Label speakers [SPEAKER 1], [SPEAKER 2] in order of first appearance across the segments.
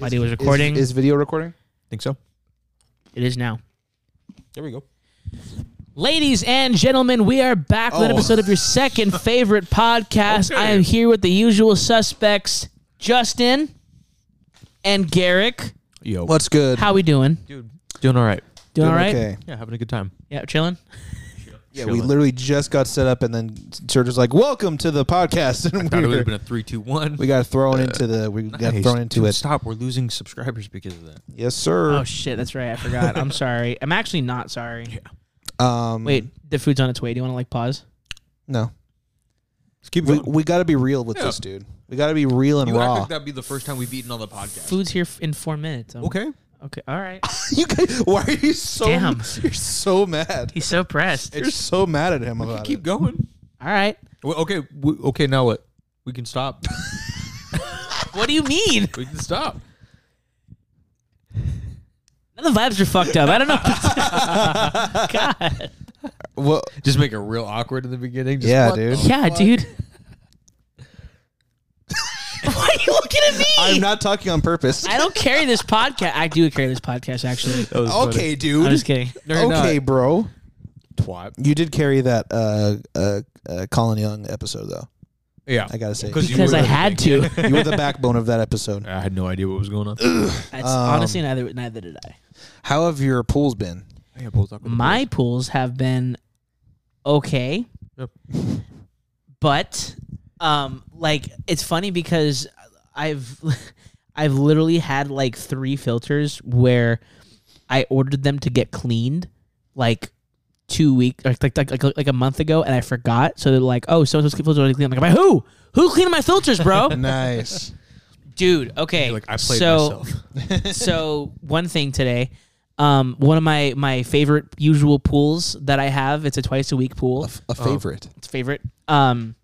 [SPEAKER 1] it was recording.
[SPEAKER 2] Is, is video recording?
[SPEAKER 3] Think so?
[SPEAKER 1] it is now.
[SPEAKER 3] There we go.
[SPEAKER 1] Ladies and gentlemen, we are back with an
[SPEAKER 3] Oh.
[SPEAKER 1] episode of your second favorite podcast. I am here with the usual suspects, Justin and Garrick.
[SPEAKER 3] Yo,
[SPEAKER 2] What's good?
[SPEAKER 1] How we doing?
[SPEAKER 3] dude? Doing all right.
[SPEAKER 1] Doing all right?
[SPEAKER 2] Okay.
[SPEAKER 3] Yeah, having a good time.
[SPEAKER 1] Yeah, chilling.
[SPEAKER 2] Yeah, we
[SPEAKER 3] Chilling.
[SPEAKER 2] literally just got set up, and then Church was like, "Welcome to the podcast," and
[SPEAKER 3] Thought it
[SPEAKER 2] we,
[SPEAKER 3] would
[SPEAKER 2] were,
[SPEAKER 3] have been a three, two, one.
[SPEAKER 2] we got thrown into the we got
[SPEAKER 3] Nice.
[SPEAKER 2] thrown into
[SPEAKER 3] Dude,
[SPEAKER 2] it.
[SPEAKER 3] Stop! We're losing subscribers because of that.
[SPEAKER 2] Yes, sir.
[SPEAKER 1] Oh shit, that's right. I forgot. I'm sorry. I'm actually not sorry.
[SPEAKER 2] um,
[SPEAKER 1] Wait, the food's on its way. Do you want to like pause?
[SPEAKER 2] no,
[SPEAKER 3] Let's keep
[SPEAKER 2] we, we got to be real with
[SPEAKER 3] Yeah.
[SPEAKER 2] this, dude. We got to be real and
[SPEAKER 3] you act
[SPEAKER 2] raw.
[SPEAKER 3] like that'd be the first time we've eaten on the podcast.
[SPEAKER 1] Food's here f- in four minutes. Um,
[SPEAKER 3] Okay.
[SPEAKER 1] Okay. All right.
[SPEAKER 2] you guys, why are you so?
[SPEAKER 1] Damn.
[SPEAKER 2] You're so mad.
[SPEAKER 1] He's so pressed.
[SPEAKER 2] You're so mad at him
[SPEAKER 3] We can
[SPEAKER 2] about
[SPEAKER 3] keep
[SPEAKER 2] it.
[SPEAKER 3] going.
[SPEAKER 1] All right.
[SPEAKER 3] Well, okay. w okay. Now what? We can stop.
[SPEAKER 1] What do you mean?
[SPEAKER 3] we can stop.
[SPEAKER 1] Now the vibes are fucked up. I don't know. God.
[SPEAKER 2] Well,
[SPEAKER 3] Just make it real awkward in the beginning. Just,
[SPEAKER 2] Yeah,
[SPEAKER 3] what
[SPEAKER 2] dude.
[SPEAKER 3] the
[SPEAKER 1] Yeah,
[SPEAKER 3] fuck?
[SPEAKER 1] dude. Why are you looking at me?
[SPEAKER 2] I'm not talking on purpose.
[SPEAKER 1] I don't carry this podcast. I do carry this podcast, actually.
[SPEAKER 3] That was funny.
[SPEAKER 2] Okay,
[SPEAKER 1] I'm
[SPEAKER 2] dude.
[SPEAKER 1] just kidding.
[SPEAKER 3] No, you're
[SPEAKER 2] Okay, bro.
[SPEAKER 3] not. twat.
[SPEAKER 2] You did carry that uh, uh, uh, Colin Young episode, though.
[SPEAKER 3] Yeah,
[SPEAKER 2] I gotta say,
[SPEAKER 3] Because you
[SPEAKER 1] Because
[SPEAKER 3] were
[SPEAKER 1] I
[SPEAKER 3] the
[SPEAKER 1] had
[SPEAKER 3] thing.
[SPEAKER 1] to.
[SPEAKER 2] you were the backbone of that episode.
[SPEAKER 3] I had no idea what was going on.
[SPEAKER 1] That's honestly
[SPEAKER 3] Um,
[SPEAKER 1] neither neither did I.
[SPEAKER 2] How have your pools been?
[SPEAKER 3] yeah, both awkward.
[SPEAKER 1] My pools have been okay.
[SPEAKER 3] Yep.
[SPEAKER 1] But um like it's funny because I've I've literally had like 3 filters where I ordered them to get cleaned like 2 weeks like like, like like like a month ago and I forgot so they're like oh so so filters are already cleaned I'm like by who? Who cleaned my filters, bro?
[SPEAKER 2] Nice.
[SPEAKER 1] Dude, okay.
[SPEAKER 3] You're like I played
[SPEAKER 1] so,
[SPEAKER 3] myself.
[SPEAKER 1] so one thing today um one of my my favorite usual pools that i have it's a twice a week
[SPEAKER 2] a,
[SPEAKER 1] pool
[SPEAKER 2] f- a favorite.
[SPEAKER 1] it's favorite um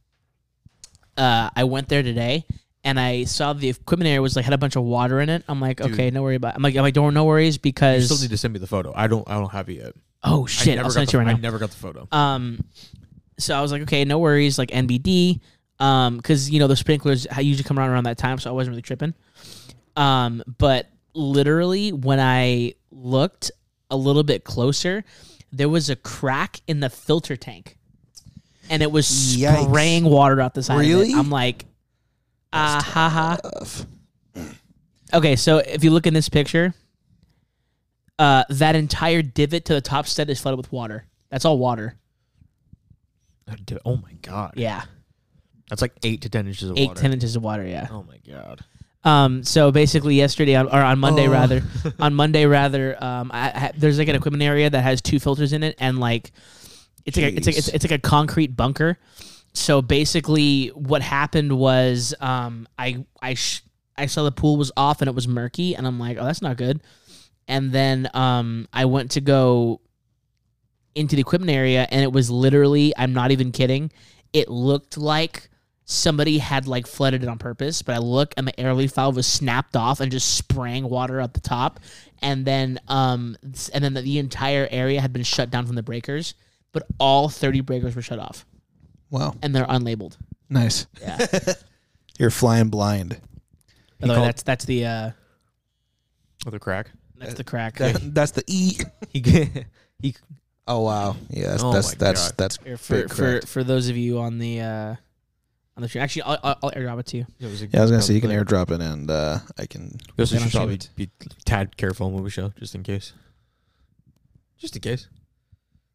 [SPEAKER 1] uh i went there today and i saw the equipment area was like had a bunch of water in it i'm like okay no worry about it. i'm like i'm like don't no worries
[SPEAKER 3] You
[SPEAKER 1] because
[SPEAKER 3] still need to send me the photo. I don't. I don't have it yet.
[SPEAKER 1] oh
[SPEAKER 3] I
[SPEAKER 1] shit
[SPEAKER 3] never
[SPEAKER 1] i'll
[SPEAKER 3] got
[SPEAKER 1] send it to
[SPEAKER 3] the,
[SPEAKER 1] you right
[SPEAKER 3] I
[SPEAKER 1] now
[SPEAKER 3] never got the photo.
[SPEAKER 1] um, so I was like, okay, no worries, like NBD, um, because you know the sprinklers I usually come around around that time, so I wasn't really tripping. Um, but literally when I looked a little bit closer, there was a crack in the filter tank, and it was
[SPEAKER 2] Yikes.
[SPEAKER 1] spraying water out the side. of it.
[SPEAKER 2] Really?
[SPEAKER 1] I'm like, ah, ha ha. Okay, so if you look in this picture, uh, that entire divot to the top set is flooded with water. That's all water.
[SPEAKER 3] I did- Oh my god.
[SPEAKER 1] Yeah.
[SPEAKER 3] That's like eight to ten inches of
[SPEAKER 1] eight
[SPEAKER 3] water.
[SPEAKER 1] ten inches of water. Yeah.
[SPEAKER 3] Oh my god.
[SPEAKER 1] Um. So basically, yesterday on, or on Monday
[SPEAKER 2] Oh.
[SPEAKER 1] rather, on Monday rather, um, I, I, there's like an equipment area that has two filters in it, and like, it's like a, it's like it's, it's like a concrete bunker. So basically, what happened was, um, I I sh- I saw the pool was off and it was murky, and I'm like, oh, that's not good. And then um, I went to go into the equipment area and it was literally i'm not even kidding it looked like somebody had like flooded it on purpose but i look and the air leaf valve was snapped off and just spraying water up the top and then um s- and then the, the entire area had been shut down from the breakers but all 30 breakers were shut off
[SPEAKER 2] Wow.
[SPEAKER 1] and they're unlabeled
[SPEAKER 2] Nice.
[SPEAKER 1] yeah
[SPEAKER 2] You're flying blind.
[SPEAKER 1] by the way
[SPEAKER 3] called-
[SPEAKER 1] that's that's the uh
[SPEAKER 3] With a crack.
[SPEAKER 1] that's the crack
[SPEAKER 2] That, that's the E.
[SPEAKER 3] He he.
[SPEAKER 2] Oh wow. Yeah. That's
[SPEAKER 3] Oh my
[SPEAKER 2] that's that's,
[SPEAKER 3] God.
[SPEAKER 2] that's
[SPEAKER 1] Here,
[SPEAKER 2] big
[SPEAKER 1] for for,
[SPEAKER 2] correct.
[SPEAKER 1] for those of you on the uh on the stream actually i'll, I'll, I'll airdrop it to you
[SPEAKER 3] It was a,
[SPEAKER 2] Yeah, I was gonna say you can
[SPEAKER 3] like-
[SPEAKER 2] airdrop it, and uh, I can.
[SPEAKER 3] We also
[SPEAKER 1] They don't
[SPEAKER 3] should
[SPEAKER 1] shoot
[SPEAKER 3] probably
[SPEAKER 1] it.
[SPEAKER 3] be tad careful when we show, just in case. Just in case.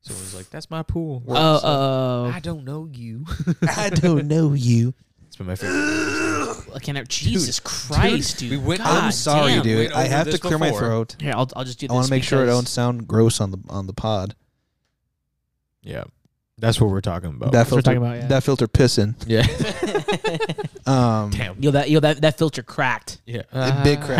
[SPEAKER 3] Someone's like, "That's my pool."
[SPEAKER 1] oh
[SPEAKER 3] We're
[SPEAKER 1] oh
[SPEAKER 3] just like,
[SPEAKER 1] oh.
[SPEAKER 3] I don't know you.
[SPEAKER 2] I don't know you.
[SPEAKER 3] It's been my favorite.
[SPEAKER 1] oh, I can't. Jesus Christ, dude.
[SPEAKER 3] we went-
[SPEAKER 1] God
[SPEAKER 2] I'm sorry,
[SPEAKER 1] damn.
[SPEAKER 2] dude.
[SPEAKER 3] Went
[SPEAKER 2] I
[SPEAKER 3] over
[SPEAKER 2] have to
[SPEAKER 3] this
[SPEAKER 2] clear my
[SPEAKER 3] before.
[SPEAKER 2] throat.
[SPEAKER 1] Here, I'll, I'll just do this.
[SPEAKER 2] I want to make sure it
[SPEAKER 1] because-
[SPEAKER 2] don't sound gross on the on the pod.
[SPEAKER 3] Yeah, that's what we're talking about.
[SPEAKER 2] that
[SPEAKER 1] what we're
[SPEAKER 2] filter,
[SPEAKER 1] talking about, yeah.
[SPEAKER 2] that filter pissing.
[SPEAKER 3] yeah,
[SPEAKER 2] Um,
[SPEAKER 3] damn.
[SPEAKER 1] Yo, that yo that that filter cracked.
[SPEAKER 3] Yeah,
[SPEAKER 2] it big cracked.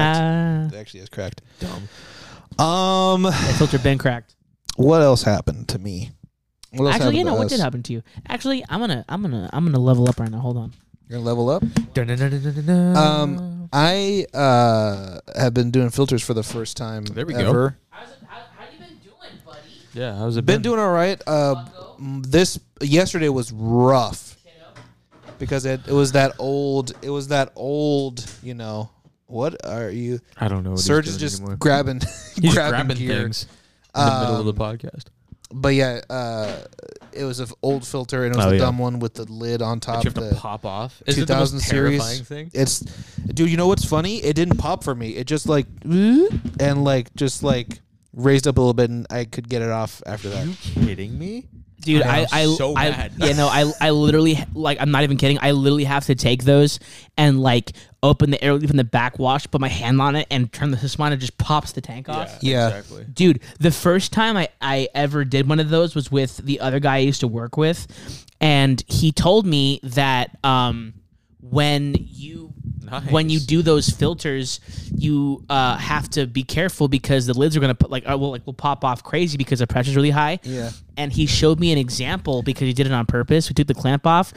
[SPEAKER 1] Ah,
[SPEAKER 2] It actually is cracked.
[SPEAKER 3] dumb.
[SPEAKER 2] Um,
[SPEAKER 1] that filter been cracked.
[SPEAKER 2] what else happened to me? What else
[SPEAKER 1] Actually, you
[SPEAKER 2] happened
[SPEAKER 1] know
[SPEAKER 2] to
[SPEAKER 1] what
[SPEAKER 2] us?
[SPEAKER 1] did happen to you? Actually, I'm gonna I'm gonna I'm gonna level up right now. Hold on.
[SPEAKER 2] You're gonna level up.
[SPEAKER 1] Mm.
[SPEAKER 2] Um, I uh, have been doing filters for the first time
[SPEAKER 3] There we go.
[SPEAKER 2] ever.
[SPEAKER 1] How's it, how, how you been doing, buddy?
[SPEAKER 3] yeah, how's it
[SPEAKER 2] Been doing all right. Uh, m- this yesterday was rough because it, it was that old. It was that old. You know, What are you?
[SPEAKER 3] I don't know. What
[SPEAKER 2] Serge is
[SPEAKER 3] he's doing
[SPEAKER 2] just
[SPEAKER 3] anymore.
[SPEAKER 2] grabbing,
[SPEAKER 3] He's
[SPEAKER 2] grabbing,
[SPEAKER 3] grabbing
[SPEAKER 2] gear. Um,
[SPEAKER 3] things in the middle of the podcast.
[SPEAKER 2] But yeah, uh, it was an old filter, and it was
[SPEAKER 3] Oh,
[SPEAKER 2] the
[SPEAKER 3] yeah.
[SPEAKER 2] dumb one with the lid on
[SPEAKER 3] That
[SPEAKER 2] top.
[SPEAKER 3] you have
[SPEAKER 2] the-
[SPEAKER 3] to pop off. Is it the most
[SPEAKER 2] 2000 series?
[SPEAKER 3] terrifying thing?
[SPEAKER 2] It's, dude. You know what's funny? It didn't pop for me. It just like
[SPEAKER 1] Hmm?
[SPEAKER 2] and like just like raised up a little bit, and I could get it off after that.
[SPEAKER 3] you kidding me?
[SPEAKER 1] Dude,
[SPEAKER 3] I
[SPEAKER 1] I,
[SPEAKER 3] know,
[SPEAKER 1] I,
[SPEAKER 3] so
[SPEAKER 1] I,
[SPEAKER 3] bad.
[SPEAKER 1] yeah, no, I, I literally, like, I'm not even kidding. I literally have to take those and, like, open the air, even the backwash, put my hand on it, and turn the system on, and it just pops the tank off.
[SPEAKER 2] Yeah.
[SPEAKER 3] Exactly.
[SPEAKER 1] Dude, the first time I, I ever did one of those was with the other guy I used to work with, and he told me that um, when you when you
[SPEAKER 3] Nice.
[SPEAKER 1] do those filters, you uh, have to be careful because the lids are gonna put like uh, will like will pop off crazy because the pressure's really high.
[SPEAKER 2] Yeah.
[SPEAKER 1] And he showed me an example because he did it on purpose. We took the clamp off,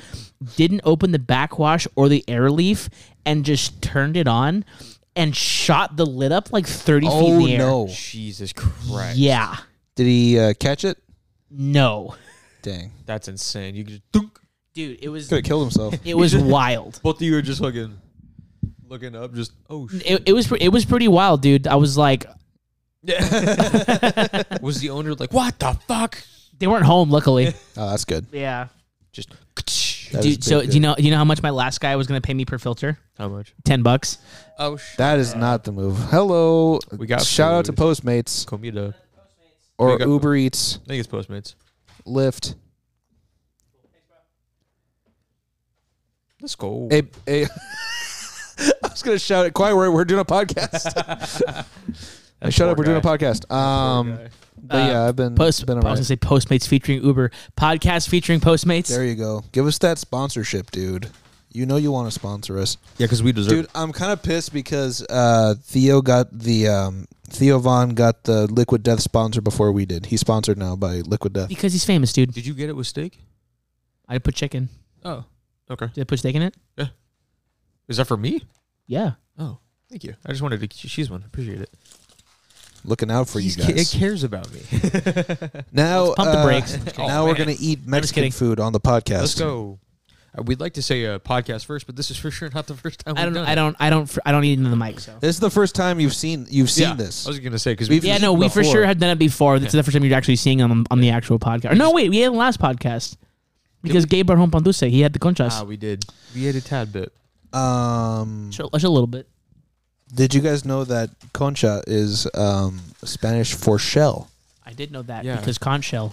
[SPEAKER 1] didn't open the backwash or the air leaf, and just turned it on, and shot the lid up like thirty feet in
[SPEAKER 2] Oh
[SPEAKER 1] the air.
[SPEAKER 2] no!
[SPEAKER 3] Jesus Christ.
[SPEAKER 1] Yeah.
[SPEAKER 2] Did he uh, catch it?
[SPEAKER 1] No.
[SPEAKER 2] Dang!
[SPEAKER 3] That's insane. You could just dunk.
[SPEAKER 1] Dude, it was
[SPEAKER 2] Could have killed himself.
[SPEAKER 1] it was wild.
[SPEAKER 3] Both of you are just fucking looking up, just oh shit.
[SPEAKER 1] It, it was pre- it was pretty wild, dude. I was like
[SPEAKER 3] was the owner like, what the fuck?
[SPEAKER 1] they weren't home luckily.
[SPEAKER 2] Oh, that's good.
[SPEAKER 1] yeah.
[SPEAKER 3] Just
[SPEAKER 2] That is
[SPEAKER 1] Dude, so
[SPEAKER 2] pretty
[SPEAKER 1] do you
[SPEAKER 2] good.
[SPEAKER 1] know do you know how much my last guy was going to pay me per filter?
[SPEAKER 3] how much?
[SPEAKER 1] 10 bucks.
[SPEAKER 3] Oh shit.
[SPEAKER 2] that is not the move. Hello.
[SPEAKER 3] We got
[SPEAKER 2] shout out to
[SPEAKER 3] food.
[SPEAKER 2] Postmates
[SPEAKER 3] Comida. We
[SPEAKER 2] or
[SPEAKER 3] got-
[SPEAKER 2] Uber Eats,
[SPEAKER 3] I think it's Postmates.
[SPEAKER 2] Lyft.
[SPEAKER 3] Let's go.
[SPEAKER 2] A, a, I was gonna shout it. Quiet, we're, we're doing a podcast.
[SPEAKER 3] That
[SPEAKER 2] Shut up,
[SPEAKER 3] poor
[SPEAKER 2] we're doing a
[SPEAKER 3] guy.
[SPEAKER 2] podcast.
[SPEAKER 3] Poor
[SPEAKER 2] Um,
[SPEAKER 3] guy.
[SPEAKER 2] but yeah,
[SPEAKER 1] Uh,
[SPEAKER 2] I've been
[SPEAKER 1] Post, I
[SPEAKER 2] been
[SPEAKER 1] was going
[SPEAKER 2] around.
[SPEAKER 1] to say Postmates featuring Uber, podcast featuring Postmates.
[SPEAKER 2] There you go. Give us that sponsorship, dude. You know you want to sponsor us,
[SPEAKER 3] Yeah, because we deserve
[SPEAKER 2] dude. I'm kind of pissed because uh, Theo got the um, Theo Vaughn got the Liquid Death sponsor before we did. He's sponsored now by Liquid Death.
[SPEAKER 1] because he's famous, dude.
[SPEAKER 3] Did you get it with steak?
[SPEAKER 1] I put chicken.
[SPEAKER 3] Oh. Okay.
[SPEAKER 1] Did I put steak in it?
[SPEAKER 3] Is that for me?
[SPEAKER 1] Yeah.
[SPEAKER 3] Oh. Thank you. I just wanted to choose one. Appreciate it.
[SPEAKER 2] Looking out for
[SPEAKER 3] He's
[SPEAKER 2] you
[SPEAKER 3] ca-
[SPEAKER 2] guys.
[SPEAKER 3] It cares about me.
[SPEAKER 2] Now,
[SPEAKER 1] Let's pump the
[SPEAKER 2] uh,
[SPEAKER 1] brakes.
[SPEAKER 3] Oh,
[SPEAKER 2] now we're
[SPEAKER 3] man.
[SPEAKER 2] gonna eat
[SPEAKER 1] just
[SPEAKER 2] Mexican
[SPEAKER 1] kidding.
[SPEAKER 2] food on the podcast.
[SPEAKER 3] Let's go. Uh, we'd like to say a podcast first, but this is for sure not the first time.
[SPEAKER 1] I
[SPEAKER 3] we've
[SPEAKER 1] don't
[SPEAKER 3] done
[SPEAKER 1] I
[SPEAKER 3] it.
[SPEAKER 1] don't I don't fr- I don't eat into the mic, so.
[SPEAKER 2] This is the first time you've seen you've seen
[SPEAKER 3] Yeah,
[SPEAKER 2] this.
[SPEAKER 3] I was gonna say because
[SPEAKER 2] We've-
[SPEAKER 3] we've
[SPEAKER 1] Yeah, no, we for
[SPEAKER 2] Before.
[SPEAKER 1] sure had done it before. This is the first time you're actually seeing him on, on the actual podcast. Or no, wait, we had the last podcast because Gabe brought home Panduse. He had the conchas.
[SPEAKER 3] ah, we did. We had a tad bit.
[SPEAKER 2] um,
[SPEAKER 1] Just a- just a little bit.
[SPEAKER 2] did you guys know that concha is um, Spanish for shell?
[SPEAKER 1] I did know that
[SPEAKER 3] Yeah.
[SPEAKER 1] because conch shell.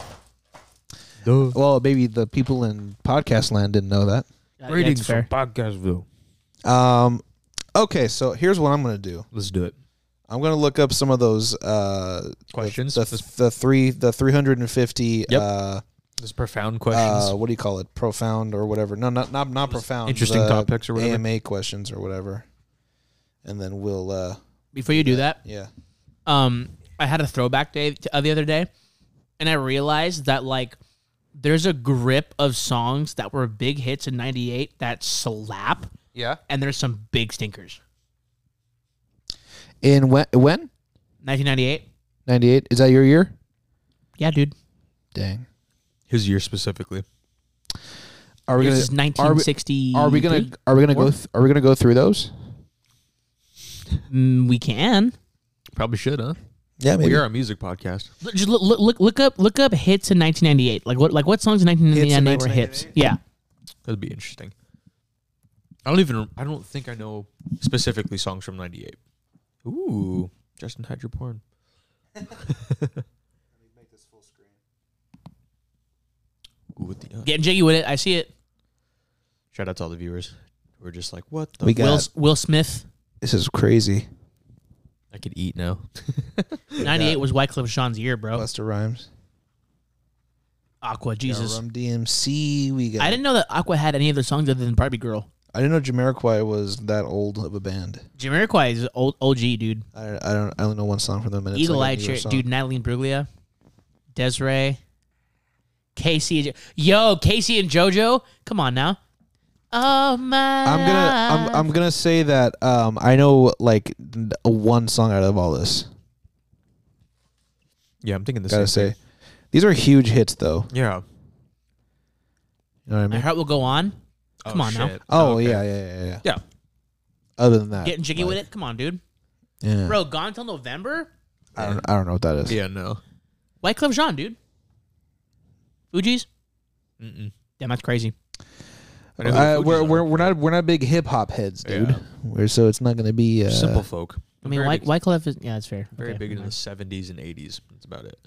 [SPEAKER 2] Well, maybe the people in podcast land didn't know that.
[SPEAKER 1] Uh, yeah, it's
[SPEAKER 3] Ratings
[SPEAKER 1] fair.
[SPEAKER 3] from Podcastville.
[SPEAKER 2] Um, okay, so here's what I'm gonna do.
[SPEAKER 3] Let's do it.
[SPEAKER 2] I'm gonna look up some of those uh,
[SPEAKER 3] Questions?
[SPEAKER 2] The, the, the three the 350.
[SPEAKER 3] Yep.
[SPEAKER 2] Uh,
[SPEAKER 3] There's profound
[SPEAKER 2] uh,
[SPEAKER 3] questions.
[SPEAKER 2] what do you call it? Profound or whatever? No, not not not profound.
[SPEAKER 3] interesting
[SPEAKER 2] the
[SPEAKER 3] topics or whatever.
[SPEAKER 2] AMA questions or whatever. And then we'll uh,
[SPEAKER 1] Before you do that,
[SPEAKER 2] yeah.
[SPEAKER 1] um, I had a throwback day t- uh, the other day, and I realized that like there's a grip of songs that were big hits in '98 that slap,
[SPEAKER 2] Yeah.
[SPEAKER 1] and there's some big stinkers.
[SPEAKER 2] In when when
[SPEAKER 1] 1998,
[SPEAKER 2] 98 is that your year?
[SPEAKER 1] yeah, dude.
[SPEAKER 2] Dang.
[SPEAKER 3] His year specifically.
[SPEAKER 2] Are we
[SPEAKER 1] this
[SPEAKER 2] gonna
[SPEAKER 1] is 1960.
[SPEAKER 2] are we gonna are we gonna go th- are we gonna go through those?
[SPEAKER 1] Mm, we can.
[SPEAKER 3] Probably should, huh?
[SPEAKER 2] Yeah,
[SPEAKER 3] We are a music podcast.
[SPEAKER 1] Look- Just look, look, look, look up, look up hits in 1998. Like what, like what songs in 1998 were hits? Yeah,
[SPEAKER 3] That'd be interesting. I don't even. I don't think I know specifically songs from '98. Ooh, Justin, hide your porn. Ooh, with the, uh,
[SPEAKER 1] getting jiggy with it. I see it.
[SPEAKER 3] Shout out to all the viewers. We're just like, what the?
[SPEAKER 2] We
[SPEAKER 3] f-
[SPEAKER 2] got-
[SPEAKER 1] Will, S- Will Smith.
[SPEAKER 2] This is crazy.
[SPEAKER 3] I could eat now.
[SPEAKER 1] 98 was Wyclef Jean's year, bro.
[SPEAKER 2] Buster Rhymes.
[SPEAKER 1] Aqua,
[SPEAKER 2] Yeah,
[SPEAKER 1] Jesus.
[SPEAKER 2] Rum DMC. We got.
[SPEAKER 1] I didn't know that Aqua had any of their songs other than Barbie Girl.
[SPEAKER 2] I didn't know Jamiroquai was that old of a band.
[SPEAKER 1] Jamiroquai is old OG, dude.
[SPEAKER 2] I, I don't. I only know one song from them. and it's
[SPEAKER 1] Eagle
[SPEAKER 2] like
[SPEAKER 1] Eye
[SPEAKER 2] a newer
[SPEAKER 1] Church,
[SPEAKER 2] song.
[SPEAKER 1] dude. Natalie Bruglia, Desiree, Casey. Yo, Casey and JoJo. Come on now. Oh my.
[SPEAKER 2] I'm gonna. I'm, I'm gonna say that. Um, I know like n- one song out of all this.
[SPEAKER 3] Yeah, I'm thinking this.
[SPEAKER 2] Gotta say, these are huge hits, though.
[SPEAKER 3] Yeah.
[SPEAKER 2] You know what
[SPEAKER 1] My
[SPEAKER 2] I mean?
[SPEAKER 1] heart will go on. Come on now.
[SPEAKER 2] Oh yeah, yeah, yeah, yeah.
[SPEAKER 3] Yeah.
[SPEAKER 2] Other than that,
[SPEAKER 1] Getting jiggy with it? Come on, dude.
[SPEAKER 2] yeah,
[SPEAKER 1] Bro, gone till November?
[SPEAKER 2] I don't, I don't know what that is.
[SPEAKER 3] Yeah, no.
[SPEAKER 1] White Club Jean, dude. Fuji's?
[SPEAKER 3] Mm-mm.
[SPEAKER 1] Damn, that's crazy.
[SPEAKER 3] I know who
[SPEAKER 2] Uh,
[SPEAKER 3] Fuji's
[SPEAKER 2] we're,
[SPEAKER 3] are.
[SPEAKER 2] we're, we're not we're not big hip hop heads, dude.
[SPEAKER 3] Yeah.
[SPEAKER 2] We're, so it's not gonna be uh,
[SPEAKER 3] simple folk.
[SPEAKER 1] I mean,
[SPEAKER 3] very
[SPEAKER 1] White,
[SPEAKER 3] big,
[SPEAKER 1] White Club is, yeah, that's fair.
[SPEAKER 3] very
[SPEAKER 1] Okay,
[SPEAKER 3] big in
[SPEAKER 1] never
[SPEAKER 3] the seventies and eighties. That's about it.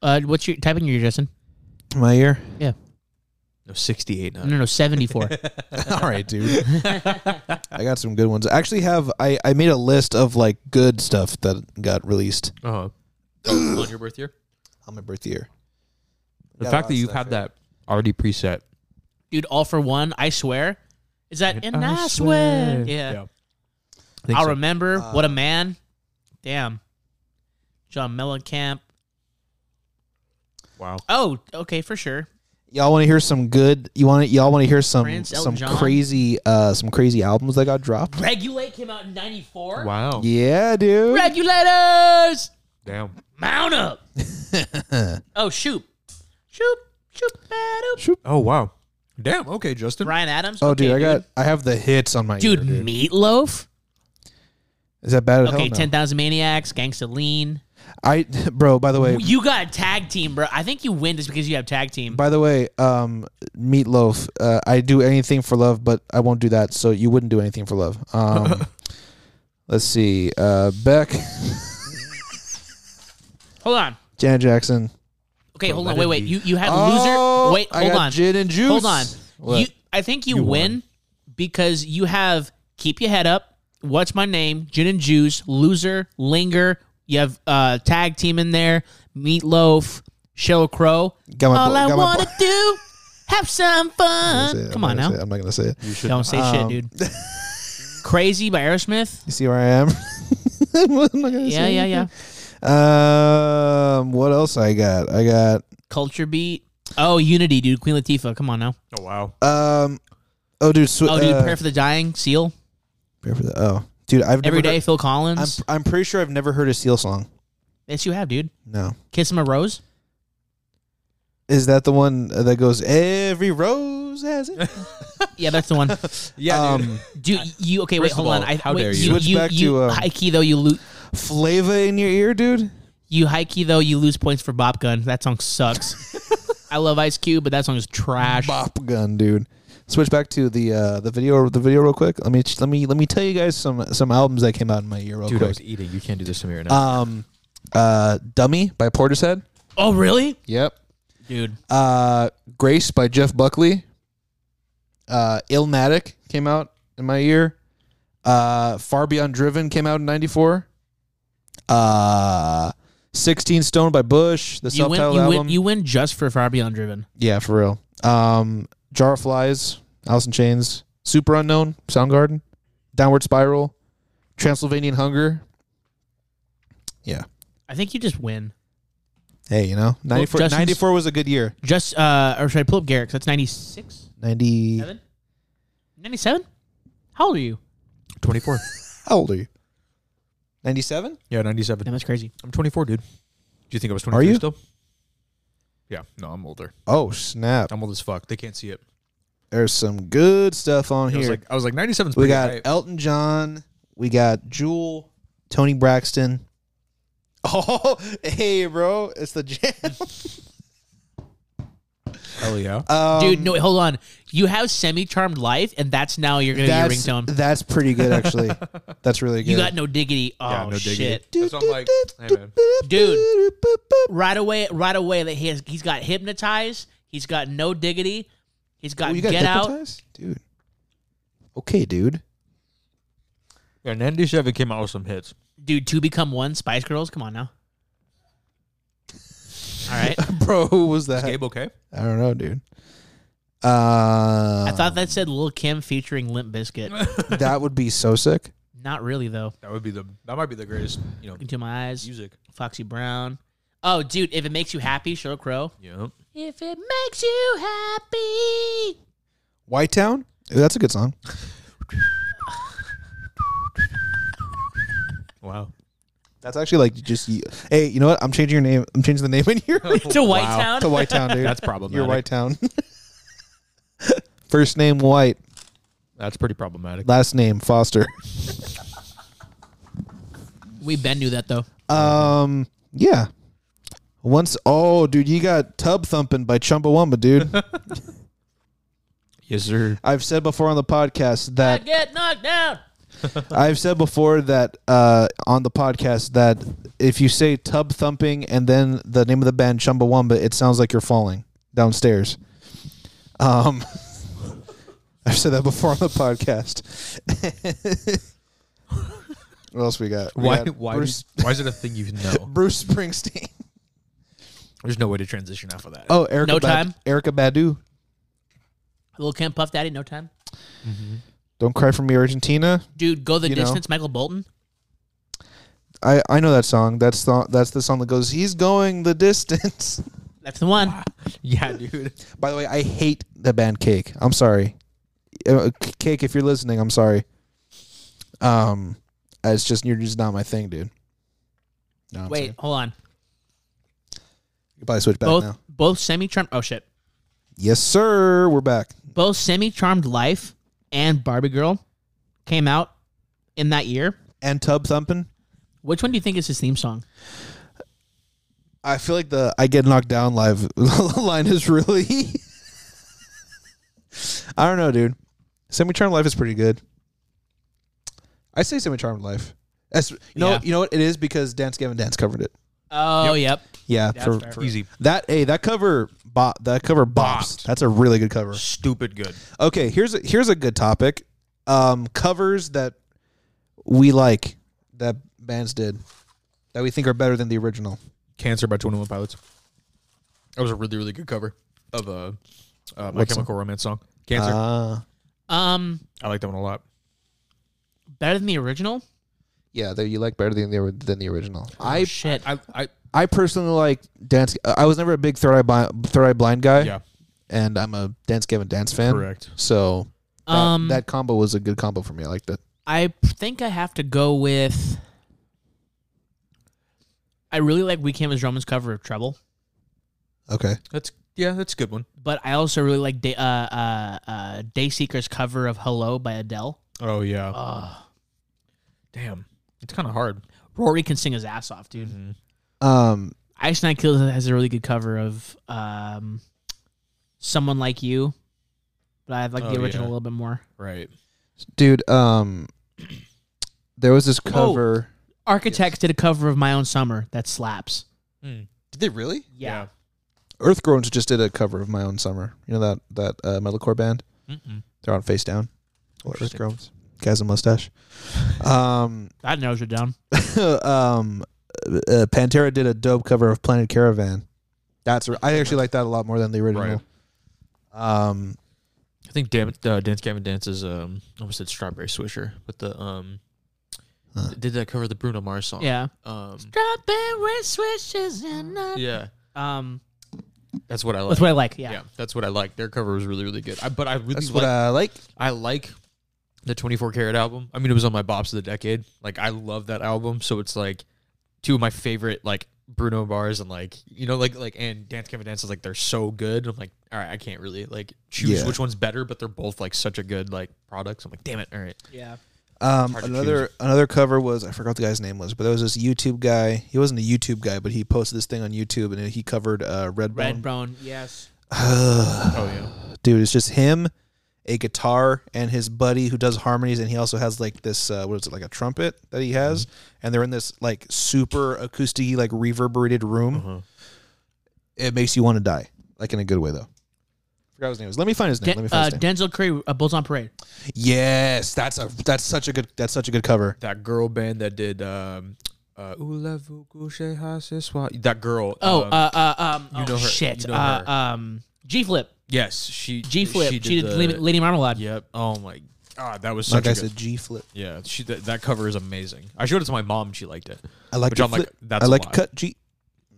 [SPEAKER 1] mind. Uh, what's your, type in your, Justin.
[SPEAKER 2] My ear.
[SPEAKER 3] No, sixty-eight.
[SPEAKER 1] No, no, no 74.
[SPEAKER 2] All right, dude. I got some good ones. I actually have I I made a list of like good stuff that got released
[SPEAKER 3] Uh-huh. on your birth year.
[SPEAKER 2] on my birth year. Got a
[SPEAKER 3] The
[SPEAKER 2] lot
[SPEAKER 3] fact that
[SPEAKER 2] of
[SPEAKER 3] you've
[SPEAKER 2] stuff
[SPEAKER 3] had
[SPEAKER 2] here.
[SPEAKER 3] that already preset.
[SPEAKER 1] dude, all for one, I swear. Is that, and I, swear. Yeah.
[SPEAKER 3] I think
[SPEAKER 1] I'll
[SPEAKER 3] so.
[SPEAKER 1] remember.
[SPEAKER 2] Uh,
[SPEAKER 1] what a man. Damn. John Mellencamp.
[SPEAKER 3] Wow.
[SPEAKER 1] Oh, okay, for sure.
[SPEAKER 2] Y'all want to hear some good? You want y'all want to hear some
[SPEAKER 1] Prince, Elton
[SPEAKER 2] some
[SPEAKER 1] John?
[SPEAKER 2] crazy uh some crazy albums that got dropped?
[SPEAKER 1] Regulate came out in 94.
[SPEAKER 3] Wow.
[SPEAKER 2] Yeah, dude.
[SPEAKER 1] Regulators!
[SPEAKER 3] Damn.
[SPEAKER 1] Mount up! oh, shoot. Shoot. Shoot. Shoot.
[SPEAKER 3] Oh wow. Damn. Okay, Justin.
[SPEAKER 1] Ryan Adams.
[SPEAKER 2] Oh,
[SPEAKER 1] Okay,
[SPEAKER 2] dude, I got I have the hits on my
[SPEAKER 1] Dude,
[SPEAKER 2] ear, dude.
[SPEAKER 1] Meatloaf?
[SPEAKER 2] Is that bad? as
[SPEAKER 1] Okay,
[SPEAKER 2] hell? No.
[SPEAKER 1] 10,000 Maniacs, Gangsta Lean.
[SPEAKER 2] I bro. By the way,
[SPEAKER 1] You got a tag team, bro. I think you win just because you have tag team.
[SPEAKER 2] by the way, um, Meatloaf. Uh, I do anything for love, but I won't do that. So you wouldn't do anything for love. Um, let's see. Uh, Beck,
[SPEAKER 1] Hold on.
[SPEAKER 2] Janet Jackson.
[SPEAKER 1] Okay, hold
[SPEAKER 3] let
[SPEAKER 1] on.
[SPEAKER 3] it
[SPEAKER 1] Wait, wait.
[SPEAKER 3] be.
[SPEAKER 1] You you had
[SPEAKER 2] Oh,
[SPEAKER 1] loser. Wait,
[SPEAKER 2] I
[SPEAKER 1] hold
[SPEAKER 2] got
[SPEAKER 1] on.
[SPEAKER 2] Gin and juice.
[SPEAKER 1] Hold on.
[SPEAKER 2] What?
[SPEAKER 1] You, I think you, win because you have keep your head up. What's my name? Gin and juice. Loser. Linger. You have uh, tag team in there. Meatloaf. Sheryl Crow.
[SPEAKER 2] Got my
[SPEAKER 1] All
[SPEAKER 2] bo-
[SPEAKER 1] I
[SPEAKER 2] got my
[SPEAKER 1] want to do. Have some
[SPEAKER 2] That's
[SPEAKER 1] fun.
[SPEAKER 2] it.
[SPEAKER 1] Come
[SPEAKER 2] I'm
[SPEAKER 1] on
[SPEAKER 2] not gonna
[SPEAKER 1] now.
[SPEAKER 2] say it. I'm not gonna say it. Um,
[SPEAKER 1] Don't say
[SPEAKER 3] Um,
[SPEAKER 1] shit, dude. Crazy by Aerosmith.
[SPEAKER 2] You see where I am? I'm not gonna
[SPEAKER 1] Yeah,
[SPEAKER 2] say
[SPEAKER 1] yeah,
[SPEAKER 2] it.
[SPEAKER 1] yeah.
[SPEAKER 2] Um, what else I got? I got
[SPEAKER 1] Culture beat. Oh, Unity, dude. Queen Latifah. Come on now.
[SPEAKER 3] Oh wow.
[SPEAKER 2] um. Oh, dude. Sw-
[SPEAKER 1] Oh, dude.
[SPEAKER 2] uh,
[SPEAKER 1] Prayer for the Dying. Seal.
[SPEAKER 2] Prayer for the. Oh, dude. I've never
[SPEAKER 1] Every day.
[SPEAKER 2] heard-
[SPEAKER 1] Phil Collins.
[SPEAKER 2] I'm I'm pretty sure I've never heard a Seal song.
[SPEAKER 1] yes, you have, dude.
[SPEAKER 2] No.
[SPEAKER 1] Kiss him a rose.
[SPEAKER 2] Is that the one that goes every rose has it?
[SPEAKER 1] Yeah, that's the one.
[SPEAKER 3] Yeah. dude.
[SPEAKER 2] um,
[SPEAKER 1] Do you okay? Wait,
[SPEAKER 3] First of
[SPEAKER 1] hold on.
[SPEAKER 3] all,
[SPEAKER 1] I,
[SPEAKER 3] how
[SPEAKER 1] wait,
[SPEAKER 3] dare you.
[SPEAKER 2] Switch back to, um,
[SPEAKER 1] high key though you lose.
[SPEAKER 2] Flavor in your ear, dude.
[SPEAKER 1] You high key though you lose points for Bop Gun. That song sucks. I love Ice Cube, but that song is trash.
[SPEAKER 2] Bop gun, dude. Switch back to the uh, the video the video real quick. Let me let me let me tell you guys some some albums that came out in my ear real
[SPEAKER 3] Dude, I
[SPEAKER 2] quick.
[SPEAKER 3] was eating. You can't do this to me right now.
[SPEAKER 2] Um, uh, Dummy by Portishead.
[SPEAKER 1] Oh really,
[SPEAKER 2] Yep.
[SPEAKER 1] dude?
[SPEAKER 2] Uh, Grace by Jeff Buckley. Uh, Illmatic came out in my ear. Uh, Far Beyond Driven came out in '94. Uh, 16 Stone by Bush, the
[SPEAKER 1] You win.
[SPEAKER 2] self-titled
[SPEAKER 1] You
[SPEAKER 2] album.
[SPEAKER 1] win. You win just for Far Beyond Driven.
[SPEAKER 2] yeah, for real. Um, Jar of Flies, Alice in Chains, Super Unknown, Soundgarden, Downward Spiral, Transylvanian Hunger. Yeah.
[SPEAKER 1] I think you just win.
[SPEAKER 2] Hey, you know, 94,
[SPEAKER 1] Justin's-
[SPEAKER 2] 94 was a good year.
[SPEAKER 1] Just uh, or should I pull up Garrick? That's 96,
[SPEAKER 2] 90.
[SPEAKER 1] 97? 97? How old are you?
[SPEAKER 3] Twenty-four.
[SPEAKER 2] How old are you? 97?
[SPEAKER 3] yeah, ninety-seven.
[SPEAKER 1] Damn, that's crazy.
[SPEAKER 3] I'm twenty-four, dude. Do you think I was
[SPEAKER 2] Are
[SPEAKER 3] twenty-three
[SPEAKER 2] you?
[SPEAKER 3] still? Yeah. No, I'm older.
[SPEAKER 2] Oh, snap.
[SPEAKER 3] I'm old as fuck. They can't see it.
[SPEAKER 2] There's some good stuff on
[SPEAKER 3] I was
[SPEAKER 2] here.
[SPEAKER 3] like, I was like, ninety-seven's
[SPEAKER 2] we
[SPEAKER 3] pretty
[SPEAKER 2] got
[SPEAKER 3] high.
[SPEAKER 2] Elton John. We got Jewel, Tony Braxton. Oh, hey, bro. It's the jam.
[SPEAKER 3] Hell yeah.
[SPEAKER 2] Um,
[SPEAKER 1] Dude, no, wait, hold on. You have semi charmed life, and that's now you're gonna be your
[SPEAKER 2] that's,
[SPEAKER 1] ringtone.
[SPEAKER 2] that's pretty good, actually. that's really good.
[SPEAKER 1] You got no diggity. Oh
[SPEAKER 3] yeah. No diggity.
[SPEAKER 1] shit.
[SPEAKER 3] That's what I'm like. Hey man.
[SPEAKER 1] Dude. right away, right away that he has he's got hypnotized, he's got no diggity, he's got
[SPEAKER 2] Oh, you got
[SPEAKER 1] get out.
[SPEAKER 2] hypnotized? Dude. Okay, dude.
[SPEAKER 3] Yeah, ninety-seven came out with some hits.
[SPEAKER 1] Dude, two become one, Spice Girls, come on now. All right.
[SPEAKER 2] Bro, who was that?
[SPEAKER 3] Gabe, okay.
[SPEAKER 2] I don't know, dude. Uh,
[SPEAKER 1] I thought that said Lil Kim featuring Limp Biscuit.
[SPEAKER 2] that would be so sick.
[SPEAKER 1] Not really though.
[SPEAKER 3] That would be the. That might be the greatest. You know,
[SPEAKER 1] Into my eyes,
[SPEAKER 3] music.
[SPEAKER 1] Foxy Brown. Oh, dude, if it makes you happy, Sheryl Crow.
[SPEAKER 3] Yeah.
[SPEAKER 1] If it makes you happy.
[SPEAKER 2] White Town? That's a good song.
[SPEAKER 3] Wow.
[SPEAKER 2] That's actually like just y- hey, you know what? I'm changing your name. I'm changing the name in here
[SPEAKER 1] To White Town.
[SPEAKER 2] to White Town, dude.
[SPEAKER 3] That's problematic.
[SPEAKER 2] your White Town. First name White.
[SPEAKER 3] That's pretty problematic.
[SPEAKER 2] Last name Foster.
[SPEAKER 1] We Ben knew that though.
[SPEAKER 2] Um, yeah. Once, oh, dude, you got tub thumping by Chumbawamba, dude.
[SPEAKER 3] Yes, sir.
[SPEAKER 2] I've said before on the podcast that
[SPEAKER 1] get knocked down.
[SPEAKER 2] I've said before that uh, on the podcast that if you say tub thumping and then the name of the band Chumbawamba, it sounds like you're falling downstairs. Um, I've said that before on the podcast. what else we got? We
[SPEAKER 3] Why?
[SPEAKER 2] got
[SPEAKER 3] Why?
[SPEAKER 2] Bruce,
[SPEAKER 3] do- why is it a thing you know?
[SPEAKER 2] Bruce Springsteen.
[SPEAKER 3] There's no way to transition off of that.
[SPEAKER 2] Oh, Erica.
[SPEAKER 1] No
[SPEAKER 2] Bad-
[SPEAKER 1] time.
[SPEAKER 2] Erica Badu.
[SPEAKER 1] Little Camp Puff Daddy, no time.
[SPEAKER 2] Don't cry for me, Argentina.
[SPEAKER 1] Dude, go the
[SPEAKER 2] You know.
[SPEAKER 1] distance, Michael Bolton.
[SPEAKER 2] I, I know that song. That's the that's the song that goes. He's going the distance.
[SPEAKER 1] That's the one.
[SPEAKER 3] yeah, dude.
[SPEAKER 2] By the way, I hate the band Cake. I'm sorry, Uh, C- Cake. If you're listening, I'm sorry. Um, it's just you're just not my thing, dude. No, I'm
[SPEAKER 1] Wait,
[SPEAKER 2] sorry.
[SPEAKER 1] hold on.
[SPEAKER 2] you can probably switch back
[SPEAKER 1] both
[SPEAKER 2] now.
[SPEAKER 1] both semi charmed oh shit.
[SPEAKER 2] Yes, sir. We're back.
[SPEAKER 1] Both semi charmed life and Barbie Girl came out in that year.
[SPEAKER 2] And Tub Thumping.
[SPEAKER 1] Which one do you think is his theme song?
[SPEAKER 2] I feel like the I get knocked down live line is really. I don't know, dude. Semi charmed life is pretty good. I say semi charmed life. As, you know,
[SPEAKER 1] Yeah.
[SPEAKER 2] you know what it is because Dance Gavin Dance covered it.
[SPEAKER 1] Oh yep.
[SPEAKER 2] Yeah,
[SPEAKER 1] That's
[SPEAKER 2] for,
[SPEAKER 1] fair.
[SPEAKER 2] for-
[SPEAKER 3] Easy.
[SPEAKER 2] that. Hey, that cover, bo- that cover bops.
[SPEAKER 3] Bops.
[SPEAKER 2] That's a really good cover.
[SPEAKER 3] Stupid good.
[SPEAKER 2] Okay, here's a, here's a good topic. Um, covers that we like that bands did that we think are better than the original.
[SPEAKER 3] Cancer by Twenty One Pilots. That was a really, really good cover of a uh, My
[SPEAKER 2] What
[SPEAKER 3] Chemical Romance song. Cancer.
[SPEAKER 2] Uh,
[SPEAKER 1] Um
[SPEAKER 3] I like that one a lot.
[SPEAKER 1] better than the original?
[SPEAKER 2] Yeah, that you like better than the than the original. I
[SPEAKER 1] Oh, shit.
[SPEAKER 3] I, I,
[SPEAKER 2] I personally like dance. I was never a big third eye blind, third eye blind guy,
[SPEAKER 3] yeah,
[SPEAKER 2] and I'm a dance Gavin dance fan.
[SPEAKER 3] correct.
[SPEAKER 2] So that,
[SPEAKER 1] um
[SPEAKER 2] that combo was a good combo for me. I liked it.
[SPEAKER 1] I p- think I have to go with. I really like Weekend was Roman's cover of Trouble,
[SPEAKER 2] Okay,
[SPEAKER 3] That's yeah, that's a good one.
[SPEAKER 1] but I also really like Day, uh, uh, uh, Day Seeker's cover of Hello by Adele.
[SPEAKER 3] Oh yeah.
[SPEAKER 1] Ugh.
[SPEAKER 3] Damn, it's kind of hard.
[SPEAKER 1] Rory can sing his ass off, dude.
[SPEAKER 3] Mm-hmm.
[SPEAKER 2] um,
[SPEAKER 1] Ice Nine Kills has a really good cover of um, Someone Like You, but I like
[SPEAKER 3] Oh,
[SPEAKER 1] the
[SPEAKER 3] yeah.
[SPEAKER 1] original a little bit more.
[SPEAKER 3] Right.
[SPEAKER 2] dude, um, there was this cover.
[SPEAKER 1] Architects did a cover of My Own Summer that slaps.
[SPEAKER 2] Did they really?
[SPEAKER 1] Yeah.
[SPEAKER 2] Earth Groans just did a cover of My Own Summer. You know that that uh, metalcore band?
[SPEAKER 3] Mm-mm.
[SPEAKER 2] They're on Face Down. Or Earth
[SPEAKER 3] Interesting.
[SPEAKER 2] Groans. Guys with mustache. um,
[SPEAKER 1] That narrows it down.
[SPEAKER 2] um, uh, Pantera did a dope cover of Planet Caravan. That's I actually like that a lot more than the original. Um,
[SPEAKER 3] I think Dam- uh, Dance Gavin Dance is um I almost said Strawberry Swisher, but the um
[SPEAKER 2] Huh.
[SPEAKER 3] did that cover the Bruno Mars song.
[SPEAKER 1] Yeah.
[SPEAKER 3] Um.
[SPEAKER 1] Strawberry swishes and
[SPEAKER 3] Yeah.
[SPEAKER 1] um,
[SPEAKER 3] That's what I like.
[SPEAKER 1] that's what I like.
[SPEAKER 3] yeah.
[SPEAKER 1] yeah.
[SPEAKER 3] that's what I like. Their cover was really, really good. I, but I really
[SPEAKER 2] that's
[SPEAKER 3] like.
[SPEAKER 2] what I like.
[SPEAKER 3] I like the 24 karat album. I mean, it was on my bops of the decade. Like, I love that album. So it's like two of my favorite, like Bruno bars and like you know, like like and Dance Kevin Dance is like they're so good. I'm like, all right, I can't really like choose
[SPEAKER 2] Yeah.
[SPEAKER 3] which one's better, but they're both like such a good like products. I'm like, damn it, all right.
[SPEAKER 1] Yeah.
[SPEAKER 2] Um,
[SPEAKER 3] hard to
[SPEAKER 2] another another cover was I forgot the guy's name was, but there was this YouTube guy. He wasn't a YouTube guy, but he posted this thing on YouTube and he covered uh, Red
[SPEAKER 1] Red Bone, yes.
[SPEAKER 2] Uh-huh.
[SPEAKER 3] Oh yeah,
[SPEAKER 2] Dude, it's just him, a guitar, and his buddy who does harmonies, and he also has like this uh, what is it like a trumpet that he has,
[SPEAKER 3] Mm-hmm.
[SPEAKER 2] and they're in this like super acoustic like reverberated room.
[SPEAKER 3] Uh-huh.
[SPEAKER 2] it makes you want to die, like in a good way though. Forgot his name was. Let me find his name.
[SPEAKER 1] De-
[SPEAKER 2] Let me
[SPEAKER 1] uh,
[SPEAKER 2] find his name.
[SPEAKER 1] Denzel Curry, uh, Bulls on Parade.
[SPEAKER 2] Yes, that's a that's such a good that's such a good cover.
[SPEAKER 3] that girl band that did um, uh, Ooh, La Vu, Gouche, Ha, Se, Swa- that girl.
[SPEAKER 1] Oh,
[SPEAKER 3] um,
[SPEAKER 1] uh, uh, um,
[SPEAKER 3] you
[SPEAKER 1] oh,
[SPEAKER 3] know her.
[SPEAKER 1] shit.
[SPEAKER 3] You know
[SPEAKER 1] uh,
[SPEAKER 3] her.
[SPEAKER 1] um, G Flip,
[SPEAKER 3] yes, she
[SPEAKER 1] G Flip. She did,
[SPEAKER 3] the-
[SPEAKER 1] Lady- Lady Marmalade.
[SPEAKER 3] Yep. Oh my god, that was
[SPEAKER 2] Like
[SPEAKER 3] such
[SPEAKER 2] I
[SPEAKER 3] a good
[SPEAKER 2] said, G flip.
[SPEAKER 3] Yeah, she that, that cover is amazing. I showed it to my mom; and she liked it.
[SPEAKER 2] I like
[SPEAKER 3] Which
[SPEAKER 2] to
[SPEAKER 3] I'm like,
[SPEAKER 2] flip.
[SPEAKER 3] that's
[SPEAKER 2] I
[SPEAKER 3] a
[SPEAKER 2] like to
[SPEAKER 3] lot.
[SPEAKER 2] cut G.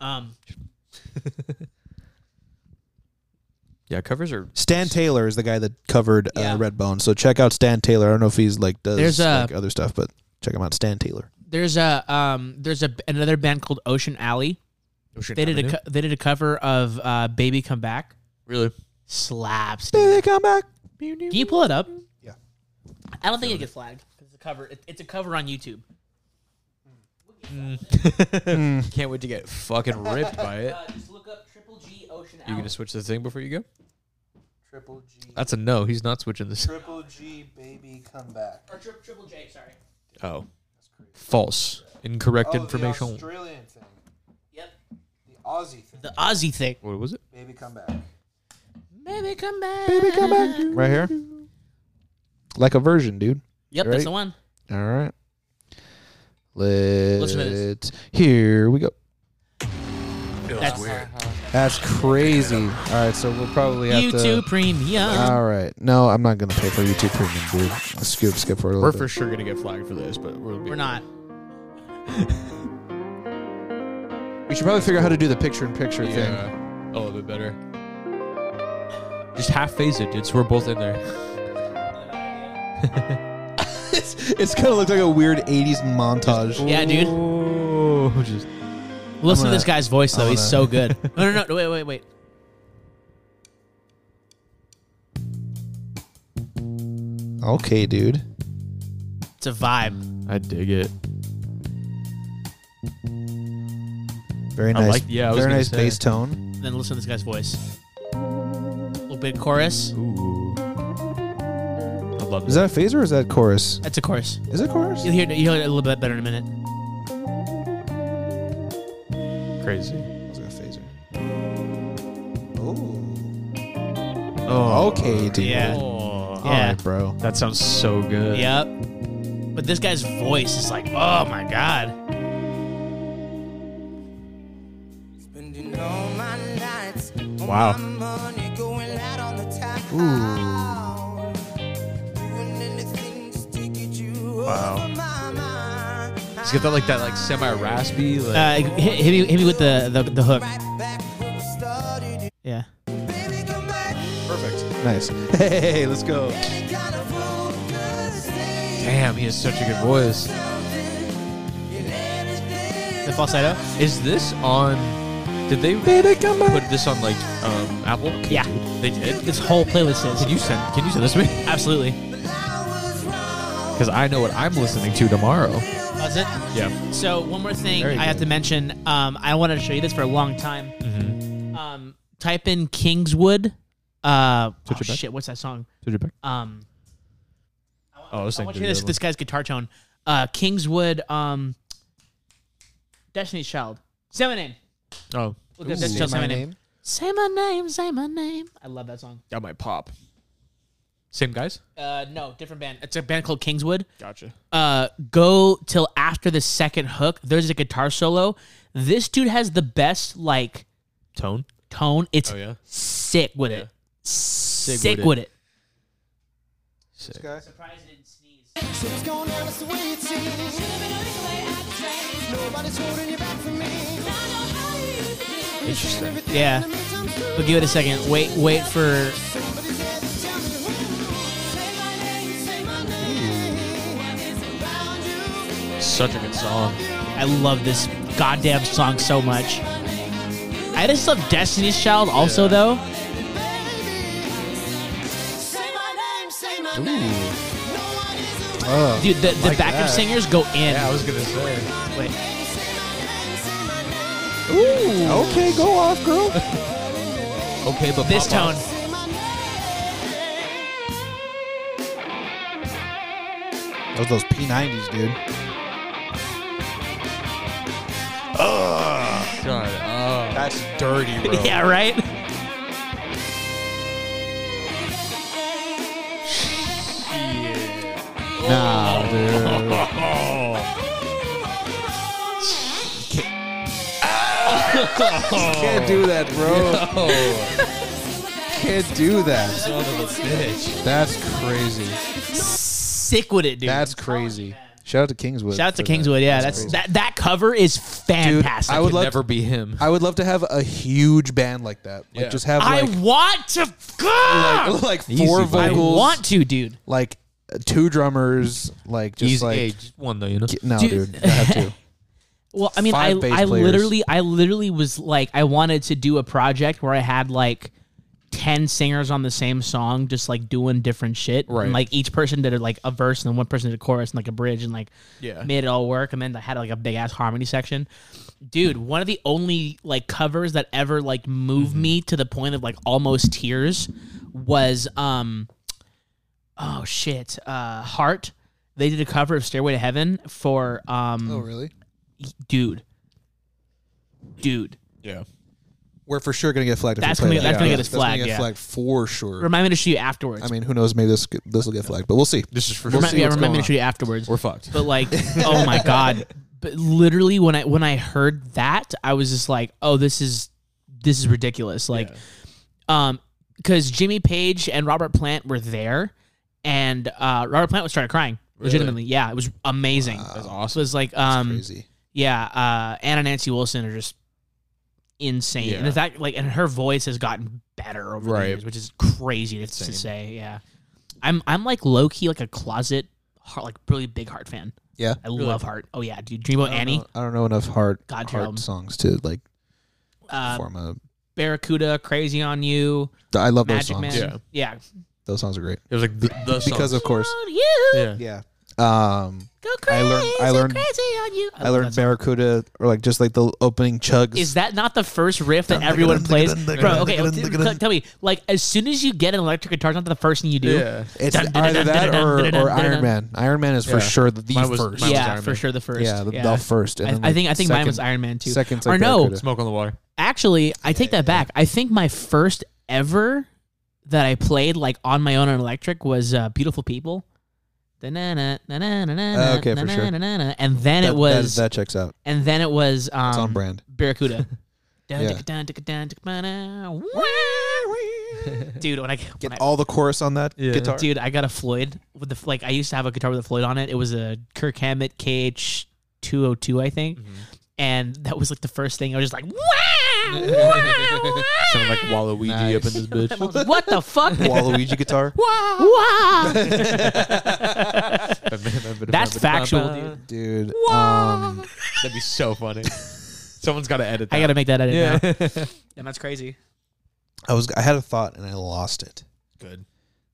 [SPEAKER 1] Um,
[SPEAKER 3] Yeah, covers are
[SPEAKER 2] Stan Taylor is the guy that covered
[SPEAKER 1] Yeah.
[SPEAKER 2] uh, Redbone. So check out Stan Taylor. I don't know if he's like does
[SPEAKER 1] There's a-
[SPEAKER 3] uh,
[SPEAKER 2] like other stuff, but check him out. Stan Taylor.
[SPEAKER 1] there's a um, there's a another band called Ocean Alley.
[SPEAKER 3] Ocean
[SPEAKER 1] They did a
[SPEAKER 3] Avenue.
[SPEAKER 1] co- they did a cover of uh, Baby Come Back.
[SPEAKER 3] really.
[SPEAKER 1] Slaps.
[SPEAKER 2] Baby,
[SPEAKER 1] Dude.
[SPEAKER 2] come back.
[SPEAKER 1] Can you pull it up?
[SPEAKER 2] Yeah.
[SPEAKER 1] I don't think it gets flagged because it's a cover. It, it's a cover on YouTube.
[SPEAKER 2] Hmm.
[SPEAKER 3] Can't wait to get fucking ripped by it.
[SPEAKER 1] Uh, just look up Triple G Ocean
[SPEAKER 3] You gonna switch the thing before you go?
[SPEAKER 2] Triple G.
[SPEAKER 3] That's a no. He's not switching this.
[SPEAKER 2] Triple G, baby, come back.
[SPEAKER 1] or Triple J. Sorry.
[SPEAKER 3] Oh, false. Incorrect information.
[SPEAKER 2] Oh, Australian thing.
[SPEAKER 1] Yep.
[SPEAKER 2] The Aussie thing.
[SPEAKER 1] The Aussie thing.
[SPEAKER 3] what was it?
[SPEAKER 2] Baby, come back.
[SPEAKER 1] Baby, come back.
[SPEAKER 2] Right here. Like a version, dude.
[SPEAKER 1] Yep,
[SPEAKER 2] Right?
[SPEAKER 1] that's the one.
[SPEAKER 2] All right.
[SPEAKER 1] to this.
[SPEAKER 2] Let's. Here we go.
[SPEAKER 1] That's
[SPEAKER 2] That's crazy. All right, so we'll probably have
[SPEAKER 1] YouTube
[SPEAKER 2] to. Uh,
[SPEAKER 1] Premium.
[SPEAKER 2] All right. No, I'm not gonna pay for YouTube Premium, dude. Let's skip, skip for a little
[SPEAKER 3] We're
[SPEAKER 2] bit.
[SPEAKER 3] for sure gonna get flagged for this, but we'll be,
[SPEAKER 1] We're not.
[SPEAKER 2] we should probably figure out how to do the picture-in-picture thing.
[SPEAKER 3] Yeah, a little bit better. Just half phase it, dude. So we're both in there.
[SPEAKER 2] It's, it's gonna look like a weird '80s montage.
[SPEAKER 1] Yeah, dude.
[SPEAKER 3] Oh, just
[SPEAKER 1] Listen
[SPEAKER 2] gonna-
[SPEAKER 1] to this guy's voice though.
[SPEAKER 2] I'm
[SPEAKER 1] He's
[SPEAKER 2] gonna-
[SPEAKER 1] so good. No, no, no. Wait, wait, wait.
[SPEAKER 2] Okay, dude.
[SPEAKER 1] It's a vibe.
[SPEAKER 3] I dig it.
[SPEAKER 2] Very nice.
[SPEAKER 3] like- yeah, I was
[SPEAKER 2] very
[SPEAKER 3] gonna
[SPEAKER 2] nice
[SPEAKER 3] say.
[SPEAKER 2] bass tone.
[SPEAKER 1] Then listen to this guy's voice. A little bit of chorus.
[SPEAKER 3] Ooh, I love
[SPEAKER 2] Is that a phaser or is that chorus?
[SPEAKER 1] That's a chorus.
[SPEAKER 2] Is it chorus?
[SPEAKER 1] You'll hear, you'll hear it a little bit better in a minute.
[SPEAKER 3] crazy.
[SPEAKER 2] It's a phaser. Oh.
[SPEAKER 3] Oh,
[SPEAKER 2] Okay, dude.
[SPEAKER 1] Yeah.
[SPEAKER 3] Oh,
[SPEAKER 2] All
[SPEAKER 1] Yeah.
[SPEAKER 2] right, bro.
[SPEAKER 3] that sounds so good.
[SPEAKER 1] Yep. But this guy's voice is like, oh my god.
[SPEAKER 4] Spending all my nights on
[SPEAKER 3] Wow.
[SPEAKER 4] my money, going out on the town. Doing anything just to get you
[SPEAKER 3] Wow.
[SPEAKER 4] off my mind.
[SPEAKER 3] Let's get that like that like semi raspy. Like,
[SPEAKER 1] Uh, hit, hit me, hit me with the, the the hook.
[SPEAKER 4] Right back where we started.
[SPEAKER 1] Yeah.
[SPEAKER 4] Baby, come back.
[SPEAKER 2] Perfect. Nice. Hey, let's go.
[SPEAKER 4] Any kind of fool could say
[SPEAKER 3] damn, he has such a good voice.
[SPEAKER 4] something and everything.
[SPEAKER 1] The falsetto.
[SPEAKER 3] Is this on? Did they put this on like um Apple?
[SPEAKER 1] Yeah.
[SPEAKER 3] they did.
[SPEAKER 1] This whole playlist is.
[SPEAKER 3] Can you send? Can you send this to me?
[SPEAKER 1] Absolutely.
[SPEAKER 4] I was wrong.
[SPEAKER 3] Because I know what I'm listening to tomorrow.
[SPEAKER 1] Was it?
[SPEAKER 3] Yeah.
[SPEAKER 1] So one more thing
[SPEAKER 3] Very
[SPEAKER 1] I have
[SPEAKER 3] good.
[SPEAKER 1] to mention. Um, I wanted to show you this for a long time. Um, type in Kingswood. Uh, oh,
[SPEAKER 3] Switch it back.
[SPEAKER 1] shit, what's that song?
[SPEAKER 3] Did you back?
[SPEAKER 1] Um,
[SPEAKER 3] Oh, I was
[SPEAKER 1] I
[SPEAKER 3] thinking
[SPEAKER 1] want
[SPEAKER 3] to
[SPEAKER 1] you to
[SPEAKER 3] the
[SPEAKER 1] this
[SPEAKER 3] other
[SPEAKER 1] this guy's guitar tone. Uh, Kingswood. Um, Destiny's Child. Say my name.
[SPEAKER 3] one. Oh,
[SPEAKER 1] Look up Destiny's Child. Say my name. Say my name. Say my name. I love that song.
[SPEAKER 3] that might pop. Same guys.
[SPEAKER 1] Uh, no, different band. It's a band called Kingswood.
[SPEAKER 3] Gotcha.
[SPEAKER 1] uh, go till after the second hook. There's a guitar solo. This dude has the best like
[SPEAKER 3] Tone.
[SPEAKER 1] tone. It's
[SPEAKER 3] Oh yeah.
[SPEAKER 1] sick with
[SPEAKER 3] Yeah.
[SPEAKER 1] it. Sick, with, it.
[SPEAKER 3] Sick.
[SPEAKER 2] This
[SPEAKER 4] So it's gone down, it's the way it seems. Nobody's holding you back from me.
[SPEAKER 3] Interesting.
[SPEAKER 1] Yeah, but give it a second. Wait, wait for
[SPEAKER 3] Such a good song.
[SPEAKER 1] I love this goddamn song so much. I just love Destiny's Child also
[SPEAKER 3] Yeah.
[SPEAKER 1] though. Dude, the, the
[SPEAKER 3] Oh, Like
[SPEAKER 1] backup
[SPEAKER 3] that.
[SPEAKER 1] singers go in.
[SPEAKER 3] Yeah, I was gonna say.
[SPEAKER 1] Wait.
[SPEAKER 2] Okay, go off, girl.
[SPEAKER 3] Okay, but
[SPEAKER 1] This tone.
[SPEAKER 3] pop off.
[SPEAKER 2] Those those P90s, dude.
[SPEAKER 3] God, oh.
[SPEAKER 2] That's dirty, bro.
[SPEAKER 1] Yeah, right?
[SPEAKER 2] Nah, dude. Can't do that, bro.
[SPEAKER 3] Oh,
[SPEAKER 2] Can't do that.
[SPEAKER 3] son of a bitch.
[SPEAKER 2] That's crazy.
[SPEAKER 1] Sick with it, dude.
[SPEAKER 2] That's crazy. Shout out to Kingswood.
[SPEAKER 1] Shout out to
[SPEAKER 2] for
[SPEAKER 1] Kingswood.
[SPEAKER 2] that.
[SPEAKER 1] Yeah, that's that, that cover is fantastic.
[SPEAKER 2] I would
[SPEAKER 3] Could
[SPEAKER 2] love
[SPEAKER 3] never be him.
[SPEAKER 2] I would love to have a huge band like that. Like
[SPEAKER 3] Yeah.
[SPEAKER 2] just have
[SPEAKER 1] I
[SPEAKER 2] like
[SPEAKER 1] want to. God!
[SPEAKER 2] like, like
[SPEAKER 3] Easy,
[SPEAKER 2] four
[SPEAKER 3] buddy.
[SPEAKER 1] I
[SPEAKER 2] vocals,
[SPEAKER 1] want to, dude.
[SPEAKER 2] like uh, two drummers, like just
[SPEAKER 3] Easy
[SPEAKER 2] like
[SPEAKER 3] hey, just one though, you know.
[SPEAKER 2] Ki- no,
[SPEAKER 1] Dude.
[SPEAKER 2] dude, I have to.
[SPEAKER 1] Well, I mean, I,
[SPEAKER 2] Five bass
[SPEAKER 1] I
[SPEAKER 2] players.
[SPEAKER 1] literally, I literally was like, I wanted to do a project where I had like ten singers on the same song, just like doing different shit.
[SPEAKER 3] Right.
[SPEAKER 1] And, like each person did like a verse, and then one person did a chorus and like a bridge, and like
[SPEAKER 3] Yeah.
[SPEAKER 1] made it all work. And then they had like a big ass harmony section. Dude, one of the only like covers that ever like moved
[SPEAKER 2] Mm-hmm.
[SPEAKER 1] me to the point of like almost tears was um oh shit uh Heart. They did a cover of Stairway to Heaven for um
[SPEAKER 2] Oh, really?
[SPEAKER 1] dude, dude.
[SPEAKER 3] Yeah.
[SPEAKER 2] We're for sure gonna get flagged.
[SPEAKER 1] That's
[SPEAKER 2] if we play
[SPEAKER 1] gonna-
[SPEAKER 2] that.
[SPEAKER 1] that's gonna get us
[SPEAKER 2] That's gonna
[SPEAKER 1] flagged,
[SPEAKER 2] get
[SPEAKER 1] yeah.
[SPEAKER 2] flagged for sure.
[SPEAKER 1] Remind me to shoot you afterwards.
[SPEAKER 2] I mean, who knows? Maybe this this will get flagged, but we'll see.
[SPEAKER 3] This is for
[SPEAKER 2] We'll
[SPEAKER 3] sure.
[SPEAKER 1] remind,
[SPEAKER 2] see
[SPEAKER 1] yeah,
[SPEAKER 2] what's
[SPEAKER 1] remind me
[SPEAKER 2] going
[SPEAKER 1] to shoot you afterwards.
[SPEAKER 3] We're fucked.
[SPEAKER 1] But like, oh my god! But literally, when I when I heard that, I was just like, oh, this is this is ridiculous. Like, um, because Jimmy Page and Robert Plant were there, and uh, Robert Plant was started crying. Legitimately, yeah, it was amazing.
[SPEAKER 3] That's
[SPEAKER 1] It
[SPEAKER 3] awesome.
[SPEAKER 1] was like, um,
[SPEAKER 2] Crazy.
[SPEAKER 1] yeah, uh, Anna Nancy Wilson are just insane, and
[SPEAKER 3] Yeah.
[SPEAKER 1] in fact, like, and her voice has gotten better over the
[SPEAKER 3] Right.
[SPEAKER 1] years, which is crazy to, to
[SPEAKER 3] Insane.
[SPEAKER 1] say. Yeah, I'm I'm like low key like a closet heart, like really big heart fan.
[SPEAKER 2] Yeah.
[SPEAKER 1] I love Heart. Oh yeah, dude, Dreamboat
[SPEAKER 2] I don't
[SPEAKER 1] Annie,
[SPEAKER 2] know- I don't know enough hard
[SPEAKER 1] God, your album.
[SPEAKER 2] hard songs to like
[SPEAKER 1] uh,
[SPEAKER 2] form a.
[SPEAKER 1] Barracuda, Crazy on You,
[SPEAKER 2] I love those
[SPEAKER 1] Magic
[SPEAKER 2] songs.
[SPEAKER 1] Man.
[SPEAKER 3] Yeah.
[SPEAKER 1] yeah.
[SPEAKER 2] Those songs are great
[SPEAKER 3] It was like the, the
[SPEAKER 2] because of course.
[SPEAKER 1] On you,
[SPEAKER 3] yeah.
[SPEAKER 2] Yeah. Um,
[SPEAKER 1] go
[SPEAKER 2] I
[SPEAKER 1] crazy,
[SPEAKER 2] learned- I learned-
[SPEAKER 1] crazy on you.
[SPEAKER 2] I,
[SPEAKER 1] love
[SPEAKER 2] learned
[SPEAKER 1] that song.
[SPEAKER 2] Barracuda or like just like the opening chugs.
[SPEAKER 1] Is that not the first riff that everyone plays, bro? Okay, t- tell me, like as soon as you get an electric guitar, it's not the first thing you do.
[SPEAKER 3] Yeah.
[SPEAKER 2] it's
[SPEAKER 1] Dun, dun,
[SPEAKER 2] either
[SPEAKER 1] dun, dun,
[SPEAKER 2] that
[SPEAKER 1] dun,
[SPEAKER 2] or,
[SPEAKER 1] dun, dun,
[SPEAKER 2] or
[SPEAKER 1] dun, dun.
[SPEAKER 2] Iron Man. Iron Man is for
[SPEAKER 3] Yeah.
[SPEAKER 2] sure the, the
[SPEAKER 3] Mine was-
[SPEAKER 2] first.
[SPEAKER 3] mine was
[SPEAKER 1] Yeah,
[SPEAKER 3] Iron
[SPEAKER 1] for
[SPEAKER 3] Man.
[SPEAKER 1] sure the first.
[SPEAKER 2] yeah, the, the first. And
[SPEAKER 1] I,
[SPEAKER 2] then,
[SPEAKER 1] I
[SPEAKER 2] like,
[SPEAKER 1] think I think mine was
[SPEAKER 2] second-
[SPEAKER 1] Iron Man too.
[SPEAKER 2] Second's
[SPEAKER 1] or
[SPEAKER 2] like
[SPEAKER 1] no,
[SPEAKER 2] Barracuda.
[SPEAKER 3] Smoke on the water.
[SPEAKER 1] actually, I take that back. I think my first ever that I played like on my own on electric was uh, "Beautiful People." Da-na-na, na-na-na-na,
[SPEAKER 2] Oh, okay, for sure.
[SPEAKER 1] na-na-na-na. And then
[SPEAKER 2] That-
[SPEAKER 1] it was,
[SPEAKER 2] that, that checks out.
[SPEAKER 1] and then it was um,
[SPEAKER 2] It's on brand.
[SPEAKER 1] Barracuda. Dun,
[SPEAKER 2] Yeah.
[SPEAKER 1] dun, dun, dun, dun, dun, dun, wah, wah. Dude, when I when I-
[SPEAKER 2] Get all the chorus on that
[SPEAKER 3] Yeah.
[SPEAKER 2] guitar.
[SPEAKER 1] Dude, I got a Floyd with the like. I used to have a guitar with a Floyd on it. It was a Kirk Hammett KH two hundred two, I think, and that was like the first thing. I was just like, wow,
[SPEAKER 3] Sounded like Waluigi up in this bitch.
[SPEAKER 1] what the fuck?
[SPEAKER 2] Waluigi guitar.
[SPEAKER 1] wow, that's factual, dude.
[SPEAKER 2] Dude. Um,
[SPEAKER 3] That'd be so funny. Someone's got to edit that.
[SPEAKER 1] I gotta make that edit now.
[SPEAKER 3] Yeah.
[SPEAKER 1] And that's crazy.
[SPEAKER 2] I was I had a thought and I lost it.
[SPEAKER 3] Good.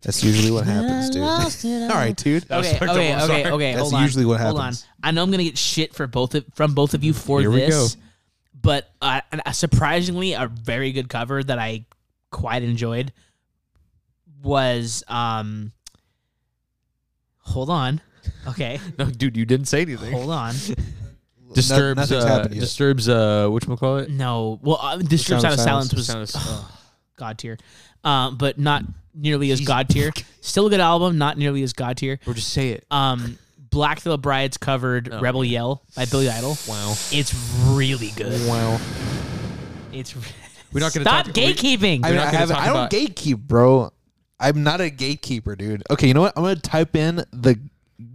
[SPEAKER 2] That's usually what happens, dude. all right, dude.
[SPEAKER 3] was
[SPEAKER 1] Okay,
[SPEAKER 3] fucked up,
[SPEAKER 1] okay,
[SPEAKER 3] I'm
[SPEAKER 1] okay,
[SPEAKER 3] sorry.
[SPEAKER 1] okay.
[SPEAKER 2] That's
[SPEAKER 1] hold on.
[SPEAKER 2] usually what
[SPEAKER 1] Hold on.
[SPEAKER 2] happens.
[SPEAKER 1] I know I'm gonna get shit for both of, from both of you for
[SPEAKER 3] Here we
[SPEAKER 1] this, but uh, and, uh, surprisingly, a very good cover that I quite enjoyed was. um Hold on. Okay,
[SPEAKER 3] No, dude, you didn't say anything.
[SPEAKER 1] hold on.
[SPEAKER 3] disturbs
[SPEAKER 2] No- nothing's
[SPEAKER 3] uh,
[SPEAKER 2] happened yet.
[SPEAKER 3] disturbs uh whatchamacallit?
[SPEAKER 1] No, well, uh, Disturbed Sound
[SPEAKER 2] Sound
[SPEAKER 1] of
[SPEAKER 2] of
[SPEAKER 1] Silence was
[SPEAKER 3] Sound of-
[SPEAKER 1] god tier, um, but not nearly as god tier. Still a good album, not nearly as god tier.
[SPEAKER 3] Or just say it.
[SPEAKER 1] Um, Black Veil Brides covered
[SPEAKER 3] Oh.
[SPEAKER 1] "Rebel Yell" by Billy Idol.
[SPEAKER 3] Wow.
[SPEAKER 1] It's really good.
[SPEAKER 3] Wow.
[SPEAKER 1] It's
[SPEAKER 3] We're not gonna
[SPEAKER 1] stop
[SPEAKER 3] talk- we-
[SPEAKER 1] gatekeeping.
[SPEAKER 2] I, mean, I,
[SPEAKER 3] not gonna
[SPEAKER 2] haven't,
[SPEAKER 3] talk
[SPEAKER 2] I don't
[SPEAKER 3] about-
[SPEAKER 2] gatekeep, bro. I'm not a gatekeeper, dude. Okay, you know what? I'm gonna type in the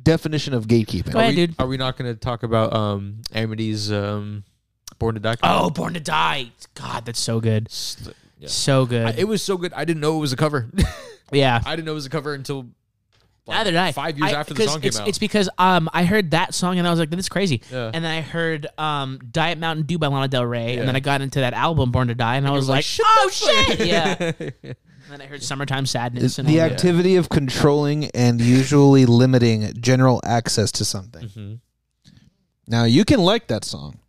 [SPEAKER 2] definition of gatekeeping.
[SPEAKER 1] Go ahead,
[SPEAKER 3] we,
[SPEAKER 1] dude.
[SPEAKER 3] Are we not going to talk about um Amity's um Born to Die?
[SPEAKER 1] oh, Born to Die. God, that's so good.
[SPEAKER 3] S- yeah.
[SPEAKER 1] So good.
[SPEAKER 3] I- it was so good. I didn't know it was a cover.
[SPEAKER 1] yeah.
[SPEAKER 3] I didn't know it was a cover until like,
[SPEAKER 1] Neither did I.
[SPEAKER 3] five years
[SPEAKER 1] I-
[SPEAKER 3] after the
[SPEAKER 1] because
[SPEAKER 3] song
[SPEAKER 1] it's,
[SPEAKER 3] came out.
[SPEAKER 1] It's because um I heard that song and I was like, this is crazy.
[SPEAKER 3] Yeah.
[SPEAKER 1] And then I heard um Diet Mountain Dew by Lana Del Rey,
[SPEAKER 3] Yeah.
[SPEAKER 1] and then I got into that album Born to Die, and, I was, like, oh shit, yeah. And then I heard Summertime Sadness and
[SPEAKER 2] the
[SPEAKER 1] all that.
[SPEAKER 2] activity of controlling and usually limiting general access to something.
[SPEAKER 3] Mhm.
[SPEAKER 2] Now you can like that song.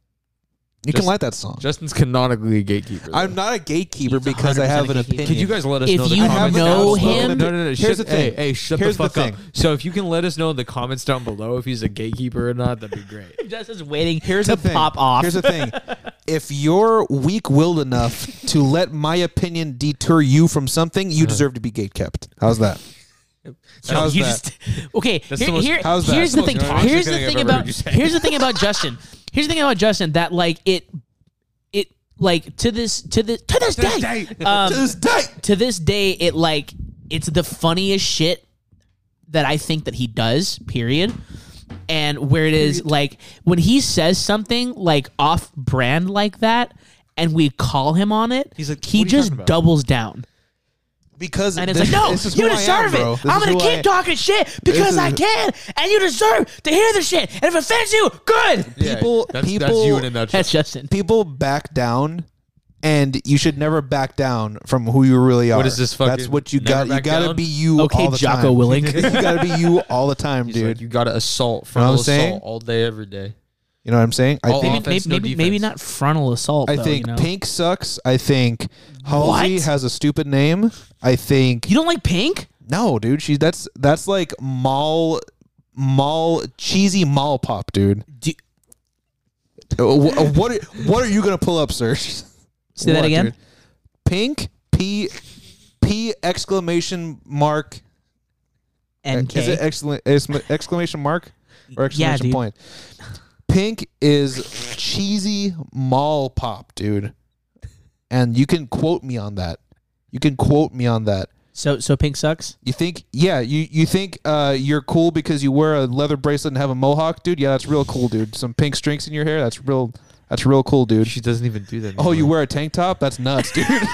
[SPEAKER 2] You can
[SPEAKER 3] Just-
[SPEAKER 2] like that song.
[SPEAKER 3] Justin's canonically a gatekeeper. though.
[SPEAKER 2] I'm not a gatekeeper
[SPEAKER 1] He's
[SPEAKER 2] because I have
[SPEAKER 1] 100%
[SPEAKER 2] an
[SPEAKER 1] a gatekeeper.
[SPEAKER 2] opinion.
[SPEAKER 1] Could
[SPEAKER 3] Could you guys let us
[SPEAKER 1] If
[SPEAKER 3] know in the
[SPEAKER 1] you
[SPEAKER 3] comments
[SPEAKER 1] know
[SPEAKER 3] down below?
[SPEAKER 1] him-
[SPEAKER 3] No, no, no.
[SPEAKER 2] Here's
[SPEAKER 3] shut,
[SPEAKER 2] the thing.
[SPEAKER 3] Hey, hey, shut
[SPEAKER 2] Here's
[SPEAKER 3] the
[SPEAKER 2] the
[SPEAKER 3] fuck up.
[SPEAKER 2] thing.
[SPEAKER 3] So if you can let us know in the comments down below if he's a gatekeeper or not, that'd be great.
[SPEAKER 1] Justin's waiting
[SPEAKER 2] Here's
[SPEAKER 1] to
[SPEAKER 2] the thing.
[SPEAKER 1] pop off.
[SPEAKER 2] Here's the thing. If you're weak willed enough to let my opinion deter you from something, you deserve to be gate kept. How's that?
[SPEAKER 1] No,
[SPEAKER 2] How's
[SPEAKER 1] Uh-huh. you
[SPEAKER 2] that?
[SPEAKER 1] just okay.
[SPEAKER 3] That's
[SPEAKER 1] here-
[SPEAKER 3] the most-
[SPEAKER 1] here-
[SPEAKER 2] how's that?
[SPEAKER 1] here's the thing.
[SPEAKER 3] That's the most
[SPEAKER 1] Here's the
[SPEAKER 3] toxic thing
[SPEAKER 1] thing
[SPEAKER 3] I've ever
[SPEAKER 1] about
[SPEAKER 3] heard you say.
[SPEAKER 1] here's the thing about Justin. Here's the thing about Justin that like it, it like to this to this to this
[SPEAKER 3] this
[SPEAKER 1] day,
[SPEAKER 3] day.
[SPEAKER 1] um,
[SPEAKER 2] this day.
[SPEAKER 1] to this day it like it's the funniest shit that I think that he does. Period. And where it is like when he says something like off brand like that, and we call him on it,
[SPEAKER 3] He's like,
[SPEAKER 1] he
[SPEAKER 3] "What are you talking
[SPEAKER 1] just
[SPEAKER 3] about?"
[SPEAKER 1] doubles down.
[SPEAKER 2] Because
[SPEAKER 1] And it's
[SPEAKER 2] this-
[SPEAKER 1] like, no,
[SPEAKER 2] this is
[SPEAKER 1] you
[SPEAKER 2] who I
[SPEAKER 1] deserve
[SPEAKER 2] am, bro.
[SPEAKER 1] it.
[SPEAKER 2] This
[SPEAKER 1] I'm
[SPEAKER 2] is
[SPEAKER 1] gonna
[SPEAKER 2] who I
[SPEAKER 1] keep
[SPEAKER 2] am.
[SPEAKER 1] talking shit because
[SPEAKER 2] is-
[SPEAKER 1] I can, and you deserve to hear this shit. And if it offends you, good.
[SPEAKER 2] People-
[SPEAKER 3] that's,
[SPEAKER 2] people-
[SPEAKER 3] that's you in a nutshell.
[SPEAKER 1] That's Justin.
[SPEAKER 2] People back down and you should never back down from who you really are.
[SPEAKER 3] What is this
[SPEAKER 2] That's
[SPEAKER 3] fucking
[SPEAKER 2] what you
[SPEAKER 3] never
[SPEAKER 2] got. You
[SPEAKER 3] back
[SPEAKER 2] got to
[SPEAKER 3] down?
[SPEAKER 2] be you.
[SPEAKER 1] Okay,
[SPEAKER 2] all the
[SPEAKER 1] Jocko
[SPEAKER 2] time.
[SPEAKER 1] Willink.
[SPEAKER 2] you got to be you all the time,
[SPEAKER 3] He's
[SPEAKER 2] dude.
[SPEAKER 3] like, you got to assault
[SPEAKER 2] know what I'm
[SPEAKER 3] frontal
[SPEAKER 2] saying?
[SPEAKER 3] assault all day, every day.
[SPEAKER 2] you know what I'm saying? I
[SPEAKER 3] All
[SPEAKER 2] think.
[SPEAKER 1] Maybe,
[SPEAKER 3] offense,
[SPEAKER 1] maybe,
[SPEAKER 3] no
[SPEAKER 1] maybe, maybe not
[SPEAKER 3] defense.
[SPEAKER 1] frontal assault.
[SPEAKER 2] I
[SPEAKER 1] though,
[SPEAKER 2] think
[SPEAKER 1] you know?
[SPEAKER 2] Pink sucks. I think Halsey
[SPEAKER 1] What?
[SPEAKER 2] has a stupid name. I think
[SPEAKER 1] You don't like pink?
[SPEAKER 2] no, dude. She that's that's like mall mall cheesy mall pop, dude.
[SPEAKER 1] Do,
[SPEAKER 2] Uh, wh- uh, what are- what are you gonna pull up, Serge?
[SPEAKER 1] say that
[SPEAKER 2] What,
[SPEAKER 1] again.
[SPEAKER 2] dude? Pink P P exclamation mark.
[SPEAKER 1] NK.
[SPEAKER 2] Is it excla- excla- exclamation mark or exclamation
[SPEAKER 1] dude.
[SPEAKER 2] point? Pink is cheesy mall pop, dude. And you can quote me on that. You can quote me on that.
[SPEAKER 1] so so pink sucks.
[SPEAKER 2] You think, yeah, you, you think uh, you're cool because you wear a leather bracelet and have a mohawk, dude? Yeah, that's real cool, dude. Some pink strings in your hair, that's real, that's real cool, dude.
[SPEAKER 3] She doesn't even do that.
[SPEAKER 2] Oh, you
[SPEAKER 3] anymore.
[SPEAKER 2] wear a tank top? That's nuts, dude.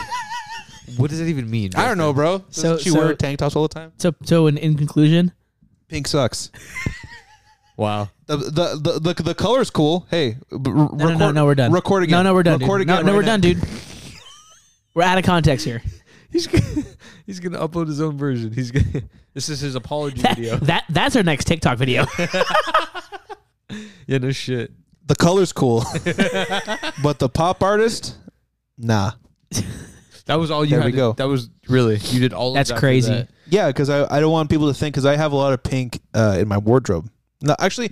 [SPEAKER 3] What does it even mean?
[SPEAKER 2] I don't know, bro.
[SPEAKER 1] So-
[SPEAKER 2] Doesn't she
[SPEAKER 1] so-
[SPEAKER 2] wear tank tops all the time?
[SPEAKER 1] So so in, in conclusion,
[SPEAKER 2] Pink sucks.
[SPEAKER 3] Wow.
[SPEAKER 2] The the the the, the color's cool. Hey, b- r-
[SPEAKER 1] no, no, no, no, we're done.
[SPEAKER 2] Record again.
[SPEAKER 1] No, no, we're done.
[SPEAKER 2] Record
[SPEAKER 1] dude.
[SPEAKER 2] again.
[SPEAKER 1] no, no,
[SPEAKER 2] right
[SPEAKER 1] we're
[SPEAKER 2] now.
[SPEAKER 1] done, dude. we're out of context here.
[SPEAKER 3] He's gonna, he's gonna upload his own version. He's gonna, this is his apology video.
[SPEAKER 1] that that's our next TikTok video.
[SPEAKER 3] Yeah, no shit.
[SPEAKER 2] The color's cool, but the pop artist, nah.
[SPEAKER 3] That was all you
[SPEAKER 2] There
[SPEAKER 3] had
[SPEAKER 2] we
[SPEAKER 3] to-
[SPEAKER 2] go.
[SPEAKER 3] That was really you did all.
[SPEAKER 1] That's
[SPEAKER 3] of that for
[SPEAKER 1] crazy.
[SPEAKER 3] that.
[SPEAKER 2] Yeah, because I, I don't want people to think because I have a lot of pink uh, in my wardrobe. No, actually,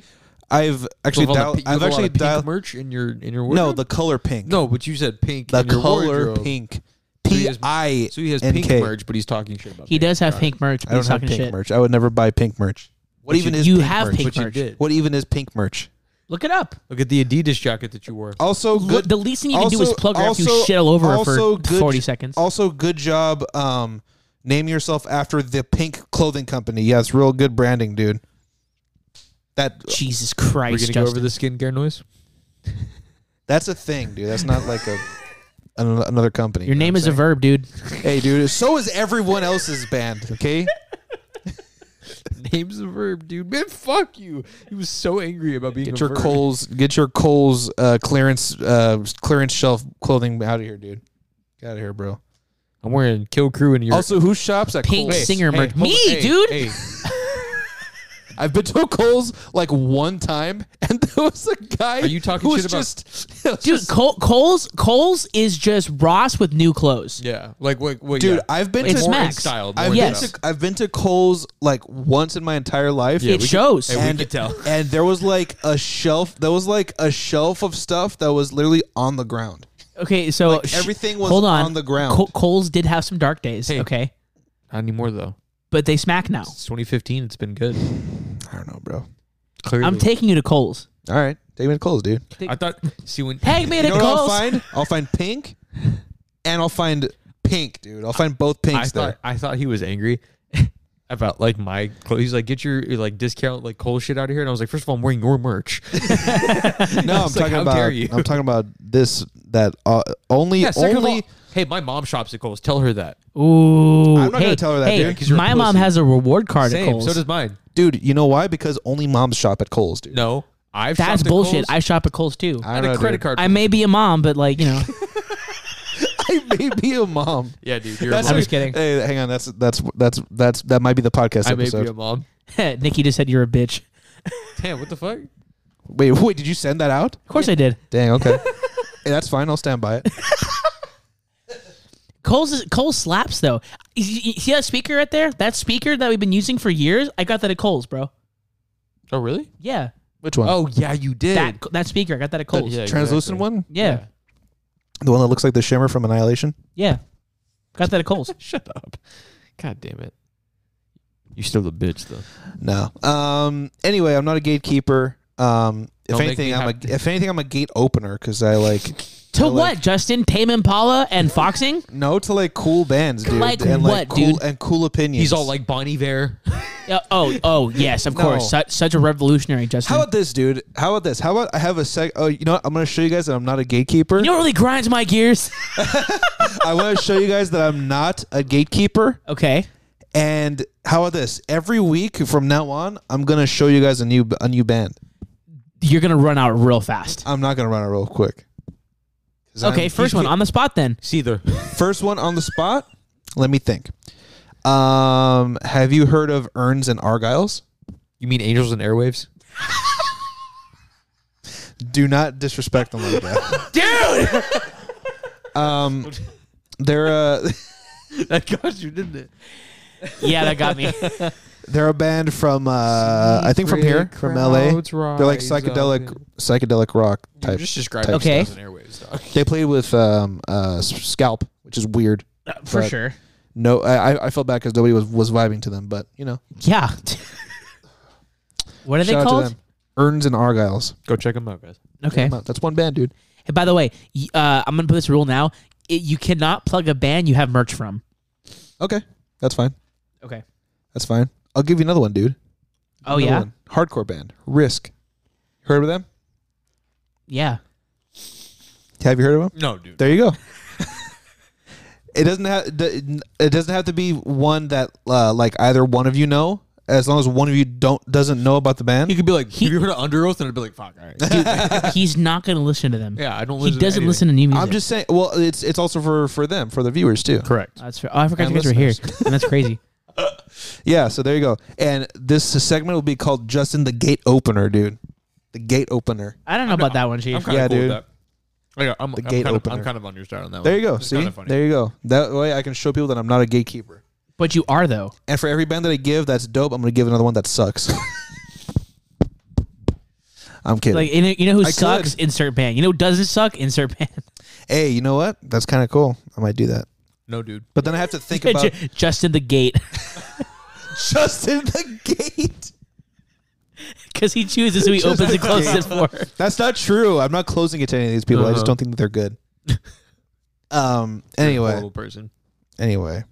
[SPEAKER 2] I've actually
[SPEAKER 3] With
[SPEAKER 2] dial-
[SPEAKER 3] all the pi- you have
[SPEAKER 2] I've
[SPEAKER 3] a lot
[SPEAKER 2] actually
[SPEAKER 3] of pink
[SPEAKER 2] dialed.
[SPEAKER 3] merch in your in your
[SPEAKER 2] No,
[SPEAKER 3] wardrobe?
[SPEAKER 2] the color pink.
[SPEAKER 3] no, but you said pink.
[SPEAKER 2] the
[SPEAKER 3] in your
[SPEAKER 2] color
[SPEAKER 3] wardrobe.
[SPEAKER 2] pink.
[SPEAKER 3] So he
[SPEAKER 2] P
[SPEAKER 3] has-
[SPEAKER 2] I.
[SPEAKER 3] So he has
[SPEAKER 2] and
[SPEAKER 3] pink
[SPEAKER 2] K.
[SPEAKER 3] merch, but he's talking shit about.
[SPEAKER 1] He
[SPEAKER 3] pink.
[SPEAKER 1] does have
[SPEAKER 3] Got it.
[SPEAKER 1] pink merch.
[SPEAKER 2] I don't
[SPEAKER 1] He's
[SPEAKER 2] have
[SPEAKER 1] talking
[SPEAKER 2] pink
[SPEAKER 1] shit.
[SPEAKER 2] merch. I would never buy pink merch. What
[SPEAKER 3] you-
[SPEAKER 2] even is
[SPEAKER 1] you
[SPEAKER 2] pink
[SPEAKER 1] have
[SPEAKER 2] merch?
[SPEAKER 1] pink
[SPEAKER 3] But you
[SPEAKER 1] merch.
[SPEAKER 3] did.
[SPEAKER 2] What even is pink merch?
[SPEAKER 1] Look it up.
[SPEAKER 3] Look at the Adidas jacket that you wore.
[SPEAKER 1] Oh,
[SPEAKER 2] Also, good.
[SPEAKER 1] the least thing you can do is
[SPEAKER 2] also-
[SPEAKER 1] plug her after you
[SPEAKER 2] also-
[SPEAKER 1] shit all over her
[SPEAKER 2] also
[SPEAKER 1] for
[SPEAKER 2] good-
[SPEAKER 1] forty seconds.
[SPEAKER 2] Also, good job. Um, name yourself after the pink clothing company. Yeah, it's real good branding, dude. That
[SPEAKER 1] Jesus
[SPEAKER 3] We're
[SPEAKER 1] Christ,
[SPEAKER 3] gonna go
[SPEAKER 1] Justin.
[SPEAKER 3] over the skincare noise.
[SPEAKER 2] that's a thing, dude. That's not like a an- another company.
[SPEAKER 1] Your name is a verb, dude.
[SPEAKER 2] hey, dude. So is everyone else's band. Okay.
[SPEAKER 3] Name's a verb, dude. Man, fuck you. He was so angry about being
[SPEAKER 2] Get
[SPEAKER 3] a
[SPEAKER 2] your
[SPEAKER 3] verb.
[SPEAKER 2] Coles. Get your Coles uh, clearance uh, clearance shelf clothing out of here, dude. Get out of here, bro.
[SPEAKER 3] I'm wearing Kill Crew and your
[SPEAKER 2] Also, who shops at
[SPEAKER 1] Pink
[SPEAKER 2] Kohl's?
[SPEAKER 1] singer merch.
[SPEAKER 3] hold
[SPEAKER 1] Me,
[SPEAKER 3] on. Hey,
[SPEAKER 1] dude.
[SPEAKER 3] hey.
[SPEAKER 2] I've been to a Kohl's like one time, and there was a guy.
[SPEAKER 3] Are you talking
[SPEAKER 2] who was
[SPEAKER 3] shit about-
[SPEAKER 2] just, dude?
[SPEAKER 1] Dude, Cole, Cole's Cole's is just Ross with new clothes.
[SPEAKER 3] Yeah, like what? what
[SPEAKER 2] Dude,
[SPEAKER 3] yeah.
[SPEAKER 2] I've been
[SPEAKER 1] It's
[SPEAKER 2] to
[SPEAKER 1] More Max.
[SPEAKER 3] style.
[SPEAKER 2] I've
[SPEAKER 3] more
[SPEAKER 1] Yes.
[SPEAKER 2] been
[SPEAKER 3] style.
[SPEAKER 2] to I've been to Kohl's like once in my entire life.
[SPEAKER 3] Yeah,
[SPEAKER 1] it
[SPEAKER 3] we
[SPEAKER 1] shows.
[SPEAKER 3] Hey, we could tell.
[SPEAKER 2] and there was like a shelf. There was like a shelf of stuff that was literally on the ground.
[SPEAKER 1] Okay, so
[SPEAKER 2] Like,
[SPEAKER 1] sh-
[SPEAKER 2] everything was
[SPEAKER 1] hold on.
[SPEAKER 2] on the ground.
[SPEAKER 1] Col- Cole's did have some dark days.
[SPEAKER 3] Hey.
[SPEAKER 1] Okay,
[SPEAKER 3] Not anymore though.
[SPEAKER 1] but they smack now.
[SPEAKER 3] It's 2015. It's been good.
[SPEAKER 2] I don't know, bro.
[SPEAKER 3] Clearly,
[SPEAKER 1] I'm taking you to Cole's.
[SPEAKER 2] All right, take me to Kohl's, dude.
[SPEAKER 3] I thought. See when
[SPEAKER 1] Take me
[SPEAKER 2] You
[SPEAKER 1] to
[SPEAKER 2] know what I'll
[SPEAKER 1] Cole's.
[SPEAKER 2] find? I'll find pink, and I'll find pink, dude. I'll find both
[SPEAKER 3] I
[SPEAKER 2] pinks
[SPEAKER 3] thought
[SPEAKER 2] there.
[SPEAKER 3] I thought he was angry about like my clothes. He's like, get your like discount like Cole shit out of here. And I was like, first of all, I'm wearing your merch.
[SPEAKER 2] No, I'm
[SPEAKER 3] was like,
[SPEAKER 2] talking
[SPEAKER 3] how
[SPEAKER 2] about.
[SPEAKER 3] dare you.
[SPEAKER 2] I'm talking about this. That uh, only
[SPEAKER 3] Yeah, second
[SPEAKER 2] only.
[SPEAKER 3] of all, hey, my mom shops at Cole's. Tell her that.
[SPEAKER 1] Ooh,
[SPEAKER 2] I'm not gonna
[SPEAKER 1] hey,
[SPEAKER 2] tell her that,
[SPEAKER 1] hey,
[SPEAKER 2] dude,
[SPEAKER 3] 'cause you're a
[SPEAKER 1] my mom
[SPEAKER 3] pussy.
[SPEAKER 1] has a reward card at
[SPEAKER 3] Same.
[SPEAKER 1] Cole's.
[SPEAKER 3] So does mine.
[SPEAKER 2] Dude, you know why? Because only moms shop at Kohl's, dude.
[SPEAKER 3] No, I've
[SPEAKER 1] That's
[SPEAKER 3] shopped at
[SPEAKER 1] bullshit.
[SPEAKER 3] Kohl's.
[SPEAKER 1] I shop at Cole's too. I,
[SPEAKER 2] I
[SPEAKER 3] had
[SPEAKER 2] don't
[SPEAKER 3] a
[SPEAKER 2] know,
[SPEAKER 3] credit
[SPEAKER 2] dude.
[SPEAKER 3] card.
[SPEAKER 1] may be a mom, but like you know,
[SPEAKER 2] I may be a mom.
[SPEAKER 3] yeah, dude. You're a
[SPEAKER 2] That's
[SPEAKER 1] I'm
[SPEAKER 3] mom.
[SPEAKER 1] just kidding.
[SPEAKER 2] Hey, hang on. That's that's that's that's that might be the podcast
[SPEAKER 3] I may
[SPEAKER 2] episode.
[SPEAKER 3] be a mom.
[SPEAKER 1] Nikki just said you're a bitch.
[SPEAKER 3] Damn, what the fuck?
[SPEAKER 2] wait, wait, did you send that out?
[SPEAKER 1] Of course I did.
[SPEAKER 2] Dang, okay. Hey, that's fine. I'll stand by it.
[SPEAKER 1] Cole's is, Cole slaps though. You- you- you see that speaker right there? That speaker that we've been using for years. I got that at Cole's, bro.
[SPEAKER 3] Oh really?
[SPEAKER 1] Yeah,
[SPEAKER 2] Which one?
[SPEAKER 3] Oh yeah, you did.
[SPEAKER 1] that that speaker. I got that at Cole's.
[SPEAKER 3] Yeah,
[SPEAKER 1] Yeah,
[SPEAKER 2] translucent
[SPEAKER 3] exactly.
[SPEAKER 2] one?
[SPEAKER 1] yeah,
[SPEAKER 2] The one that looks like the shimmer from Annihilation?
[SPEAKER 1] Got that at Cole's.
[SPEAKER 3] Shut up. God damn it. You're still a bitch though.
[SPEAKER 2] No. Um anyway, I'm not a gatekeeper. Um if
[SPEAKER 3] Don't make
[SPEAKER 2] anything
[SPEAKER 3] me
[SPEAKER 2] I'm
[SPEAKER 3] have-
[SPEAKER 2] a if anything I'm a gate opener cuz I like
[SPEAKER 1] to
[SPEAKER 2] like-
[SPEAKER 1] what, Justin? Tame Impala and foxing?
[SPEAKER 2] no to like cool bands, dude.
[SPEAKER 1] Like
[SPEAKER 2] and
[SPEAKER 1] what,
[SPEAKER 2] like cool
[SPEAKER 1] dude?
[SPEAKER 2] and cool opinions.
[SPEAKER 3] He's all like Bonnie Bear.
[SPEAKER 1] Uh, oh, oh yes, of
[SPEAKER 2] No.
[SPEAKER 1] course. Such, such a revolutionary, Justin.
[SPEAKER 2] How about this, dude? How about this? How about I have a sec Oh, you know what? I'm going to show you guys that I'm not a gatekeeper.
[SPEAKER 1] you know what really grinds my gears?
[SPEAKER 2] I want to show you guys that I'm not a gatekeeper.
[SPEAKER 1] okay.
[SPEAKER 2] And how about this? Every week from now on, I'm gonna show you guys a new a new band.
[SPEAKER 1] You're gonna run out real fast.
[SPEAKER 2] I'm not gonna run it real quick 'Cause
[SPEAKER 1] Okay,
[SPEAKER 2] I'm-
[SPEAKER 1] first one on the spot then.
[SPEAKER 3] Seether.
[SPEAKER 2] First one on the spot. Let me think. Um, have you heard of Urns and Argyles?
[SPEAKER 3] You mean angels and airwaves?
[SPEAKER 2] Do not disrespect them like that, dude. um, they're a
[SPEAKER 3] that got you, didn't it?
[SPEAKER 1] Yeah, that got me.
[SPEAKER 2] they're a band from uh, I think from here from L.A. They're like psychedelic psychedelic rock
[SPEAKER 3] You
[SPEAKER 2] type.
[SPEAKER 3] just described
[SPEAKER 1] Okay.
[SPEAKER 3] angels and airwaves, dog.
[SPEAKER 2] They played with um, uh, S- Scalp, which is weird.
[SPEAKER 1] For
[SPEAKER 2] But
[SPEAKER 1] sure.
[SPEAKER 2] No, I, I- I felt bad because nobody was, was vibing to them, but you know,
[SPEAKER 1] Yeah. what are they
[SPEAKER 2] shout out to
[SPEAKER 1] called? Eh.
[SPEAKER 2] them. Urns and Argyles.
[SPEAKER 3] Go check them out, guys.
[SPEAKER 1] Okay.
[SPEAKER 2] Come on, That's one band, dude.
[SPEAKER 1] Hey, by the way, y- uh, I'm gonna put this rule now. It, you cannot plug a band you have merch from.
[SPEAKER 2] Okay, that's fine.
[SPEAKER 1] Okay.
[SPEAKER 2] That's fine. I'll give you another one, dude.
[SPEAKER 1] Oh
[SPEAKER 2] Another
[SPEAKER 1] yeah,
[SPEAKER 2] one. hardcore band Risk. Heard of them?
[SPEAKER 1] yeah.
[SPEAKER 2] Have you heard of them?
[SPEAKER 3] No, dude.
[SPEAKER 2] There you go. it doesn't have the- it doesn't have to be one that uh, like either one of you know. As long as one of you don't doesn't know about the
[SPEAKER 3] You
[SPEAKER 2] band,
[SPEAKER 3] could be like, have you heard of Under Oath? And I'd be like, fuck, all right.
[SPEAKER 1] He's not gonna listen to them.
[SPEAKER 3] yeah, I don't
[SPEAKER 1] He doesn't
[SPEAKER 3] listen to anything.
[SPEAKER 1] listen to new music.
[SPEAKER 2] I'm just saying. Well, it's it's also for for them for the viewers too.
[SPEAKER 3] Correct.
[SPEAKER 1] That's fair. Oh, I forgot
[SPEAKER 2] And
[SPEAKER 1] you guys were here, and that's crazy.
[SPEAKER 2] Yeah, so there you go. And this segment will be called Justin the Gate Opener, dude. The Gate Opener.
[SPEAKER 1] I don't know about that one,
[SPEAKER 3] I'm
[SPEAKER 1] Chief.
[SPEAKER 3] kind of
[SPEAKER 2] Yeah,
[SPEAKER 3] cool
[SPEAKER 2] dude.
[SPEAKER 3] with that. Like, I'm,
[SPEAKER 2] The
[SPEAKER 3] I'm
[SPEAKER 2] gate
[SPEAKER 3] kind
[SPEAKER 2] opener.
[SPEAKER 3] Of, I'm kind of on your side on that one.
[SPEAKER 2] There you go.
[SPEAKER 3] It's
[SPEAKER 2] See,
[SPEAKER 3] kinda funny.
[SPEAKER 2] there you go. That way I can show people that I'm not a gatekeeper.
[SPEAKER 1] But you are though.
[SPEAKER 2] And for every band that I give that's dope, I'm gonna give another one that sucks. I'm kidding.
[SPEAKER 1] Like you know, you know who
[SPEAKER 2] I
[SPEAKER 1] sucks?
[SPEAKER 2] could.
[SPEAKER 1] Insert band. You know who doesn't suck? Insert band.
[SPEAKER 2] hey, you know what? That's kind of cool. I might do that.
[SPEAKER 3] No, dude.
[SPEAKER 2] But then I have to think about
[SPEAKER 1] Ju- Justin the Gate,
[SPEAKER 2] Justin the Gate.
[SPEAKER 1] because he chooses who he
[SPEAKER 2] Justin
[SPEAKER 1] opens and
[SPEAKER 2] the
[SPEAKER 1] closes it for.
[SPEAKER 2] That's not true. I'm not closing it to any of these people. I just
[SPEAKER 3] Uh-huh.
[SPEAKER 2] don't think that they're good. um. Anyway.
[SPEAKER 3] Horrible person.
[SPEAKER 2] Anyway.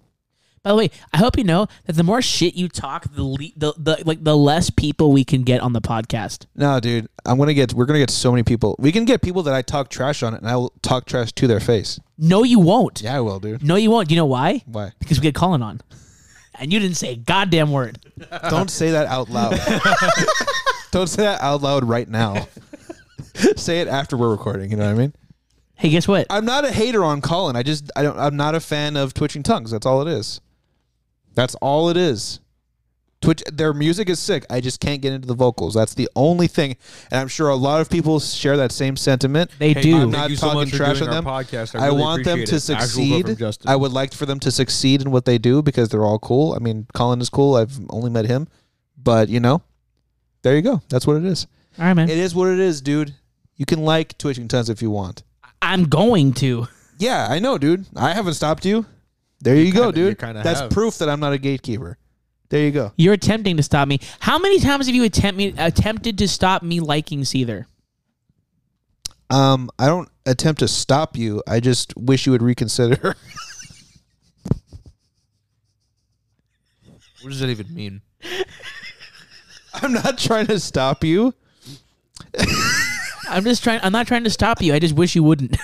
[SPEAKER 1] By the way, I hope you know that the more shit you talk, the le- the, the like the less people we can get on the podcast.
[SPEAKER 2] No, dude. I'm gonna get. We're gonna get so many people. We can get people that I talk trash on, and I will talk trash to their face.
[SPEAKER 1] No, you won't.
[SPEAKER 2] Yeah, I will, dude.
[SPEAKER 1] No, you won't. You know why?
[SPEAKER 2] Why?
[SPEAKER 1] Because we get calling on, and you didn't say a goddamn word.
[SPEAKER 2] Don't say that out loud. Don't say that out loud right now. say it after we're recording. You know what I mean?
[SPEAKER 1] Hey, guess what?
[SPEAKER 2] I'm not a hater on Colin. I just I don't. I'm not a fan of twitching tongues. That's all it is. That's all it is. Twitch. Their music is sick. I just can't get into the vocals. That's the only thing. And I'm sure a lot of people share that same sentiment.
[SPEAKER 1] They
[SPEAKER 3] Hey,
[SPEAKER 1] do.
[SPEAKER 3] I'm
[SPEAKER 2] not
[SPEAKER 3] you so
[SPEAKER 2] talking
[SPEAKER 3] much for
[SPEAKER 2] trash on
[SPEAKER 3] doing
[SPEAKER 2] them.
[SPEAKER 3] our podcast. I
[SPEAKER 2] I,
[SPEAKER 3] really
[SPEAKER 2] want them to
[SPEAKER 3] appreciate it. Actual vote from
[SPEAKER 2] succeed.
[SPEAKER 3] Justin.
[SPEAKER 2] I would like for them to succeed in what they do because they're all cool. I mean, Colin is cool. I've only met him, but you know, there you go. That's what it is.
[SPEAKER 1] All right, man.
[SPEAKER 2] It is what it is, dude. You can like twitching tons if you want.
[SPEAKER 1] I'm going to.
[SPEAKER 2] Yeah, I know, dude. I haven't stopped you. There you, go,
[SPEAKER 3] kinda- you
[SPEAKER 2] dude.
[SPEAKER 3] kinda
[SPEAKER 2] That's
[SPEAKER 3] have.
[SPEAKER 2] proof that I'm not a gatekeeper. There you go.
[SPEAKER 1] You're attempting to stop me. How many times have you attempt me attempted to stop me liking Seether?
[SPEAKER 2] Um, I don't attempt to stop you. I just wish you would reconsider.
[SPEAKER 3] What does that even mean?
[SPEAKER 2] I'm not trying to stop you.
[SPEAKER 1] I'm just trying. I'm not trying to stop you. I just wish you wouldn't.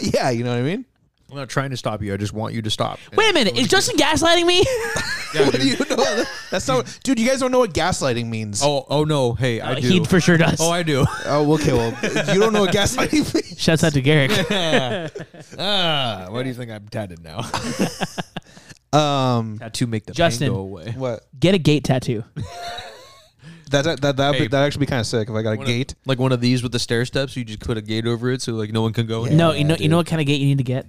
[SPEAKER 2] Yeah, you know what I mean.
[SPEAKER 3] I'm not trying to stop you. I just want you to stop.
[SPEAKER 1] Wait a minute. Is Justin gaslighting me?
[SPEAKER 3] Yeah, dude.
[SPEAKER 2] You know, that's not, what- dude. You guys don't know what gaslighting means.
[SPEAKER 3] Oh, oh no. Hey,
[SPEAKER 2] Uh,
[SPEAKER 3] I do.
[SPEAKER 1] he for sure does.
[SPEAKER 3] Oh, I do.
[SPEAKER 2] Oh, okay. Well, you don't know what gaslighting means.
[SPEAKER 1] Shouts out to Garrick.
[SPEAKER 3] ah, why do you think I'm tatted now?
[SPEAKER 2] Um,
[SPEAKER 3] Tattoo make the
[SPEAKER 1] Justin.
[SPEAKER 3] pain go away.
[SPEAKER 2] what?
[SPEAKER 1] Get a gate tattoo.
[SPEAKER 2] That that that that
[SPEAKER 3] Hey.
[SPEAKER 2] that actually be kind of sick if I got a
[SPEAKER 3] One of-
[SPEAKER 2] gate.
[SPEAKER 3] like one of these with the stair steps. You just put a gate over it so like no one can go in.
[SPEAKER 1] no, you know. You know what kind of gate you need to get.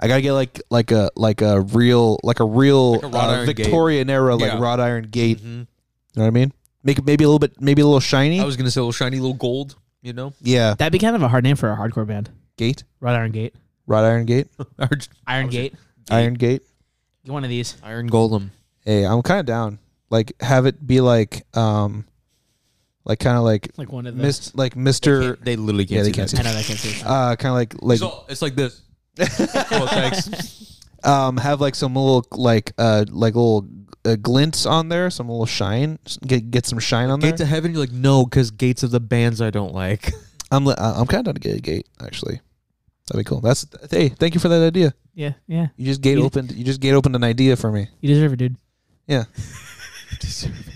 [SPEAKER 2] I gotta get like like a like a real like a real
[SPEAKER 3] a wrought
[SPEAKER 2] uh,
[SPEAKER 3] iron gate.
[SPEAKER 2] Victorian era like
[SPEAKER 3] Yeah. Mm-hmm.
[SPEAKER 2] wrought iron gate. You know what I mean? Make it maybe a little bit maybe a little shiny.
[SPEAKER 3] I was gonna say a little shiny little gold. You know,
[SPEAKER 2] yeah,
[SPEAKER 1] That'd be kind of a hard name for a hardcore band.
[SPEAKER 2] gate,
[SPEAKER 1] Wrought Iron Gate.
[SPEAKER 2] wrought iron gate,
[SPEAKER 1] Iron Gate.
[SPEAKER 2] iron gate.
[SPEAKER 1] Get one of these.
[SPEAKER 3] iron golem.
[SPEAKER 2] Hey, I'm kind of down. Like have it be like um, like kind of like
[SPEAKER 1] Like one of the.
[SPEAKER 2] mist like Mister.
[SPEAKER 3] They literally can't.
[SPEAKER 2] Yeah, they
[SPEAKER 3] see
[SPEAKER 2] can't
[SPEAKER 3] that.
[SPEAKER 1] I
[SPEAKER 2] see.
[SPEAKER 1] know that can't see.
[SPEAKER 2] Uh, kind of like like
[SPEAKER 3] So it's like this. oh, thanks.
[SPEAKER 2] um have like some little like uh like little uh, glints on there, some little shine. Get get some shine on there.
[SPEAKER 3] Gate to heaven. You're like no, because gates of the bands I don't like.
[SPEAKER 2] I'm li- uh, I'm kind of down to get a gate actually. That'd be cool. That's hey, thank you for that idea.
[SPEAKER 1] Yeah, yeah.
[SPEAKER 2] You just gate
[SPEAKER 1] You-
[SPEAKER 2] opened. You just gate opened an idea for me.
[SPEAKER 1] You deserve it, dude.
[SPEAKER 2] Yeah,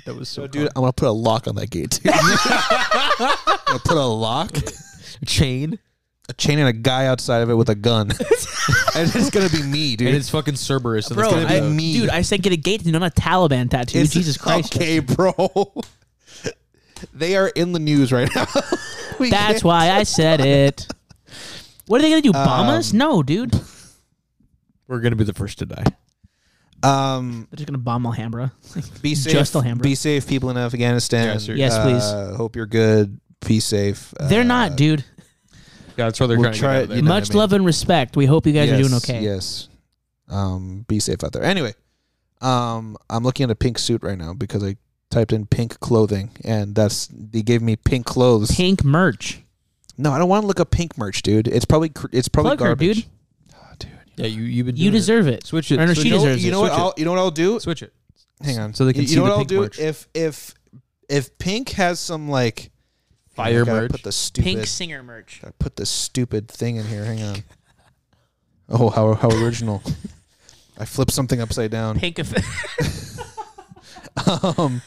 [SPEAKER 3] That was so,
[SPEAKER 2] dude, I'm gonna put a lock on that gate. Too. I'm gonna put a lock.
[SPEAKER 3] Chain.
[SPEAKER 2] a chain and a guy outside of it with a gun. and it's gonna be me, dude.
[SPEAKER 3] and it's fucking Cerberus. And
[SPEAKER 1] Bro,
[SPEAKER 3] it's gonna
[SPEAKER 1] I,
[SPEAKER 3] be
[SPEAKER 2] me.
[SPEAKER 1] dude, I said get a gate, not a Taliban tattoo.
[SPEAKER 2] It's-
[SPEAKER 1] Jesus Christ.
[SPEAKER 2] Okay, bro. they are in the news right now. We
[SPEAKER 1] That's
[SPEAKER 2] can't-
[SPEAKER 1] why I said it. What are they gonna do? Bomb us? No, dude. They're
[SPEAKER 3] we're gonna be the first to die.
[SPEAKER 2] Um,
[SPEAKER 1] just gonna bomb Alhambra.
[SPEAKER 2] be safe.
[SPEAKER 1] Just Alhambra.
[SPEAKER 2] Be safe, people in Afghanistan.
[SPEAKER 3] Yeah, seriously.
[SPEAKER 1] Yes,
[SPEAKER 2] Uh, hope you're good. Be safe.
[SPEAKER 1] They're
[SPEAKER 2] Uh,
[SPEAKER 1] not, dude.
[SPEAKER 3] Yeah, that's what they're
[SPEAKER 2] We'll
[SPEAKER 3] trying
[SPEAKER 2] try-
[SPEAKER 3] to get out of
[SPEAKER 2] you
[SPEAKER 3] there.
[SPEAKER 2] know what I
[SPEAKER 1] Much
[SPEAKER 2] mean.
[SPEAKER 1] love and respect. We hope you guys are doing
[SPEAKER 2] Uh, Yes,
[SPEAKER 1] okay.
[SPEAKER 2] Yes. Um, be safe out there. Anyway, um, I'm looking at a pink suit right now because I typed in pink clothing and that's they gave me pink clothes.
[SPEAKER 1] Pink merch.
[SPEAKER 2] No, I don't want to look up pink merch, dude. It's probably cr- it's probably
[SPEAKER 1] Plug her,
[SPEAKER 2] garbage.
[SPEAKER 1] dude.
[SPEAKER 2] Ah, dude.
[SPEAKER 3] Yeah, you you've been
[SPEAKER 1] You
[SPEAKER 3] doing it.
[SPEAKER 1] deserve it.
[SPEAKER 3] Switch it.
[SPEAKER 1] Or no,
[SPEAKER 3] Switch
[SPEAKER 1] she
[SPEAKER 3] it.
[SPEAKER 2] You know,
[SPEAKER 1] deserves
[SPEAKER 2] you
[SPEAKER 1] it.
[SPEAKER 2] know what?
[SPEAKER 3] Switch it.
[SPEAKER 2] I'll, you know what I'll do?
[SPEAKER 3] Switch it.
[SPEAKER 2] Hang on.
[SPEAKER 3] So they can
[SPEAKER 2] you,
[SPEAKER 3] see
[SPEAKER 2] you know
[SPEAKER 3] the
[SPEAKER 2] what I'll
[SPEAKER 3] pink
[SPEAKER 2] do
[SPEAKER 3] merch.
[SPEAKER 2] if if if pink has some like
[SPEAKER 3] Fire
[SPEAKER 2] I gotta
[SPEAKER 3] merch.
[SPEAKER 2] Put the stupid.
[SPEAKER 1] Pink singer merch.
[SPEAKER 2] I put this stupid thing in here. Hang on. Oh, how how original! I flipped something upside down.
[SPEAKER 1] Pink. Aff-
[SPEAKER 2] Um,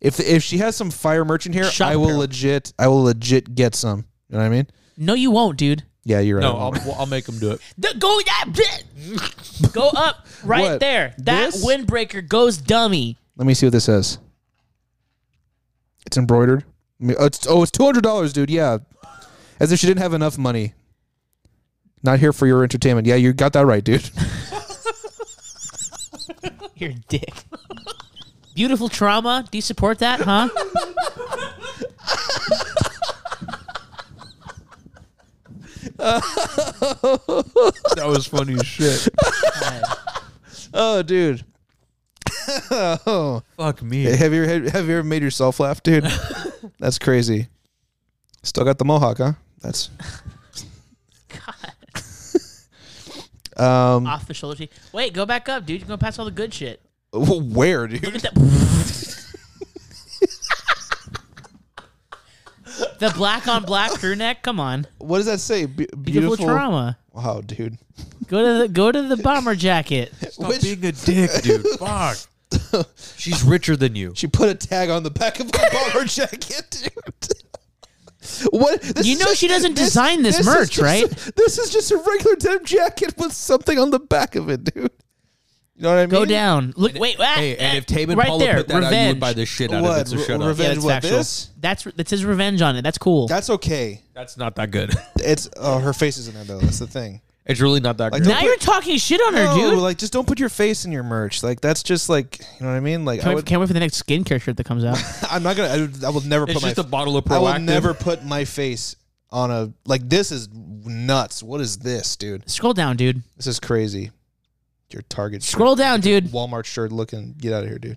[SPEAKER 2] if if she has some fire merch in here,
[SPEAKER 1] Shop
[SPEAKER 2] I will
[SPEAKER 1] apparel.
[SPEAKER 2] legit I will legit get some. You know what I mean?
[SPEAKER 1] no, you won't, dude.
[SPEAKER 2] Yeah, you're right.
[SPEAKER 3] No, I'll, well, I'll make them do it.
[SPEAKER 1] D- go that Go up right
[SPEAKER 2] What?
[SPEAKER 1] there. That
[SPEAKER 2] This?
[SPEAKER 1] windbreaker goes dummy.
[SPEAKER 2] Let me see what this says. It's embroidered. I mean, oh, it's, oh, it's two hundred dollars, dude. Yeah, as if she didn't have enough money. Not here for your entertainment. Yeah, you got that right, dude.
[SPEAKER 1] Your dick. Beautiful trauma. Do you support that, huh?
[SPEAKER 3] That was funny as shit.
[SPEAKER 2] oh, dude. oh.
[SPEAKER 3] Fuck me.
[SPEAKER 2] Have you ever, have you ever made yourself laugh, dude? That's crazy. Still got the mohawk, huh? That's um
[SPEAKER 1] Off the shoulder. cheek. Wait, go back up, dude. You're gonna pass all the good shit.
[SPEAKER 2] where,
[SPEAKER 1] Look
[SPEAKER 2] dude?
[SPEAKER 1] at that. the black on black crew neck. Come on,
[SPEAKER 2] What does that say? Be-
[SPEAKER 1] beautiful,
[SPEAKER 2] beautiful.
[SPEAKER 1] trauma.
[SPEAKER 2] Wow, dude.
[SPEAKER 1] Go to the go to the bomber jacket.
[SPEAKER 3] Stop
[SPEAKER 2] Which-
[SPEAKER 3] being a dick, dude. Fuck. She's richer than you.
[SPEAKER 2] She put a tag on the back of my bomber jacket, dude. What this
[SPEAKER 1] You
[SPEAKER 2] is
[SPEAKER 1] know she doesn't design this
[SPEAKER 2] is
[SPEAKER 1] merch,
[SPEAKER 2] just a-
[SPEAKER 1] right?
[SPEAKER 2] this is just a regular denim jacket with something on the back of it, dude. You know what I mean?
[SPEAKER 1] Go down. Look. wait. Ah,
[SPEAKER 3] Hey, and
[SPEAKER 1] ah,
[SPEAKER 3] if Tame and
[SPEAKER 1] right
[SPEAKER 3] Paula
[SPEAKER 1] there,
[SPEAKER 3] put that
[SPEAKER 1] revenge.
[SPEAKER 3] out, you would buy the shit out
[SPEAKER 2] What?
[SPEAKER 3] of it.
[SPEAKER 2] Re-
[SPEAKER 3] So shut
[SPEAKER 2] revenge-
[SPEAKER 3] up.
[SPEAKER 1] yeah, that's
[SPEAKER 2] what,
[SPEAKER 1] factual.
[SPEAKER 2] this?
[SPEAKER 1] That's that says revenge on it. That's cool.
[SPEAKER 2] That's okay.
[SPEAKER 3] That's not that good.
[SPEAKER 2] It's oh, her face isn't there though. That's the thing.
[SPEAKER 3] It's really not that
[SPEAKER 2] Like,
[SPEAKER 3] good.
[SPEAKER 1] now you're talking shit on her,
[SPEAKER 2] No,
[SPEAKER 1] dude.
[SPEAKER 2] like just don't put your face in your merch. Like that's just like you know what I mean. Like
[SPEAKER 1] can't,
[SPEAKER 2] I
[SPEAKER 1] wait,
[SPEAKER 2] would,
[SPEAKER 1] can't wait for the next skincare shirt that comes out.
[SPEAKER 2] I'm not gonna. I, would, I will never
[SPEAKER 3] It's
[SPEAKER 2] put my.
[SPEAKER 3] just a bottle of
[SPEAKER 2] I will
[SPEAKER 3] proactive.
[SPEAKER 2] never put my face on a like. This is nuts. What is this, dude?
[SPEAKER 1] Scroll down, dude.
[SPEAKER 2] This is crazy. Your Target shirt-
[SPEAKER 1] Scroll down, dude.
[SPEAKER 2] Walmart shirt looking. Get out of here, dude.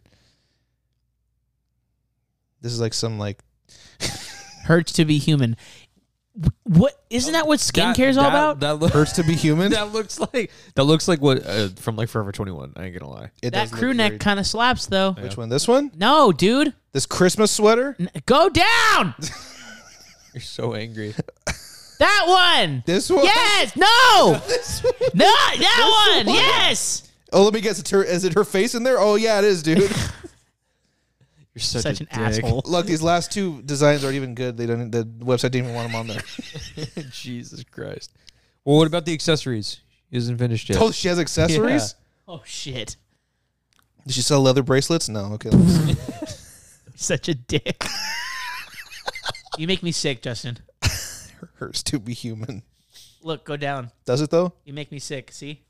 [SPEAKER 2] This is like some like
[SPEAKER 1] Hurts to be human. What isn't that what
[SPEAKER 3] That-
[SPEAKER 1] skincare's all
[SPEAKER 3] that-
[SPEAKER 1] about?
[SPEAKER 3] That, loo-
[SPEAKER 2] hurts to be human.
[SPEAKER 3] that looks like that looks like what uh, from like Forever 21. I ain't gonna lie.
[SPEAKER 1] That
[SPEAKER 2] It does look
[SPEAKER 1] crew neck
[SPEAKER 2] very-
[SPEAKER 1] kind of slaps though.
[SPEAKER 2] Which one? This one?
[SPEAKER 1] No, dude.
[SPEAKER 2] This Christmas sweater?
[SPEAKER 1] N- Go down.
[SPEAKER 3] You're so angry.
[SPEAKER 1] That one.
[SPEAKER 2] This one?
[SPEAKER 1] Yes. No.
[SPEAKER 2] This one?
[SPEAKER 1] No. That one. Yes.
[SPEAKER 2] Oh, let me guess. It's her, is it her face in there? Oh yeah, it is, dude.
[SPEAKER 3] You're such,
[SPEAKER 1] Such
[SPEAKER 3] a
[SPEAKER 1] an
[SPEAKER 3] dick.
[SPEAKER 1] asshole.
[SPEAKER 2] Look, these last two designs aren't even good. They don't. The website didn't even want them on there.
[SPEAKER 3] Jesus Christ. Well, what about the accessories? He isn't finished yet.
[SPEAKER 2] Oh, she has accessories.
[SPEAKER 1] Oh shit.
[SPEAKER 2] Did she sell leather bracelets? No. Okay. let's see.
[SPEAKER 1] Such a dick. you make me sick, Justin.
[SPEAKER 2] Hurts to be human.
[SPEAKER 1] Look, go down.
[SPEAKER 2] Does it though?
[SPEAKER 1] You make me sick. See?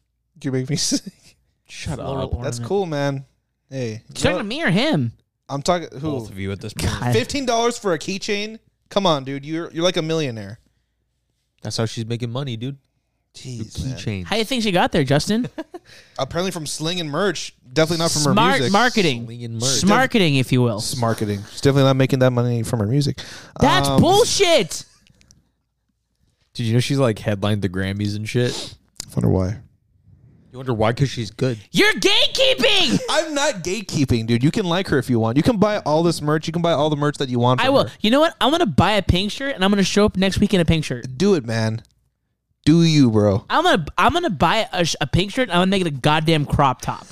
[SPEAKER 2] You make me sick.
[SPEAKER 3] Shut
[SPEAKER 1] Floral
[SPEAKER 3] up.
[SPEAKER 1] ornament.
[SPEAKER 2] Oh, That's cool, man. Hey,
[SPEAKER 1] You
[SPEAKER 2] you know
[SPEAKER 1] talking
[SPEAKER 2] what?
[SPEAKER 1] to me or him?
[SPEAKER 2] I'm talking. Who?
[SPEAKER 3] Both of you at this point.
[SPEAKER 1] God.
[SPEAKER 2] Fifteen dollars for a keychain? Come on, dude. You're you're like a millionaire.
[SPEAKER 3] That's how she's making money, dude. Through
[SPEAKER 2] Jeez, man.
[SPEAKER 3] Keychains.
[SPEAKER 1] How you think she got there, Justin?
[SPEAKER 2] Apparently from slinging merch. Definitely not from her
[SPEAKER 1] Smart
[SPEAKER 2] music.
[SPEAKER 1] marketing.
[SPEAKER 3] Slinging merch.
[SPEAKER 1] Smart marketing, if you will.
[SPEAKER 2] marketing. She's definitely not making that money from her music.
[SPEAKER 1] That's
[SPEAKER 2] Um,
[SPEAKER 1] bullshit.
[SPEAKER 3] Did you know she's like headlined the Grammys and shit?
[SPEAKER 2] Wonder why.
[SPEAKER 3] You wonder why? Because she's good.
[SPEAKER 1] You're gatekeeping.
[SPEAKER 2] I'm not gatekeeping, dude. You can like her if you want. You can buy all this merch. You can buy all the merch that you want. From
[SPEAKER 1] I will.
[SPEAKER 2] her.
[SPEAKER 1] You know what? I'm gonna buy a pink shirt and I'm gonna show up next week in a pink shirt.
[SPEAKER 2] Do it, man. Do you, bro?
[SPEAKER 1] I'm gonna I'm gonna buy a, sh- a pink shirt. and I'm gonna make it a goddamn crop top.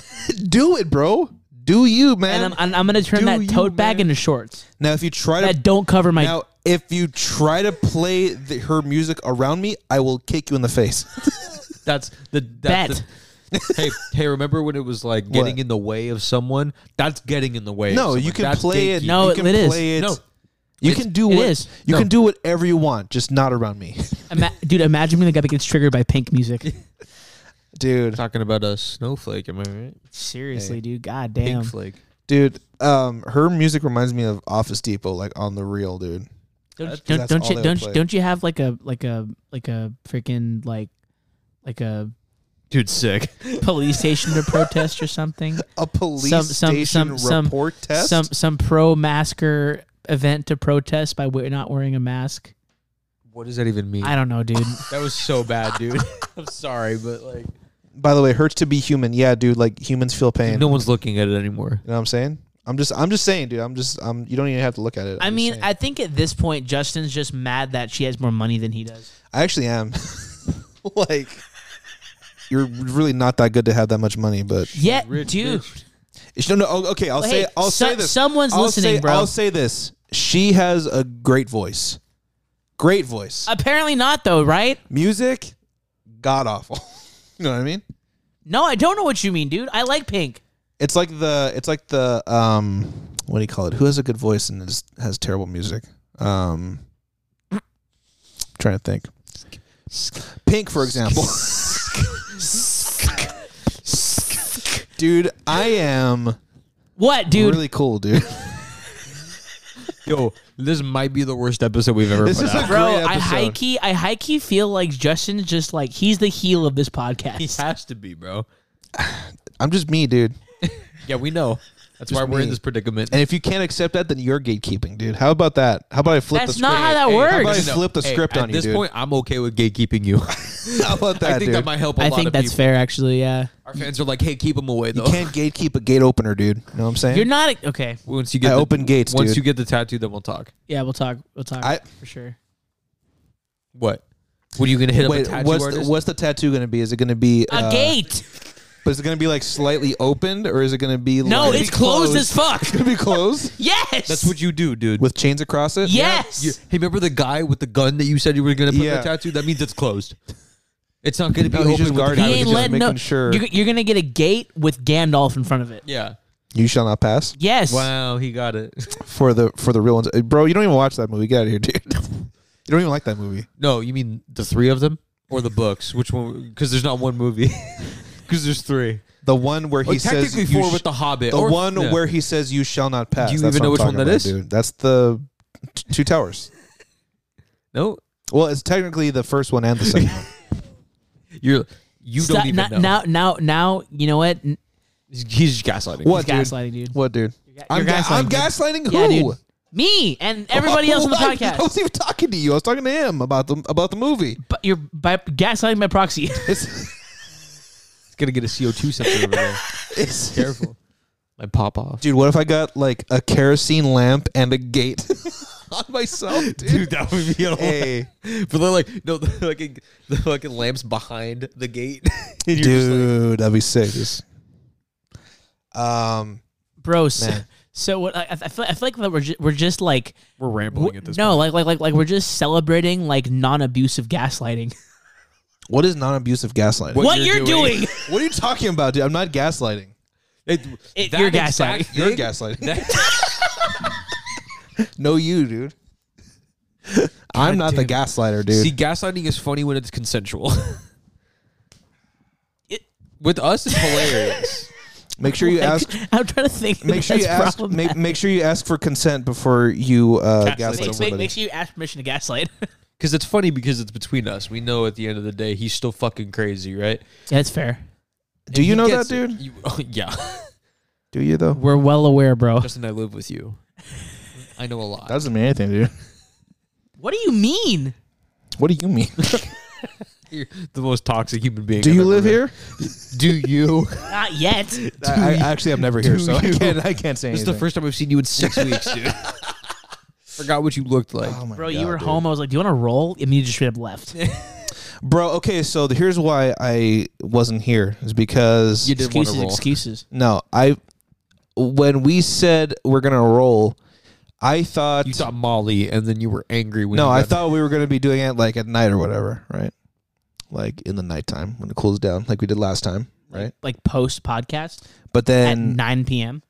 [SPEAKER 2] Do it, bro. Do you, man?
[SPEAKER 1] And I'm, and I'm gonna turn
[SPEAKER 2] Do
[SPEAKER 1] that
[SPEAKER 2] you,
[SPEAKER 1] tote bag
[SPEAKER 2] man?
[SPEAKER 1] into shorts
[SPEAKER 2] now, if you try to
[SPEAKER 1] that don't cover my.
[SPEAKER 2] now, if you try to play the, her music around me, I will kick you in the face.
[SPEAKER 3] That's the that's The, hey, hey! Remember when it was like getting
[SPEAKER 2] What?
[SPEAKER 3] in the way of someone? That's getting in the way. of
[SPEAKER 2] no,
[SPEAKER 3] someone.
[SPEAKER 2] you can
[SPEAKER 3] That's
[SPEAKER 2] play it.
[SPEAKER 3] gatekeeping.
[SPEAKER 1] No,
[SPEAKER 2] you
[SPEAKER 1] it-
[SPEAKER 2] can
[SPEAKER 1] it is.
[SPEAKER 2] play it.
[SPEAKER 3] No.
[SPEAKER 2] you
[SPEAKER 3] It's-
[SPEAKER 2] can do
[SPEAKER 1] it
[SPEAKER 2] what
[SPEAKER 1] is.
[SPEAKER 2] you
[SPEAKER 3] No.
[SPEAKER 2] can do whatever you want, just not around me,
[SPEAKER 1] Ima- dude, imagine being the guy that gets triggered by pink music.
[SPEAKER 2] dude.
[SPEAKER 3] Talking about a snowflake, am I right?
[SPEAKER 1] Seriously,
[SPEAKER 2] Hey.
[SPEAKER 1] dude. God damn.
[SPEAKER 3] Pink flake.
[SPEAKER 2] dude um her music reminds me of office depot like on the real dude
[SPEAKER 1] Don't
[SPEAKER 2] That's-
[SPEAKER 1] don't,
[SPEAKER 2] that's
[SPEAKER 1] don't
[SPEAKER 2] all
[SPEAKER 1] you
[SPEAKER 2] they
[SPEAKER 1] don't
[SPEAKER 2] would play.
[SPEAKER 1] you, don't you have like a like a like a freaking like like a
[SPEAKER 3] Dude, sick.
[SPEAKER 1] police station to protest or something?
[SPEAKER 2] a police
[SPEAKER 1] Some- some-
[SPEAKER 2] station
[SPEAKER 1] some- some-
[SPEAKER 2] report test
[SPEAKER 1] Some some pro masker event to protest by we- not wearing a mask.
[SPEAKER 3] What does that even mean?
[SPEAKER 1] I don't know, dude.
[SPEAKER 3] That was so bad, dude. I'm sorry, but like
[SPEAKER 2] by the way hurts to be human yeah dude like humans feel pain
[SPEAKER 3] no one's looking at it anymore.
[SPEAKER 2] you know what i'm saying i'm just i'm just saying dude i'm just i'm you don't even have to look at it
[SPEAKER 1] I
[SPEAKER 2] I'm just
[SPEAKER 1] mean,
[SPEAKER 2] saying.
[SPEAKER 1] I think at this point Justin's just mad that she has more money than he does.
[SPEAKER 2] I actually am like you're really not that good to have that much money but
[SPEAKER 1] Yeah,
[SPEAKER 3] Rich
[SPEAKER 1] dude.
[SPEAKER 3] bitch.
[SPEAKER 2] no no oh, okay i'll
[SPEAKER 1] Well,
[SPEAKER 2] say
[SPEAKER 1] hey,
[SPEAKER 2] i'll
[SPEAKER 1] so-
[SPEAKER 2] say this
[SPEAKER 1] someone's
[SPEAKER 2] I'll
[SPEAKER 1] listening,
[SPEAKER 2] say,
[SPEAKER 1] bro.
[SPEAKER 2] i'll say this she has a great voice great voice
[SPEAKER 1] Apparently not though, right?
[SPEAKER 2] music god awful you know what i mean
[SPEAKER 1] No, I don't know what you mean, dude. I like pink.
[SPEAKER 2] It's like the it's like the um what do you call it? Who has a good voice and is, has terrible music? Um trying to think. Pink, for example. dude, I am
[SPEAKER 1] What, dude?
[SPEAKER 2] really cool, dude.
[SPEAKER 3] Yo, this might be the worst episode we've ever
[SPEAKER 2] This
[SPEAKER 3] put
[SPEAKER 2] is
[SPEAKER 3] out.
[SPEAKER 2] a
[SPEAKER 1] Bro,
[SPEAKER 2] great
[SPEAKER 1] I
[SPEAKER 2] episode.
[SPEAKER 1] high key, I high key feel like Justin's just like he's the heel of this podcast.
[SPEAKER 3] It has to be, bro.
[SPEAKER 2] I'm just me, dude.
[SPEAKER 3] Yeah, we know. That's why
[SPEAKER 2] Just
[SPEAKER 3] we're in
[SPEAKER 2] me.
[SPEAKER 3] this predicament.
[SPEAKER 2] And if you can't accept that, then you're gatekeeping, dude. How about that? How about I flip
[SPEAKER 1] That's
[SPEAKER 2] the
[SPEAKER 1] not
[SPEAKER 2] script?
[SPEAKER 1] how that
[SPEAKER 3] how
[SPEAKER 1] works.
[SPEAKER 3] about I
[SPEAKER 2] Just flip the script
[SPEAKER 3] at
[SPEAKER 2] on you,
[SPEAKER 3] this
[SPEAKER 2] dude.
[SPEAKER 3] point, I'm okay with gatekeeping you.
[SPEAKER 2] How about that,
[SPEAKER 3] I think
[SPEAKER 2] dude?
[SPEAKER 3] that might help a
[SPEAKER 1] I
[SPEAKER 3] lot
[SPEAKER 1] think
[SPEAKER 3] of
[SPEAKER 1] that's
[SPEAKER 3] people.
[SPEAKER 1] fair, actually. Yeah,
[SPEAKER 3] Our fans are like, "Hey, keep them away,
[SPEAKER 2] you
[SPEAKER 3] though."
[SPEAKER 2] can't gatekeep a gate opener, dude. You know what I'm saying?
[SPEAKER 1] you're not okay.
[SPEAKER 3] Once you get
[SPEAKER 2] I
[SPEAKER 3] the,
[SPEAKER 2] open gates,
[SPEAKER 3] Once
[SPEAKER 2] dude.
[SPEAKER 3] you get the tattoo, then we'll talk.
[SPEAKER 1] Yeah, we'll talk. We'll talk
[SPEAKER 2] I-
[SPEAKER 1] for sure.
[SPEAKER 3] What? What are you gonna hit up a
[SPEAKER 2] Wait,
[SPEAKER 3] tattoo
[SPEAKER 2] what's the,
[SPEAKER 3] artist?
[SPEAKER 2] what's the tattoo going to be? Is it going to be
[SPEAKER 1] A
[SPEAKER 2] uh,
[SPEAKER 1] gate?
[SPEAKER 2] But is it going to be like slightly opened, or is it going to be
[SPEAKER 1] No,
[SPEAKER 2] like,
[SPEAKER 1] it's closed as fuck.
[SPEAKER 2] It's going to be closed
[SPEAKER 1] Yes,
[SPEAKER 3] That's what you do, dude.
[SPEAKER 2] with chains across it.
[SPEAKER 1] yes.
[SPEAKER 3] You- hey, remember the guy with the gun that you said you were gonna put in
[SPEAKER 2] Yeah.
[SPEAKER 3] the tattoo? That means it's closed. It's not gonna be
[SPEAKER 2] No,
[SPEAKER 3] open.
[SPEAKER 2] he's just
[SPEAKER 3] with the
[SPEAKER 2] guarding
[SPEAKER 3] guy
[SPEAKER 1] he
[SPEAKER 2] was
[SPEAKER 3] with
[SPEAKER 1] ain't letting
[SPEAKER 3] the gun.
[SPEAKER 1] no.
[SPEAKER 2] making sure.
[SPEAKER 1] You're, you're gonna get a gate with Gandalf in front of it.
[SPEAKER 3] Yeah.
[SPEAKER 2] You shall not pass
[SPEAKER 1] Yes.
[SPEAKER 3] Wow, he got it.
[SPEAKER 2] for the for the real ones, Uh, bro. You don't even watch that movie. Get out of here, dude. you don't even like that movie.
[SPEAKER 3] No, you mean the three of them or the books? Which one? Because there's not one movie. Because there's three.
[SPEAKER 2] The one where he
[SPEAKER 3] Or
[SPEAKER 2] says
[SPEAKER 3] technically
[SPEAKER 2] you
[SPEAKER 3] four
[SPEAKER 2] sh-
[SPEAKER 3] with the Hobbit.
[SPEAKER 2] the
[SPEAKER 3] or-
[SPEAKER 2] one
[SPEAKER 3] yeah.
[SPEAKER 2] where he says you shall not pass.
[SPEAKER 3] Do you
[SPEAKER 2] That's
[SPEAKER 3] even
[SPEAKER 2] what
[SPEAKER 3] know
[SPEAKER 2] I'm
[SPEAKER 3] which
[SPEAKER 2] talking
[SPEAKER 3] one that
[SPEAKER 2] about,
[SPEAKER 3] is?
[SPEAKER 2] Dude. That's the t- Two Towers.
[SPEAKER 3] no,
[SPEAKER 2] Well, it's technically the first one and the second. one.
[SPEAKER 3] you're you
[SPEAKER 1] Stop-
[SPEAKER 3] don't even
[SPEAKER 1] now,
[SPEAKER 3] know.
[SPEAKER 1] now, now, now, you know what? N-
[SPEAKER 3] he's he's gaslighting.
[SPEAKER 2] What,
[SPEAKER 1] He's
[SPEAKER 2] dude?
[SPEAKER 1] gaslighting, dude.
[SPEAKER 2] What, dude? I'm,
[SPEAKER 1] you're
[SPEAKER 2] ga- I'm
[SPEAKER 1] gaslighting,
[SPEAKER 2] gaslighting who?
[SPEAKER 1] Yeah, dude. Me and everybody else on the
[SPEAKER 2] What? I
[SPEAKER 1] podcast.
[SPEAKER 2] wasn't even talking to you. I was talking to him about the about the movie.
[SPEAKER 1] But you're by gaslighting by proxy.
[SPEAKER 2] It's,
[SPEAKER 3] He's gonna get a CO2 sensor over there.
[SPEAKER 2] it's
[SPEAKER 3] Careful, my pop off.
[SPEAKER 2] dude. What if I got like a kerosene lamp and a gate on myself, dude?
[SPEAKER 3] that would be a
[SPEAKER 2] hey,
[SPEAKER 3] But they're like, no, the fucking the fucking lamps behind the gate. And you're just like-
[SPEAKER 2] dude, that'd be sick. Just- um,
[SPEAKER 1] bro. So,
[SPEAKER 2] Man.
[SPEAKER 1] so what? I, I feel. I feel like that we're ju- we're just like
[SPEAKER 3] we're rambling
[SPEAKER 1] w- no, like like like like we're just celebrating like non-abusive gaslighting.
[SPEAKER 2] what is non-abusive gaslighting?
[SPEAKER 1] What, you're, doing?
[SPEAKER 2] What are you talking about, dude? I'm not gaslighting.
[SPEAKER 3] It,
[SPEAKER 1] It-
[SPEAKER 3] that
[SPEAKER 1] you're
[SPEAKER 3] exact
[SPEAKER 1] gaslighting.
[SPEAKER 2] You're
[SPEAKER 3] thing-
[SPEAKER 2] gaslighting.
[SPEAKER 3] that-
[SPEAKER 2] no, you, dude. I'm not the
[SPEAKER 3] damn
[SPEAKER 2] gaslighter, dude.
[SPEAKER 3] See, gaslighting is funny when it's consensual.
[SPEAKER 1] It-
[SPEAKER 3] With us, it's hilarious.
[SPEAKER 2] make sure you
[SPEAKER 1] Like,
[SPEAKER 2] ask.
[SPEAKER 1] I'm trying to think.
[SPEAKER 2] Make sure you
[SPEAKER 1] that's
[SPEAKER 2] ask.
[SPEAKER 1] problematic.
[SPEAKER 2] Make, make sure you ask for consent before you uh,
[SPEAKER 3] Gaslight
[SPEAKER 2] gaslight
[SPEAKER 1] Make, make,
[SPEAKER 2] somebody.
[SPEAKER 1] make sure you ask permission to gaslight. yeah,
[SPEAKER 3] Because it's funny because it's between us. We know at the end of the day he's still fucking crazy, right?
[SPEAKER 1] that's fair.
[SPEAKER 2] Do you
[SPEAKER 3] He
[SPEAKER 2] know that,
[SPEAKER 3] gets it.
[SPEAKER 2] dude?
[SPEAKER 3] You- oh, yeah.
[SPEAKER 2] Do you though?
[SPEAKER 1] We're well aware, bro.
[SPEAKER 3] Justin, I live with you. I know a lot.
[SPEAKER 2] doesn't mean anything, dude.
[SPEAKER 1] What do you mean?
[SPEAKER 2] What do you mean?
[SPEAKER 3] You're the most toxic human being.
[SPEAKER 2] Do
[SPEAKER 3] I've
[SPEAKER 2] you
[SPEAKER 3] ever
[SPEAKER 2] live
[SPEAKER 3] met.
[SPEAKER 2] here?
[SPEAKER 3] Do you?
[SPEAKER 1] Not yet.
[SPEAKER 2] I, I actually I'm never here,
[SPEAKER 3] Do
[SPEAKER 2] so I
[SPEAKER 3] you?
[SPEAKER 2] can't I can't say
[SPEAKER 3] This is the
[SPEAKER 2] anything.
[SPEAKER 3] first time I've seen you in six weeks, dude. Forgot what you looked like.
[SPEAKER 2] Oh my
[SPEAKER 1] Bro,
[SPEAKER 2] God,
[SPEAKER 1] you were
[SPEAKER 2] dude.
[SPEAKER 1] home. I was like, "Do you want to roll?" And you just straight up left.
[SPEAKER 2] bro. Okay, so the- here's why I wasn't here is because
[SPEAKER 3] You did- Didn't wanna
[SPEAKER 1] excuses,
[SPEAKER 3] roll.
[SPEAKER 1] excuses.
[SPEAKER 2] no, I when we said we're gonna roll, I thought
[SPEAKER 3] You thought Molly, and then you were angry when
[SPEAKER 2] no,
[SPEAKER 3] you
[SPEAKER 2] I
[SPEAKER 3] got-
[SPEAKER 2] thought we were gonna be doing it like at night or whatever, right? Like in the nighttime when it cools down, like we did last time, right?
[SPEAKER 1] like post podcast
[SPEAKER 2] But
[SPEAKER 1] at
[SPEAKER 2] then
[SPEAKER 1] 9 p.m.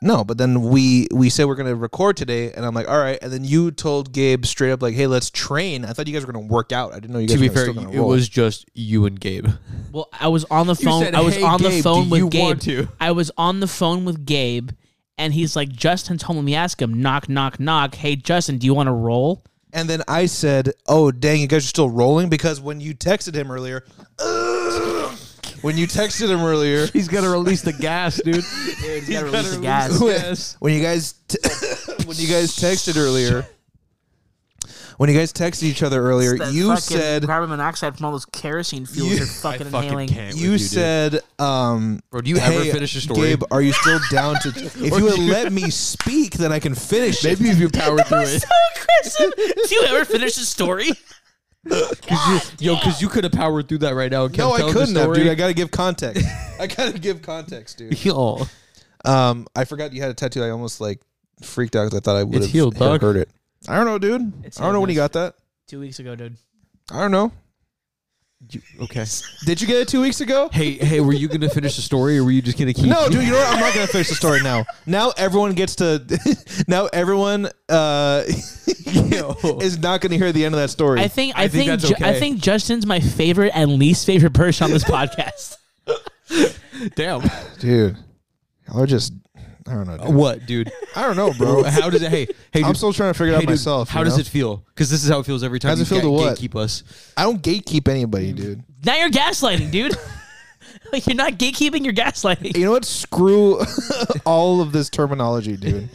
[SPEAKER 2] no, but then we we said we're gonna record today, and I'm like, all right. And then you told Gabe straight up like, hey, let's train. I thought you guys were gonna work out. I didn't know you guys.
[SPEAKER 3] To be
[SPEAKER 2] were gonna-
[SPEAKER 3] fair,
[SPEAKER 2] still gonna
[SPEAKER 3] it
[SPEAKER 2] roll.
[SPEAKER 3] was just you and Gabe.
[SPEAKER 1] Well, I was on the phone. I was on the phone with Gabe. I was on the phone with Gabe, and he's like, "Justin's home. Let me ask him. Knock, knock, knock. Hey, Justin, do you want to roll?"
[SPEAKER 2] And then I said, "Oh, dang, you guys are still rolling because when you texted him earlier, Ugh! when you texted him earlier,
[SPEAKER 3] He's got to release the gas, dude.
[SPEAKER 1] gotta release the gas.
[SPEAKER 2] when, when you guys t- when you guys texted earlier, when you guys texted each other earlier, you said
[SPEAKER 1] carbon monoxide from all those kerosene fuels
[SPEAKER 2] You-
[SPEAKER 1] you're
[SPEAKER 3] I
[SPEAKER 1] fucking
[SPEAKER 3] fucking
[SPEAKER 1] inhaling.
[SPEAKER 3] can't. with
[SPEAKER 2] you,
[SPEAKER 3] dude.
[SPEAKER 2] said, um,
[SPEAKER 3] Bro, do you
[SPEAKER 2] hey,
[SPEAKER 3] ever finish a story?
[SPEAKER 2] Gabe, are you still down to? if you would let me speak, then I can finish. Maybe if you power through it.
[SPEAKER 1] So aggressive. do you ever finish the story?
[SPEAKER 3] Yo, because you could have powered through that right now. and kept
[SPEAKER 2] No, I
[SPEAKER 3] telling the
[SPEAKER 2] couldn't have,
[SPEAKER 3] story.
[SPEAKER 2] dude. I gotta give context. I gotta give context, dude.
[SPEAKER 3] Yo,
[SPEAKER 2] Um, I forgot you had a tattoo. I almost like freaked out because I thought I would
[SPEAKER 3] It's
[SPEAKER 2] have
[SPEAKER 3] healed, dog.
[SPEAKER 2] heard it. I don't know, dude.
[SPEAKER 1] It's
[SPEAKER 2] I don't know
[SPEAKER 1] healed,
[SPEAKER 2] when you got that.
[SPEAKER 1] Two weeks ago, dude.
[SPEAKER 2] I don't know.
[SPEAKER 3] okay.
[SPEAKER 2] Did you get it two weeks ago?
[SPEAKER 3] Hey, hey, were you gonna finish the story, or were you just gonna keep?
[SPEAKER 2] No, dude. You know what? I'm not gonna finish the story now. Now everyone gets to. now everyone uh, is not gonna hear the end of that story.
[SPEAKER 1] I think I,
[SPEAKER 3] I
[SPEAKER 1] think,
[SPEAKER 3] think that's
[SPEAKER 1] Ju- I
[SPEAKER 3] okay.
[SPEAKER 1] think Justin's my favorite and least favorite person on this podcast.
[SPEAKER 3] Damn.
[SPEAKER 2] dude, y'all are just. I don't know. Dude.
[SPEAKER 3] What, dude?
[SPEAKER 2] I don't know, bro.
[SPEAKER 3] How does it? Hey, hey,
[SPEAKER 2] I'm
[SPEAKER 3] dude,
[SPEAKER 2] still trying to figure it
[SPEAKER 3] hey,
[SPEAKER 2] out
[SPEAKER 3] dude,
[SPEAKER 2] myself.
[SPEAKER 3] How
[SPEAKER 2] you
[SPEAKER 3] does
[SPEAKER 2] know?
[SPEAKER 3] it feel? Because this is how it feels every time.
[SPEAKER 2] How does
[SPEAKER 3] you
[SPEAKER 2] it feel
[SPEAKER 3] ga-
[SPEAKER 2] to what?
[SPEAKER 3] Gatekeep us.
[SPEAKER 2] I don't gatekeep
[SPEAKER 3] Mm.
[SPEAKER 2] anybody, dude.
[SPEAKER 1] now you're gaslighting, dude. like you're not gatekeeping, you're gaslighting.
[SPEAKER 2] You know what? Screw all of this terminology, dude.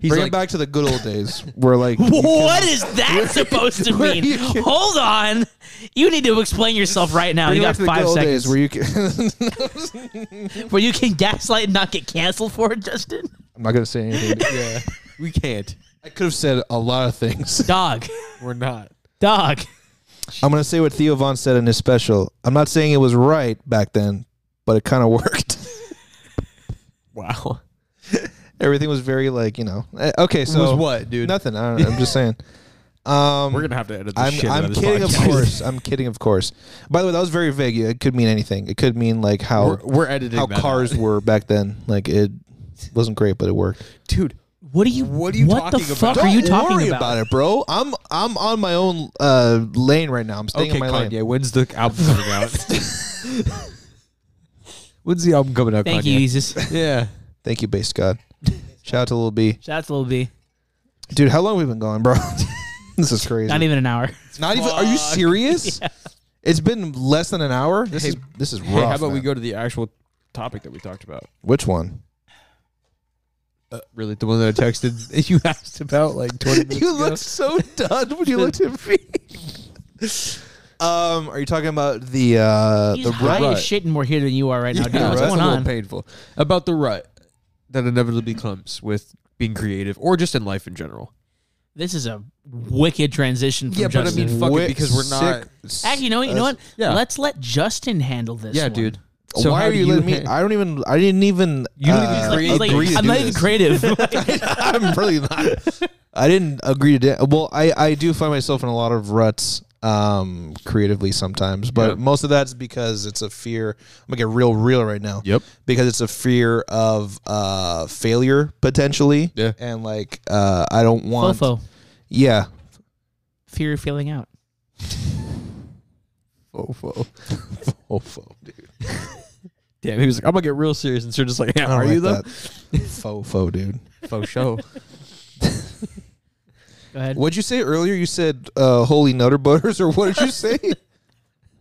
[SPEAKER 3] He's
[SPEAKER 2] Bring
[SPEAKER 3] like,
[SPEAKER 2] it back to the good old days where like you can-
[SPEAKER 1] What is that supposed to
[SPEAKER 2] where
[SPEAKER 1] mean?
[SPEAKER 2] you can-
[SPEAKER 1] Hold on. You need to explain yourself right now.
[SPEAKER 2] bring
[SPEAKER 1] You
[SPEAKER 2] it back
[SPEAKER 1] got
[SPEAKER 2] to the
[SPEAKER 1] five
[SPEAKER 2] good old
[SPEAKER 1] seconds
[SPEAKER 2] days where you can
[SPEAKER 1] where you can gaslight and not get canceled for it, Justin.
[SPEAKER 2] I'm not gonna say anything. dude.
[SPEAKER 3] Yeah, we can't.
[SPEAKER 2] I could have said a lot of things.
[SPEAKER 1] Dog.
[SPEAKER 3] We're not.
[SPEAKER 1] Dog.
[SPEAKER 2] I'm gonna say what Theo Vaughn said in his special. I'm not saying it was right back then, but it kind of worked.
[SPEAKER 3] Wow.
[SPEAKER 2] Everything was very like you know. eh, Okay, so
[SPEAKER 3] was what, dude?
[SPEAKER 2] Nothing. I don't know. I'm just saying. Um,
[SPEAKER 3] We're gonna have to edit this
[SPEAKER 2] I'm,
[SPEAKER 3] shit out
[SPEAKER 2] I'm
[SPEAKER 3] of this
[SPEAKER 2] kidding, of
[SPEAKER 3] podcast.
[SPEAKER 2] course. I'm kidding, of course. By the way, that was very vague. It could mean anything. It could mean like how
[SPEAKER 3] We're, we're editing
[SPEAKER 2] how
[SPEAKER 3] that
[SPEAKER 2] cars
[SPEAKER 3] out.
[SPEAKER 2] were back then. Like it wasn't great, but it worked.
[SPEAKER 3] dude.
[SPEAKER 1] What are you
[SPEAKER 3] What are you
[SPEAKER 1] What the
[SPEAKER 3] talking
[SPEAKER 1] fuck
[SPEAKER 3] about?
[SPEAKER 1] are you
[SPEAKER 2] Don't
[SPEAKER 1] talking
[SPEAKER 2] worry
[SPEAKER 1] about?
[SPEAKER 2] it, bro. I'm I'm on my own uh, lane right now. I'm staying
[SPEAKER 3] Okay,
[SPEAKER 2] in my
[SPEAKER 3] Kanye,
[SPEAKER 2] lane.
[SPEAKER 3] when's the album coming out? when's the album coming out?
[SPEAKER 1] Thank you,
[SPEAKER 3] Kanye?
[SPEAKER 1] Jesus. Shout
[SPEAKER 3] Yeah.
[SPEAKER 2] Thank you, base god. Shout out to Lil B,
[SPEAKER 1] out to Lil B.
[SPEAKER 2] dude. How long have we been going, bro? this is crazy.
[SPEAKER 1] Not even an hour.
[SPEAKER 2] Not even- Are you serious? It's been less than an hour. This
[SPEAKER 3] Hey-
[SPEAKER 2] is this is rough.
[SPEAKER 3] Hey, how about we
[SPEAKER 2] man.
[SPEAKER 3] go to the actual topic that we talked about?
[SPEAKER 2] Which one?
[SPEAKER 3] Uh, really, the one that I texted you asked about like twenty minutes
[SPEAKER 2] You
[SPEAKER 3] ago.
[SPEAKER 2] looked so done when you looked at me. um, are you talking about the uh,
[SPEAKER 1] He's
[SPEAKER 2] the
[SPEAKER 1] high
[SPEAKER 2] rut?
[SPEAKER 1] as shit and more here than you are right now, dude.
[SPEAKER 2] Yeah,
[SPEAKER 1] What's
[SPEAKER 2] right.
[SPEAKER 1] going
[SPEAKER 3] a little
[SPEAKER 1] on?
[SPEAKER 3] painful about the rut that inevitably comes with being creative or just in life in general.
[SPEAKER 1] This is a wicked transition from
[SPEAKER 3] Yeah, but I
[SPEAKER 1] Justin.
[SPEAKER 3] mean, fuck it,
[SPEAKER 2] Wick-
[SPEAKER 3] because we're not-
[SPEAKER 2] sick-
[SPEAKER 1] Actually, you know what? You know what?
[SPEAKER 3] yeah.
[SPEAKER 1] Let's let Justin handle this.
[SPEAKER 3] yeah,
[SPEAKER 1] one.
[SPEAKER 3] dude.
[SPEAKER 2] Why
[SPEAKER 3] how
[SPEAKER 2] are
[SPEAKER 3] do
[SPEAKER 2] you letting me? I don't even. I didn't even.
[SPEAKER 3] You didn't even
[SPEAKER 2] uh,
[SPEAKER 3] create-
[SPEAKER 1] He's like,
[SPEAKER 2] agree to
[SPEAKER 1] I'm
[SPEAKER 2] do
[SPEAKER 1] not
[SPEAKER 2] this.
[SPEAKER 1] even creative.
[SPEAKER 2] I'm really not. I didn't agree to. da- well, I I do find myself in a lot of ruts um creatively sometimes but
[SPEAKER 3] Yeah.
[SPEAKER 2] most of that's because it's a fear i'm gonna get real real right now
[SPEAKER 3] Yep.
[SPEAKER 2] because it's a fear of uh failure potentially
[SPEAKER 3] Yeah.
[SPEAKER 2] and like uh i don't want
[SPEAKER 1] Fofo.
[SPEAKER 2] yeah
[SPEAKER 1] Fear of failing out.
[SPEAKER 3] Fofo.
[SPEAKER 2] fofo dude
[SPEAKER 3] Damn, he was like, I'm gonna get real serious, and so just like, yeah,
[SPEAKER 2] I
[SPEAKER 3] are
[SPEAKER 2] don't
[SPEAKER 3] you
[SPEAKER 2] like
[SPEAKER 3] though?
[SPEAKER 2] that. fofo dude
[SPEAKER 3] Faux show.
[SPEAKER 1] Go ahead.
[SPEAKER 2] what'd you say earlier you said uh holy nutter butters or what did you say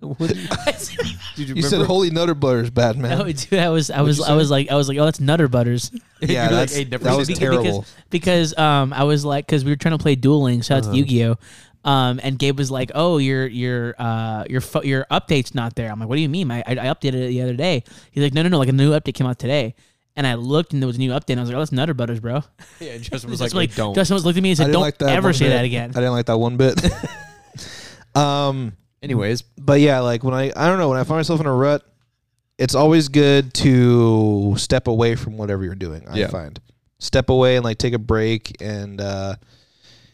[SPEAKER 3] What do you- Did you,
[SPEAKER 2] you said holy nutter butters bad man
[SPEAKER 1] Oh, dude, I was, I was,
[SPEAKER 3] you
[SPEAKER 1] I was like, I was like, oh, that's Nutter Butters,
[SPEAKER 2] yeah
[SPEAKER 3] You're like,
[SPEAKER 2] that's,
[SPEAKER 3] "Hey, never
[SPEAKER 2] that
[SPEAKER 3] said
[SPEAKER 2] was
[SPEAKER 3] that."
[SPEAKER 2] terrible
[SPEAKER 1] because um, I was like, because we were trying to play dueling, shout out
[SPEAKER 2] Uh-huh.
[SPEAKER 1] to Yu-Gi-Oh, um, and Gabe was like, oh, your, your, uh, your, fo- your update's not there. I'm like, what do you mean? I, I I updated it the other day. He's like, no, no, no, like a new update came out today, and I looked and there was a new update. and I was like, oh, that's Nutter Butters, bro.
[SPEAKER 3] yeah, Justin was like,
[SPEAKER 1] Justin
[SPEAKER 3] "Hey,
[SPEAKER 1] like,
[SPEAKER 3] don't.
[SPEAKER 1] Justin was looked at me and
[SPEAKER 2] I
[SPEAKER 1] said,
[SPEAKER 2] didn't
[SPEAKER 1] don't
[SPEAKER 2] like that
[SPEAKER 1] ever
[SPEAKER 2] one
[SPEAKER 1] say
[SPEAKER 2] bit.
[SPEAKER 1] that
[SPEAKER 2] I
[SPEAKER 1] again.
[SPEAKER 2] didn't like that one bit. um,
[SPEAKER 3] Anyways,
[SPEAKER 2] but yeah, like when I I don't know when I find myself in a rut, it's always good to step away from whatever you're doing. I
[SPEAKER 3] Yeah.
[SPEAKER 2] find step away and like take a break and uh,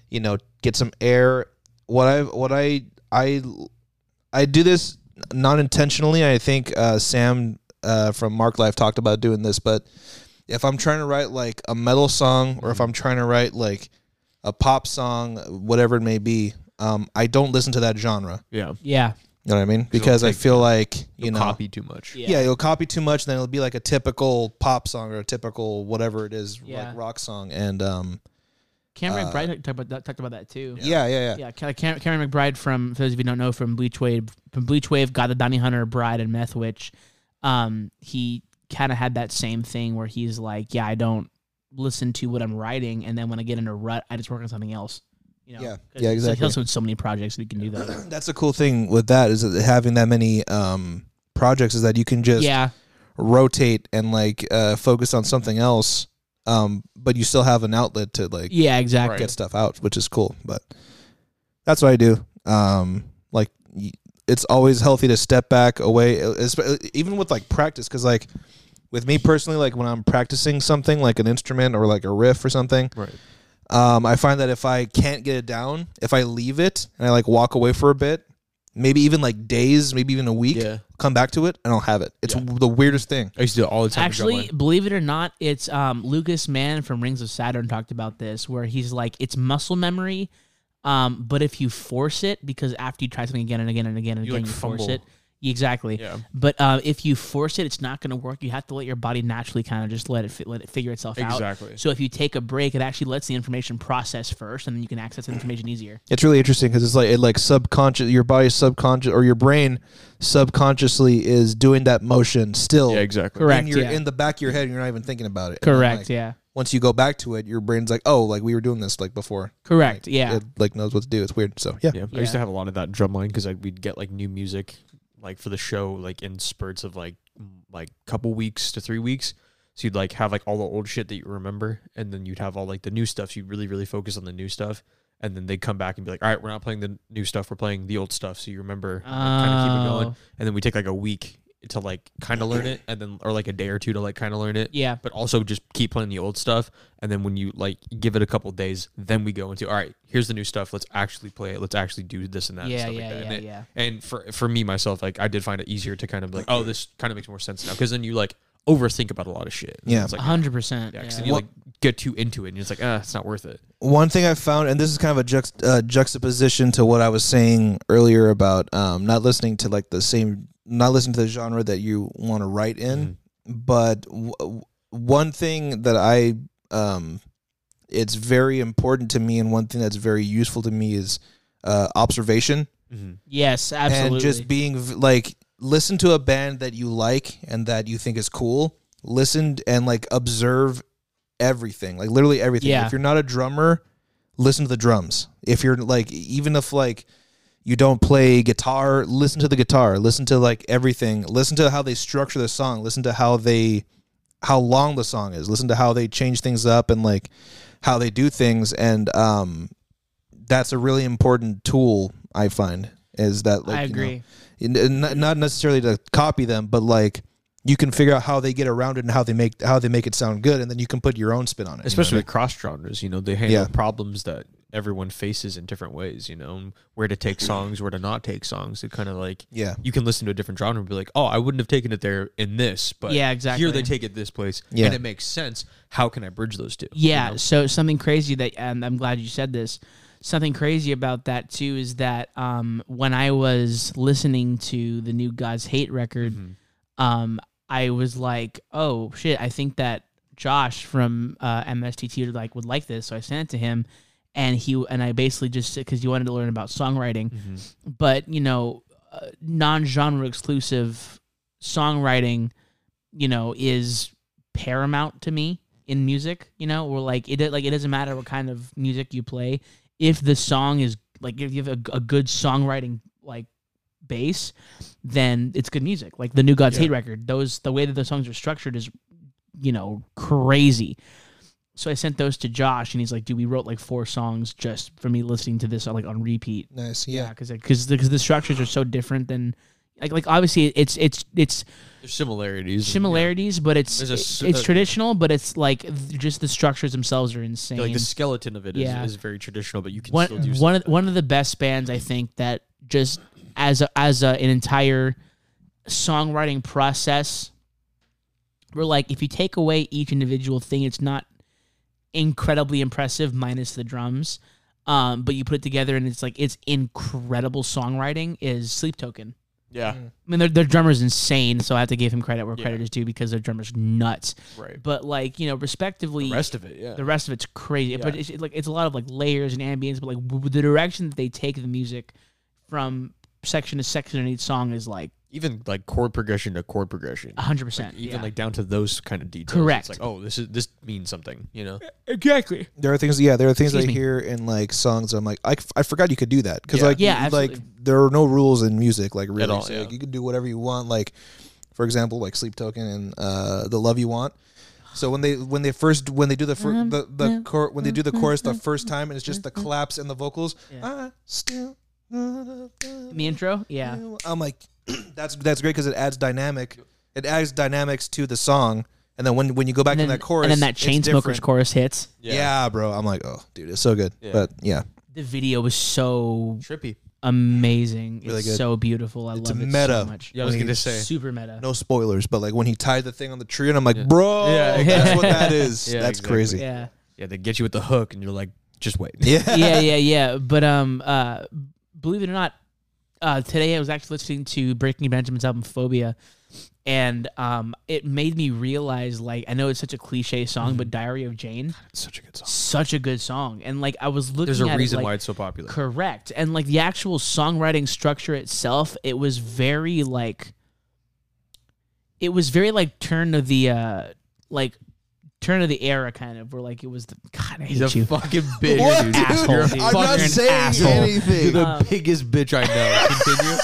[SPEAKER 2] you know get some air. What I what I I I do this not intentionally. I think uh, Sam uh, from Mark Life talked about doing this, but if I'm trying to write like a metal song or if I'm trying to write like a pop song, whatever it may be, um, I don't listen to that genre.
[SPEAKER 3] Yeah.
[SPEAKER 1] Yeah.
[SPEAKER 2] You know what I mean?
[SPEAKER 3] it'll
[SPEAKER 2] Because I
[SPEAKER 3] take-
[SPEAKER 2] feel like you know,
[SPEAKER 3] copy too much.
[SPEAKER 1] Yeah.
[SPEAKER 2] yeah. you'll copy too much, then it'll be like a typical pop song or a typical whatever it is,
[SPEAKER 1] Yeah.
[SPEAKER 2] like rock song. And um,
[SPEAKER 1] Cameron
[SPEAKER 2] Uh,
[SPEAKER 1] McBride talked about that, talked about that too.
[SPEAKER 2] yeah, yeah, yeah,
[SPEAKER 1] Yeah, Ca- Cam- Cameron McBride from for those of you who don't know from Bleach Wave from Bleach Wave got the Donny Hunter Bride and Meth Witch. Um, he kind of had that same thing where he's like, yeah, I don't listen to what I'm writing, and then when I get in a rut, I just work on something else. You know,
[SPEAKER 2] Yeah.
[SPEAKER 1] 'Cause
[SPEAKER 2] Yeah,
[SPEAKER 1] he's- He
[SPEAKER 2] exactly.
[SPEAKER 1] also has so many projects that he can do that.
[SPEAKER 2] That's a cool thing with that is that having that many um projects is that you can just
[SPEAKER 1] yeah,
[SPEAKER 2] rotate and like uh focus on something else, um, but you still have an outlet to like
[SPEAKER 1] yeah, exactly.
[SPEAKER 2] get stuff out, which is cool. But that's what I do. Um, like y- it's always healthy to step back away, uh, esp- even with like practice, because like with me personally, like when I'm practicing something, like an instrument or like a riff or something,
[SPEAKER 3] Right.
[SPEAKER 2] um, I find that if I can't get it down, if I leave it and I like walk away for a bit, maybe even like days, maybe even a week,
[SPEAKER 3] Yeah.
[SPEAKER 2] come back to it and I'll have it. It's w- the weirdest thing.
[SPEAKER 3] I used to do it all the time. with
[SPEAKER 1] Actually,
[SPEAKER 3] drumline.
[SPEAKER 1] believe it or not, it's um, Lucas Mann from Rings of Saturn talked about this, where he's like, it's muscle memory, um, but if you force it, because after you try something again and again and again and
[SPEAKER 3] You,
[SPEAKER 1] again,
[SPEAKER 3] like,
[SPEAKER 1] you force
[SPEAKER 3] fumble.
[SPEAKER 1] it. Exactly.
[SPEAKER 3] Yeah.
[SPEAKER 1] But uh, if you force it, it's not going to work. You have to let your body naturally kind of just let it fi- let it figure itself out.
[SPEAKER 3] Exactly.
[SPEAKER 1] So if you take a break, it actually lets the information process first, and then you can access the information easier.
[SPEAKER 2] It's really interesting because it's like it like subconscious, your body's subconscious or your brain subconsciously is doing that motion still.
[SPEAKER 3] Yeah, exactly.
[SPEAKER 1] Correct.
[SPEAKER 2] In, your,
[SPEAKER 1] yeah.
[SPEAKER 2] in the back of your head, and you're not even thinking about it. And then,
[SPEAKER 1] Correct.
[SPEAKER 2] like,
[SPEAKER 1] yeah.
[SPEAKER 2] Once you go back to it, your brain's like, oh, like we were doing this like before.
[SPEAKER 1] Correct. yeah.
[SPEAKER 2] It like knows what to do. It's weird. So yeah,
[SPEAKER 3] Yeah.
[SPEAKER 1] Yeah.
[SPEAKER 3] I used to have a lot of that drumline because we'd get like new music, like for the show, like in spurts of like m- like couple weeks to three weeks. So you'd like have like all the old shit that you remember, and then you'd have all like the new stuff. So you'd really really focus on the new stuff, and then they'd come back and be like, "All right, we're not playing the new stuff. We're playing the old stuff." So you remember, kind of keep it
[SPEAKER 1] Oh.
[SPEAKER 3] going, and then we take like a week to like kind of learn it, and then or like a day or two to like kind of learn it.
[SPEAKER 1] Yeah.
[SPEAKER 3] But also just keep playing the old stuff, and then when you like give it a couple days, then we go into all right. Here's the new stuff. Let's actually play it. Let's actually do this and that.
[SPEAKER 1] Yeah,
[SPEAKER 3] and stuff
[SPEAKER 1] yeah,
[SPEAKER 3] like that.
[SPEAKER 1] yeah,
[SPEAKER 3] and it-
[SPEAKER 1] yeah.
[SPEAKER 3] And for for me myself, like I did find it easier to kind of like, oh, this kind of makes more sense now, because then you like overthink about a lot of shit.
[SPEAKER 2] Yeah.
[SPEAKER 3] It's like,
[SPEAKER 1] hundred percent.
[SPEAKER 3] yeah, 'cause
[SPEAKER 1] Yeah.
[SPEAKER 3] then you like get too into it, and it's like, ah, it's not worth it.
[SPEAKER 2] one thing I found, and this is kind of a juxt- uh, juxtaposition to what I was saying earlier about um, not listening to like the same, not listening to the genre that you want to write in. But w- w- one thing that I, um, it's very important to me, and one thing that's very useful to me is uh, observation
[SPEAKER 1] Yes. Absolutely.
[SPEAKER 2] and just being v- like listen to a band that you like and that you think is cool listen and like observe everything like literally everything
[SPEAKER 1] Yeah.
[SPEAKER 2] if you're not a drummer listen to the drums if you're like even if like you don't play guitar listen to the guitar listen to like everything listen to how they structure the song listen to how they how long the song is listen to how they change things up and like how they do things and um that's a really important tool i find is that like
[SPEAKER 1] I
[SPEAKER 2] you know,
[SPEAKER 1] agree.
[SPEAKER 2] n- n- not, not necessarily to copy them, but like you can figure out how they get around it and how they make how they make it sound good, and then you can put your own spin on it. you know
[SPEAKER 3] especially
[SPEAKER 2] what
[SPEAKER 3] with cross genres you know they handle
[SPEAKER 2] Yeah.
[SPEAKER 3] problems that everyone faces in different ways you know and where to take songs where to not take songs it kind of like
[SPEAKER 2] I mean? Mm-hmm. yeah,
[SPEAKER 3] you can listen to a different genre and be like oh i wouldn't have taken it there in this but
[SPEAKER 1] Yeah,
[SPEAKER 3] here
[SPEAKER 1] exactly.
[SPEAKER 3] they take it this place
[SPEAKER 2] Yeah.
[SPEAKER 3] and it makes sense how can i bridge those two you
[SPEAKER 1] Yeah.
[SPEAKER 3] know?
[SPEAKER 1] So something crazy that, and I'm glad you said this. Something crazy about that too is that um, when I was listening to the new God's Hate record,
[SPEAKER 3] Mm-hmm.
[SPEAKER 1] um, I was like, "Oh shit! I think that Josh from uh, MSTT would like would like this." So I sent it to him, and he and I basically just because he wanted to learn about songwriting,
[SPEAKER 3] Mm-hmm.
[SPEAKER 1] but you know, uh, non-genre exclusive songwriting, you know, is paramount to me in music. You know, or like it like it doesn't matter what kind of music you play if the song is like if you have a, a good songwriting like base, then it's good music. Like the New Gods Hate record, those the way that the songs are structured is, you know, crazy. So I sent those to Josh, and he's like, "Dude, we wrote like four songs just for me listening to this on like on repeat."
[SPEAKER 2] nice.
[SPEAKER 1] Yeah, because because the, 'cause the structures are so different than like like obviously it's it's it's
[SPEAKER 3] There's similarities.
[SPEAKER 1] similarities, but it's
[SPEAKER 3] There's a s-
[SPEAKER 1] it's
[SPEAKER 3] uh,
[SPEAKER 1] traditional, but it's like th- just the structures themselves are insane.
[SPEAKER 3] Yeah, like the skeleton of it is,
[SPEAKER 1] Yeah.
[SPEAKER 3] is very traditional, but you can
[SPEAKER 1] one
[SPEAKER 3] still do
[SPEAKER 1] one of, one of the best bands I think that just as a, as a, an entire songwriting process where like if you take away each individual thing it's not incredibly impressive minus the drums um, but you put it together and it's like it's incredible songwriting is Sleep Token
[SPEAKER 3] yeah,
[SPEAKER 1] I mean, their, their drummer's insane, so I have to give him credit where
[SPEAKER 3] Yeah.
[SPEAKER 1] credit is due because their drummer's nuts.
[SPEAKER 3] right.
[SPEAKER 1] But like you know, respectively,
[SPEAKER 3] The rest of it, yeah.
[SPEAKER 1] the rest of it's crazy. But
[SPEAKER 3] Yeah.
[SPEAKER 1] it's it- like it's a lot of like layers and ambience. But like w- w- the direction that they take the music from section to section in each song is like
[SPEAKER 3] even like chord progression to chord progression,
[SPEAKER 1] hundred percent.
[SPEAKER 3] even like down to those kind of details.
[SPEAKER 1] Uh-huh. Correct.
[SPEAKER 3] It's like, oh, this is this means something, you know?
[SPEAKER 1] exactly.
[SPEAKER 2] There are things, yeah, there are things
[SPEAKER 1] Excuse
[SPEAKER 2] I
[SPEAKER 1] me.
[SPEAKER 2] hear in like songs. I'm like, I, I forgot you could do that because
[SPEAKER 3] Yeah.
[SPEAKER 2] like,
[SPEAKER 1] Yeah,
[SPEAKER 2] you- like
[SPEAKER 1] absolutely.
[SPEAKER 2] there are no rules in music, like really.
[SPEAKER 3] all,
[SPEAKER 2] so,
[SPEAKER 3] yeah.
[SPEAKER 2] like, you can do whatever you want. Like, for example, like Sleep Token and uh, the Love You Want. So when they when they first when they do the fir- the,
[SPEAKER 1] Um,
[SPEAKER 2] the cor- when they do the
[SPEAKER 1] uh,
[SPEAKER 2] chorus the first time and it's just the claps and the vocals. I still love you.
[SPEAKER 1] The intro, yeah.
[SPEAKER 2] I'm like, that's that's great because it adds dynamic. It adds dynamics to the song, and then when when you go back
[SPEAKER 1] And
[SPEAKER 2] to
[SPEAKER 1] then,
[SPEAKER 2] that chorus,
[SPEAKER 1] and then that
[SPEAKER 2] it's
[SPEAKER 1] chain smokers
[SPEAKER 2] different.
[SPEAKER 1] chorus hits.
[SPEAKER 2] Yeah. bro. I'm like, oh, dude, it's so good. But yeah,
[SPEAKER 1] The video was so
[SPEAKER 3] Trippy.
[SPEAKER 1] amazing.
[SPEAKER 2] Really
[SPEAKER 1] it's
[SPEAKER 2] good.
[SPEAKER 1] so beautiful. I
[SPEAKER 2] It's
[SPEAKER 1] love
[SPEAKER 2] a
[SPEAKER 1] it so
[SPEAKER 2] meta.
[SPEAKER 1] much.
[SPEAKER 3] Yeah, I was
[SPEAKER 2] Wait,
[SPEAKER 3] gonna say.
[SPEAKER 1] Super meta.
[SPEAKER 2] no spoilers, but like when he tied the thing on the tree, and I'm like, bro,
[SPEAKER 3] Yeah,
[SPEAKER 2] that's what that is.
[SPEAKER 3] Yeah,
[SPEAKER 2] that's
[SPEAKER 3] exactly.
[SPEAKER 2] crazy. Yeah.
[SPEAKER 1] Yeah.
[SPEAKER 3] Yeah, they get you with the hook, and you're like, just wait.
[SPEAKER 1] yeah, yeah, yeah. But um, uh, believe it or not, uh, today I was actually listening to Breaking Benjamin's album Phobia, and um, it made me realize like I know it's such a cliche song, but
[SPEAKER 3] Mm-hmm.
[SPEAKER 1] Diary of Jane,
[SPEAKER 3] It's such a good song.
[SPEAKER 1] such a good song. And like I was looking,
[SPEAKER 3] There's a
[SPEAKER 1] at it,
[SPEAKER 3] reason
[SPEAKER 1] like-
[SPEAKER 3] why it's so popular.
[SPEAKER 1] correct, and like the actual songwriting structure itself, it was very like, it was very like turn of the uh, like turn of the era kind of where like it was the God I hate
[SPEAKER 3] He's a
[SPEAKER 1] you.
[SPEAKER 3] fucking bitch,
[SPEAKER 1] What,
[SPEAKER 3] dude.
[SPEAKER 1] dude? Asshole,
[SPEAKER 3] You're a
[SPEAKER 1] dude.
[SPEAKER 2] I'm
[SPEAKER 3] fucking
[SPEAKER 2] not
[SPEAKER 1] Fucking
[SPEAKER 2] saying
[SPEAKER 1] asshole.
[SPEAKER 2] anything.
[SPEAKER 3] You're the
[SPEAKER 1] Um,
[SPEAKER 3] biggest bitch I know. Continue.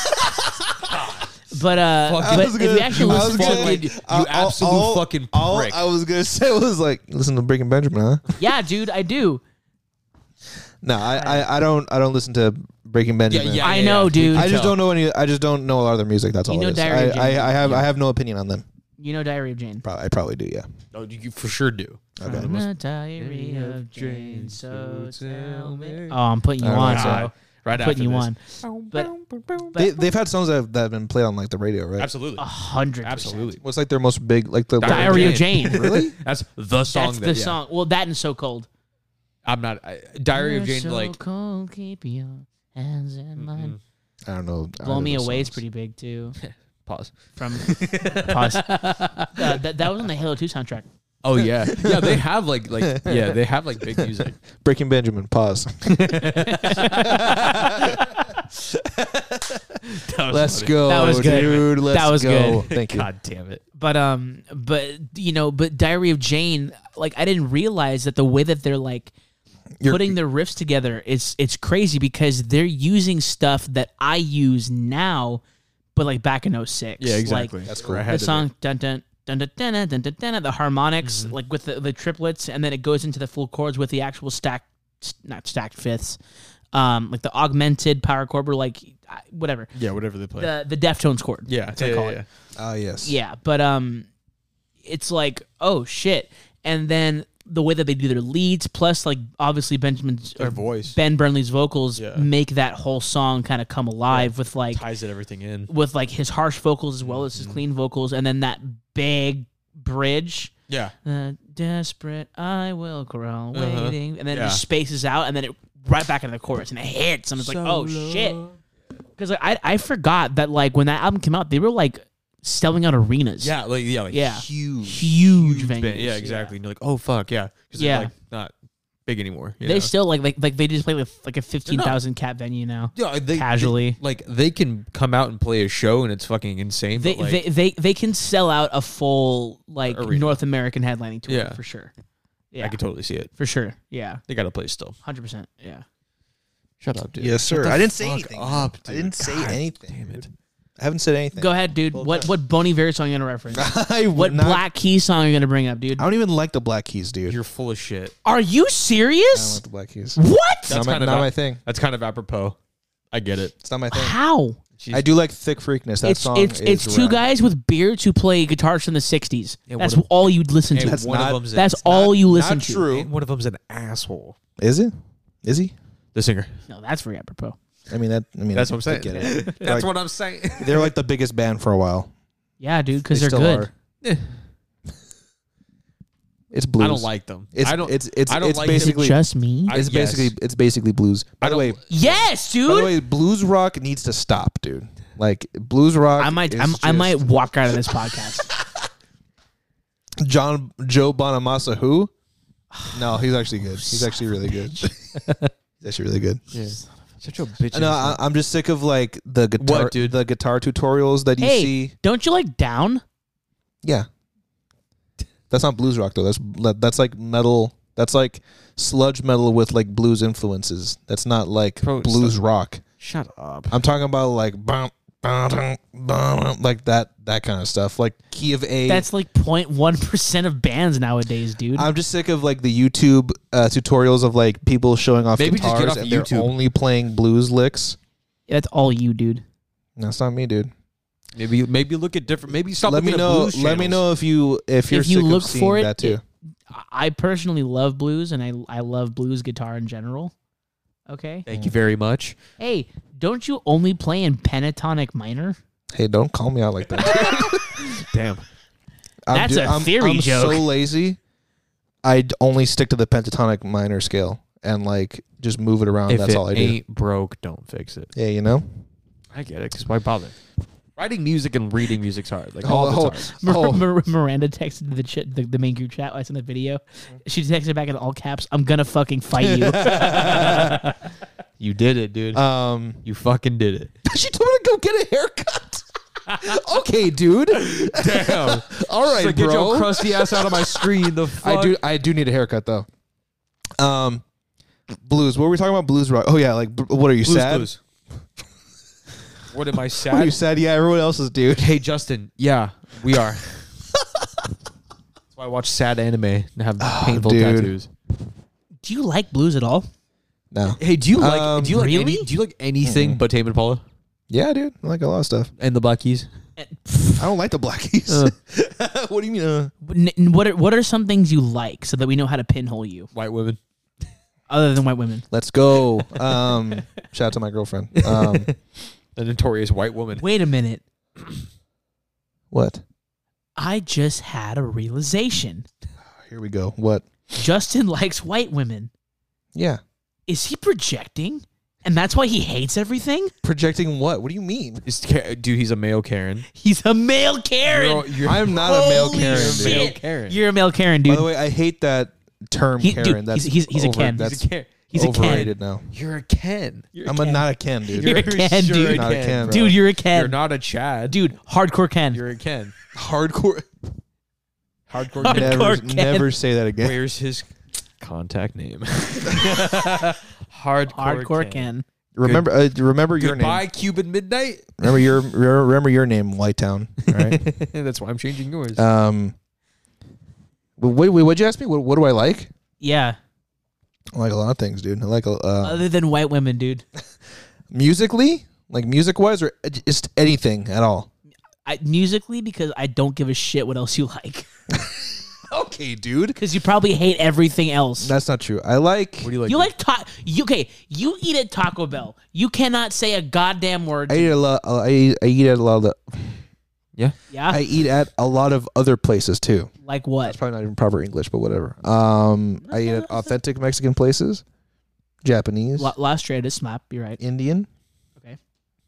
[SPEAKER 1] But uh,
[SPEAKER 3] Fucking-
[SPEAKER 1] but
[SPEAKER 2] I was
[SPEAKER 1] if
[SPEAKER 2] gonna-
[SPEAKER 1] you actually
[SPEAKER 2] I
[SPEAKER 1] listen
[SPEAKER 2] was
[SPEAKER 1] to
[SPEAKER 2] gonna-
[SPEAKER 1] it, like,
[SPEAKER 3] like, you
[SPEAKER 2] I'll-
[SPEAKER 3] absolute
[SPEAKER 2] I'll-
[SPEAKER 3] fucking
[SPEAKER 2] all
[SPEAKER 3] prick.
[SPEAKER 2] I was gonna say was like, listen to Breaking Benjamin, huh?
[SPEAKER 1] yeah, dude, I do.
[SPEAKER 2] no, I, I I don't I don't listen to Breaking Benjamin.
[SPEAKER 3] yeah,
[SPEAKER 1] I know, dude.
[SPEAKER 2] I
[SPEAKER 1] I
[SPEAKER 2] just
[SPEAKER 3] tell.
[SPEAKER 2] don't know any. I just don't know a lot of their music. That's
[SPEAKER 1] You
[SPEAKER 2] all.
[SPEAKER 1] know
[SPEAKER 2] it is.
[SPEAKER 1] Diary of
[SPEAKER 2] I,
[SPEAKER 1] Jane
[SPEAKER 2] I, I have I have no opinion on them.
[SPEAKER 1] You know Diary of Jane.
[SPEAKER 2] Probably, I probably do. Yeah.
[SPEAKER 3] Oh, you for sure do.
[SPEAKER 2] Okay.
[SPEAKER 1] I'm a diary of Jane, so tell me. Oh, I'm putting you
[SPEAKER 2] All
[SPEAKER 1] on,
[SPEAKER 2] right,
[SPEAKER 1] so
[SPEAKER 3] Right after
[SPEAKER 1] putting you
[SPEAKER 3] this.
[SPEAKER 1] on. But
[SPEAKER 2] They, they've had songs that have, that have been played on like the radio, right?
[SPEAKER 3] Absolutely.
[SPEAKER 1] a Oh, hundred, percent.
[SPEAKER 3] Absolutely.
[SPEAKER 2] What's like their most big like the
[SPEAKER 1] Diary of Jane.
[SPEAKER 2] Really?
[SPEAKER 3] That's the song.
[SPEAKER 1] That's
[SPEAKER 3] that,
[SPEAKER 1] the
[SPEAKER 3] yeah.
[SPEAKER 1] song. Well, that and So Cold.
[SPEAKER 3] I'm not. I, Diary of
[SPEAKER 1] You're
[SPEAKER 3] Jane,
[SPEAKER 1] so
[SPEAKER 3] like.
[SPEAKER 1] cold, keep your hands in mine.
[SPEAKER 2] I don't know.
[SPEAKER 1] Blow
[SPEAKER 2] either
[SPEAKER 1] Me
[SPEAKER 2] of those
[SPEAKER 1] Away is
[SPEAKER 2] songs.
[SPEAKER 1] pretty big too.
[SPEAKER 3] Pause.
[SPEAKER 1] From pause. Uh, that, that was on the Halo Two soundtrack.
[SPEAKER 3] Oh yeah, yeah. They have like like yeah. They have like big music.
[SPEAKER 2] Breaking Benjamin. Pause. Let's go.
[SPEAKER 1] That was good.
[SPEAKER 2] dude. Let's
[SPEAKER 1] That was
[SPEAKER 2] go.
[SPEAKER 1] good.
[SPEAKER 2] Thank you.
[SPEAKER 3] God damn it.
[SPEAKER 1] but um but you know but diary of jane like i didn't realize that the way that they're like
[SPEAKER 2] You're-
[SPEAKER 1] putting their riffs together it's it's crazy because they're using stuff that i use now but like back in 06
[SPEAKER 3] Yeah, exactly.
[SPEAKER 1] like,
[SPEAKER 3] That's
[SPEAKER 2] cool.
[SPEAKER 1] the song dun dun dun dun dun dun dun dun, dun, dun the harmonics
[SPEAKER 3] Mm-hmm.
[SPEAKER 1] like with the, the triplets and then it goes into the full chords with the actual stack not stacked fifths um like the augmented power chord or like I- whatever
[SPEAKER 3] Yeah, whatever they play.
[SPEAKER 1] the the deftones chord
[SPEAKER 3] yeah,
[SPEAKER 1] that's what I call it.
[SPEAKER 2] Ah, yes.
[SPEAKER 1] Yeah, but um, it's like oh shit, and then the way that they do their leads, plus like obviously Benjamin's
[SPEAKER 3] Their
[SPEAKER 1] or
[SPEAKER 3] voice
[SPEAKER 1] Ben Burnley's vocals
[SPEAKER 3] Yeah.
[SPEAKER 1] make that whole song kind of come alive with like
[SPEAKER 3] ties it everything in.
[SPEAKER 1] with like his harsh vocals as well as
[SPEAKER 3] Mm-hmm.
[SPEAKER 1] his clean vocals, and then that big bridge.
[SPEAKER 3] Yeah,
[SPEAKER 1] The desperate, I will grow,
[SPEAKER 3] Uh-huh.
[SPEAKER 1] waiting, and then
[SPEAKER 3] Yeah.
[SPEAKER 1] it just spaces out, and then it right back into the chorus, and it hits, and it's like, oh shit, because like I I forgot that like when that album came out, they were like selling out arenas,
[SPEAKER 3] yeah, like yeah, like
[SPEAKER 1] Yeah.
[SPEAKER 3] huge,
[SPEAKER 1] huge, venues.
[SPEAKER 3] band. Yeah, exactly. And you're like, oh fuck, yeah, because
[SPEAKER 1] Yeah.
[SPEAKER 3] they're like not big anymore. you
[SPEAKER 1] They
[SPEAKER 3] know?
[SPEAKER 1] still like like like they just play with like a fifteen thousand cap venue now.
[SPEAKER 3] yeah, they,
[SPEAKER 1] casually.
[SPEAKER 3] they- like they can come out and play a show, and it's fucking insane.
[SPEAKER 1] They,
[SPEAKER 3] but, like,
[SPEAKER 1] they they they can sell out a full like
[SPEAKER 3] Arena.
[SPEAKER 1] North American headlining tour
[SPEAKER 3] Yeah.
[SPEAKER 1] for sure. Yeah,
[SPEAKER 3] I could totally see it.
[SPEAKER 1] for sure. Yeah,
[SPEAKER 3] They got to play still.
[SPEAKER 1] hundred percent. Yeah,
[SPEAKER 3] Shut up, dude.
[SPEAKER 2] Yes, sir.
[SPEAKER 3] Shut the
[SPEAKER 2] I didn't say
[SPEAKER 3] fuck
[SPEAKER 2] anything.
[SPEAKER 3] Up,
[SPEAKER 2] I
[SPEAKER 3] dude.
[SPEAKER 2] didn't say
[SPEAKER 3] God
[SPEAKER 2] anything.
[SPEAKER 3] Damn it.
[SPEAKER 2] I haven't said anything.
[SPEAKER 1] go ahead, dude. What what Bon Iver song you gonna reference?
[SPEAKER 2] I would
[SPEAKER 1] What
[SPEAKER 2] not-
[SPEAKER 1] Black Key song are you gonna bring up, dude?
[SPEAKER 2] I don't even like the Black Keys, dude.
[SPEAKER 3] You're full of shit.
[SPEAKER 1] Are you
[SPEAKER 2] I don't
[SPEAKER 1] serious?
[SPEAKER 2] like the Black Keys.
[SPEAKER 1] What?
[SPEAKER 2] Not, Ah. my,
[SPEAKER 3] kind of
[SPEAKER 2] not
[SPEAKER 3] a-
[SPEAKER 2] my thing.
[SPEAKER 3] That's kind of apropos. I get it.
[SPEAKER 2] It's not my thing.
[SPEAKER 1] How?
[SPEAKER 3] She's-
[SPEAKER 2] I do like Thick Freakness. That
[SPEAKER 1] it's
[SPEAKER 2] song.
[SPEAKER 1] it's
[SPEAKER 2] is
[SPEAKER 1] it's two
[SPEAKER 2] rad.
[SPEAKER 1] guys with beards who play guitars from the '60s.
[SPEAKER 3] Yeah,
[SPEAKER 1] That's
[SPEAKER 3] what a-
[SPEAKER 1] all you'd listen to.
[SPEAKER 3] And
[SPEAKER 2] That's
[SPEAKER 1] That's,
[SPEAKER 3] one
[SPEAKER 2] not-
[SPEAKER 3] of them's
[SPEAKER 1] all you listen
[SPEAKER 2] Not
[SPEAKER 1] to.
[SPEAKER 2] true.
[SPEAKER 3] And one of them's an asshole.
[SPEAKER 2] Is it? Is he?
[SPEAKER 3] The singer.
[SPEAKER 1] No, that's very apropos.
[SPEAKER 2] I mean that. I mean
[SPEAKER 3] That's what I'm
[SPEAKER 2] I
[SPEAKER 3] saying.
[SPEAKER 2] get it.
[SPEAKER 3] That's
[SPEAKER 2] Like-
[SPEAKER 3] what I'm saying.
[SPEAKER 2] They're like the biggest band for a while.
[SPEAKER 1] Yeah, dude, because
[SPEAKER 2] They
[SPEAKER 1] they are
[SPEAKER 2] still
[SPEAKER 1] good.
[SPEAKER 2] are. It's blues.
[SPEAKER 3] I don't like them.
[SPEAKER 2] It's,
[SPEAKER 3] I don't.
[SPEAKER 2] It's it's
[SPEAKER 3] I don't
[SPEAKER 2] it's
[SPEAKER 3] like them.
[SPEAKER 2] basically
[SPEAKER 1] Just me.
[SPEAKER 3] I-
[SPEAKER 2] it's
[SPEAKER 3] yes.
[SPEAKER 2] basically it's basically blues. By
[SPEAKER 3] I
[SPEAKER 2] the way,
[SPEAKER 3] don't-
[SPEAKER 1] yes,
[SPEAKER 2] by the
[SPEAKER 1] dude.
[SPEAKER 2] way, blues rock needs to stop, dude. Like blues rock.
[SPEAKER 1] I might
[SPEAKER 2] is
[SPEAKER 1] I'm, I
[SPEAKER 2] just-
[SPEAKER 1] might walk out of this podcast.
[SPEAKER 2] John Joe Bonamassa who? No, he's actually good. He's actually really good. he's actually really good.
[SPEAKER 3] yeah. such a bitch.
[SPEAKER 2] No, I, I'm just sick of like the guitar,
[SPEAKER 3] What, dude?
[SPEAKER 2] the guitar tutorials that you
[SPEAKER 1] hey,
[SPEAKER 2] see.
[SPEAKER 1] don't you like down?
[SPEAKER 2] Yeah, that's not blues rock though. That's that's like metal. That's like sludge metal with like blues influences. That's not like
[SPEAKER 3] Bro,
[SPEAKER 2] blues
[SPEAKER 3] stop.
[SPEAKER 2] rock.
[SPEAKER 3] Shut up.
[SPEAKER 2] I'm talking about like bum, bum, dum, bum, like that that kind of stuff. Like key of A.
[SPEAKER 1] That's like 0.1 percent of bands nowadays, dude.
[SPEAKER 2] I'm just sick of like the YouTube uh, tutorials of like people showing off
[SPEAKER 3] Maybe just get
[SPEAKER 2] guitars
[SPEAKER 3] off
[SPEAKER 2] and
[SPEAKER 3] YouTube.
[SPEAKER 2] they're only playing blues licks.
[SPEAKER 1] that's all you, dude.
[SPEAKER 2] That's not me, dude.
[SPEAKER 3] Maybe maybe look at different. Maybe stop.
[SPEAKER 2] let me
[SPEAKER 3] looking at
[SPEAKER 2] know.
[SPEAKER 3] blues
[SPEAKER 2] Let me
[SPEAKER 3] channels.
[SPEAKER 2] know if you if you're
[SPEAKER 1] If you
[SPEAKER 2] sick
[SPEAKER 1] look
[SPEAKER 2] of seeing
[SPEAKER 1] for it,
[SPEAKER 2] that too.
[SPEAKER 1] it- I personally love blues, and I I love blues guitar in general. Okay.
[SPEAKER 3] Thank you very much.
[SPEAKER 1] Hey, don't you only play in pentatonic minor?
[SPEAKER 2] Hey, don't call me out like that.
[SPEAKER 3] Damn.
[SPEAKER 2] I'm
[SPEAKER 1] That's
[SPEAKER 2] do-
[SPEAKER 1] a
[SPEAKER 2] I'm,
[SPEAKER 1] theory
[SPEAKER 2] I'm
[SPEAKER 1] joke.
[SPEAKER 2] so lazy. I only stick to the pentatonic minor scale and like just move it around.
[SPEAKER 3] if
[SPEAKER 2] That's
[SPEAKER 3] it
[SPEAKER 2] all I do.
[SPEAKER 3] ain't broke, don't fix it.
[SPEAKER 2] Yeah, you know.
[SPEAKER 3] I get it. Cause why bother? Writing music and reading music's hard. Like
[SPEAKER 2] Oh,
[SPEAKER 3] all
[SPEAKER 2] oh,
[SPEAKER 3] the time.
[SPEAKER 1] Mir-
[SPEAKER 2] oh.
[SPEAKER 1] Mir- Miranda texted the, ch- the the main group chat. I sent the video. She texted back in all caps. I'm gonna fucking fight you.
[SPEAKER 3] oh. You did it, dude.
[SPEAKER 2] Um,
[SPEAKER 3] you fucking did it.
[SPEAKER 2] she told me to go get a haircut. okay, dude.
[SPEAKER 3] Damn.
[SPEAKER 2] All right,
[SPEAKER 3] Like,
[SPEAKER 2] bro.
[SPEAKER 3] get your crusty ass out of my screen. The fuck?
[SPEAKER 2] I do. I do need a haircut though. Um, blues. What were we talking about? Blues rock. Oh yeah. Like, b- what are you
[SPEAKER 3] Blues,
[SPEAKER 2] sad?
[SPEAKER 3] blues. What am I
[SPEAKER 2] What are
[SPEAKER 3] sad?
[SPEAKER 2] you sad? Yeah, everyone else is, dude.
[SPEAKER 3] hey, Justin. Yeah, we are. That's why I watch sad anime and have painful
[SPEAKER 2] dude.
[SPEAKER 3] tattoos.
[SPEAKER 1] Do you like blues at all?
[SPEAKER 2] No.
[SPEAKER 3] Hey, do you like
[SPEAKER 2] Um,
[SPEAKER 3] do you like
[SPEAKER 1] really?
[SPEAKER 3] any, do you like anything but Tame Impala
[SPEAKER 2] Yeah, dude. I like a lot of stuff.
[SPEAKER 3] and the Black Keys?
[SPEAKER 1] Uh,
[SPEAKER 2] I don't like the blackies. what do you mean? Uh,
[SPEAKER 1] N- n- What are, what are some things you like so that we know how to pinhole you
[SPEAKER 3] White women.
[SPEAKER 1] other than white women?
[SPEAKER 2] let's go. Um, shout out to my girlfriend. Um,
[SPEAKER 3] The notorious white woman.
[SPEAKER 1] Wait a minute.
[SPEAKER 2] what?
[SPEAKER 1] I just had a realization.
[SPEAKER 2] Here we go. What?
[SPEAKER 1] Justin likes white women.
[SPEAKER 2] Yeah.
[SPEAKER 1] Is he projecting? And that's why he hates everything?
[SPEAKER 2] Projecting what? What do you mean?
[SPEAKER 3] Is Ka- dude, he's a male Karen.
[SPEAKER 1] He's a male Karen.
[SPEAKER 3] You're- you're-
[SPEAKER 2] I'm not a male
[SPEAKER 1] Holy
[SPEAKER 2] Karen. dude.
[SPEAKER 1] shit.
[SPEAKER 3] Male Karen.
[SPEAKER 1] You're a male Karen, dude.
[SPEAKER 2] By the way, I hate that term
[SPEAKER 1] He- dude,
[SPEAKER 2] Karen. that's
[SPEAKER 1] he's- he's- he's a
[SPEAKER 2] over-
[SPEAKER 1] Ken. He's a
[SPEAKER 2] That's
[SPEAKER 3] Karen.
[SPEAKER 1] He's a Ken.
[SPEAKER 2] overrated now.
[SPEAKER 3] You're a Ken. You're
[SPEAKER 2] I'm a, not a Ken, dude.
[SPEAKER 1] You're a Ken,
[SPEAKER 3] sure
[SPEAKER 1] dude.
[SPEAKER 2] Not a Ken,
[SPEAKER 3] bro.
[SPEAKER 1] Dude, you're a Ken.
[SPEAKER 3] You're not a Chad.
[SPEAKER 1] dude, hardcore Ken.
[SPEAKER 3] You're a Ken.
[SPEAKER 2] hardcore.
[SPEAKER 1] Hardcore
[SPEAKER 3] Hardcore Ken.
[SPEAKER 2] Never,
[SPEAKER 1] Ken.
[SPEAKER 2] never say that again.
[SPEAKER 3] Where's his contact name? Hardcore,
[SPEAKER 1] hardcore Ken.
[SPEAKER 2] Remember, uh, remember your
[SPEAKER 3] Goodbye,
[SPEAKER 2] name.
[SPEAKER 3] Cuban Midnight.
[SPEAKER 2] Remember your remember your name, White Town. All right.
[SPEAKER 3] That's why I'm changing yours.
[SPEAKER 1] Uh,
[SPEAKER 2] um. Wait, wait, what'd you ask me? What, what do I like?
[SPEAKER 1] Yeah.
[SPEAKER 2] I like a lot of things, dude. I like a, uh,
[SPEAKER 1] Other than white women, dude.
[SPEAKER 2] musically, like music wise, or uh, just anything at all.
[SPEAKER 1] I, musically, because I don't give a shit what else you like.
[SPEAKER 2] Okay, dude.
[SPEAKER 1] Because you probably hate everything else.
[SPEAKER 2] That's not true. I like.
[SPEAKER 3] what do you like?
[SPEAKER 1] you like ta- you, okay, you eat at Taco Bell. You cannot say a goddamn word.
[SPEAKER 2] I eat a lot. I eat, I eat at a lot of. The,
[SPEAKER 3] Yeah.
[SPEAKER 1] yeah?
[SPEAKER 2] I eat at a lot of other places too.
[SPEAKER 1] like what?
[SPEAKER 2] It's probably not even proper English, but whatever. Um, I eat at authentic Mexican places, Japanese,
[SPEAKER 1] La, La Strada Smap, you're right.
[SPEAKER 2] Indian.
[SPEAKER 1] Okay.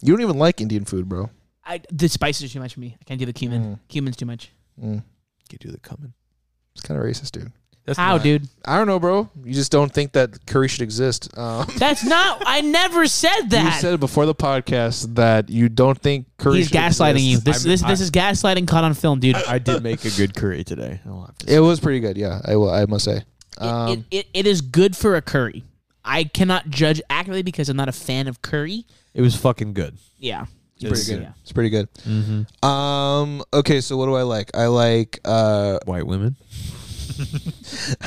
[SPEAKER 2] You don't even like Indian food, bro.
[SPEAKER 1] I, the spices are too much for me. I can't do the cumin. Cumin's too much.
[SPEAKER 3] Could do the coming.
[SPEAKER 2] It's kind of racist, dude.
[SPEAKER 3] That's
[SPEAKER 1] How,
[SPEAKER 3] not-
[SPEAKER 1] dude?
[SPEAKER 2] I don't know, bro. You just don't think that curry should exist. Um,
[SPEAKER 1] That's not. I never said
[SPEAKER 2] you
[SPEAKER 1] that.
[SPEAKER 2] said it before the podcast that you don't think curry.
[SPEAKER 1] He's
[SPEAKER 2] should
[SPEAKER 1] gaslighting you.
[SPEAKER 2] exist.
[SPEAKER 1] This
[SPEAKER 3] I'm-
[SPEAKER 1] this this
[SPEAKER 3] I-
[SPEAKER 1] is gaslighting caught on film, dude.
[SPEAKER 3] I did make a good curry today. I'll have to say.
[SPEAKER 2] It was pretty good. Yeah, I will. I must say. Um,
[SPEAKER 1] it, it, it is good for a curry. I cannot judge accurately because I'm not a fan of curry.
[SPEAKER 3] It was fucking good.
[SPEAKER 1] Yeah.
[SPEAKER 2] it's pretty good.
[SPEAKER 1] Yeah.
[SPEAKER 2] It's pretty good.
[SPEAKER 3] Mm-hmm.
[SPEAKER 2] Um. Okay. So what do I like? I like. Uh.
[SPEAKER 3] White women.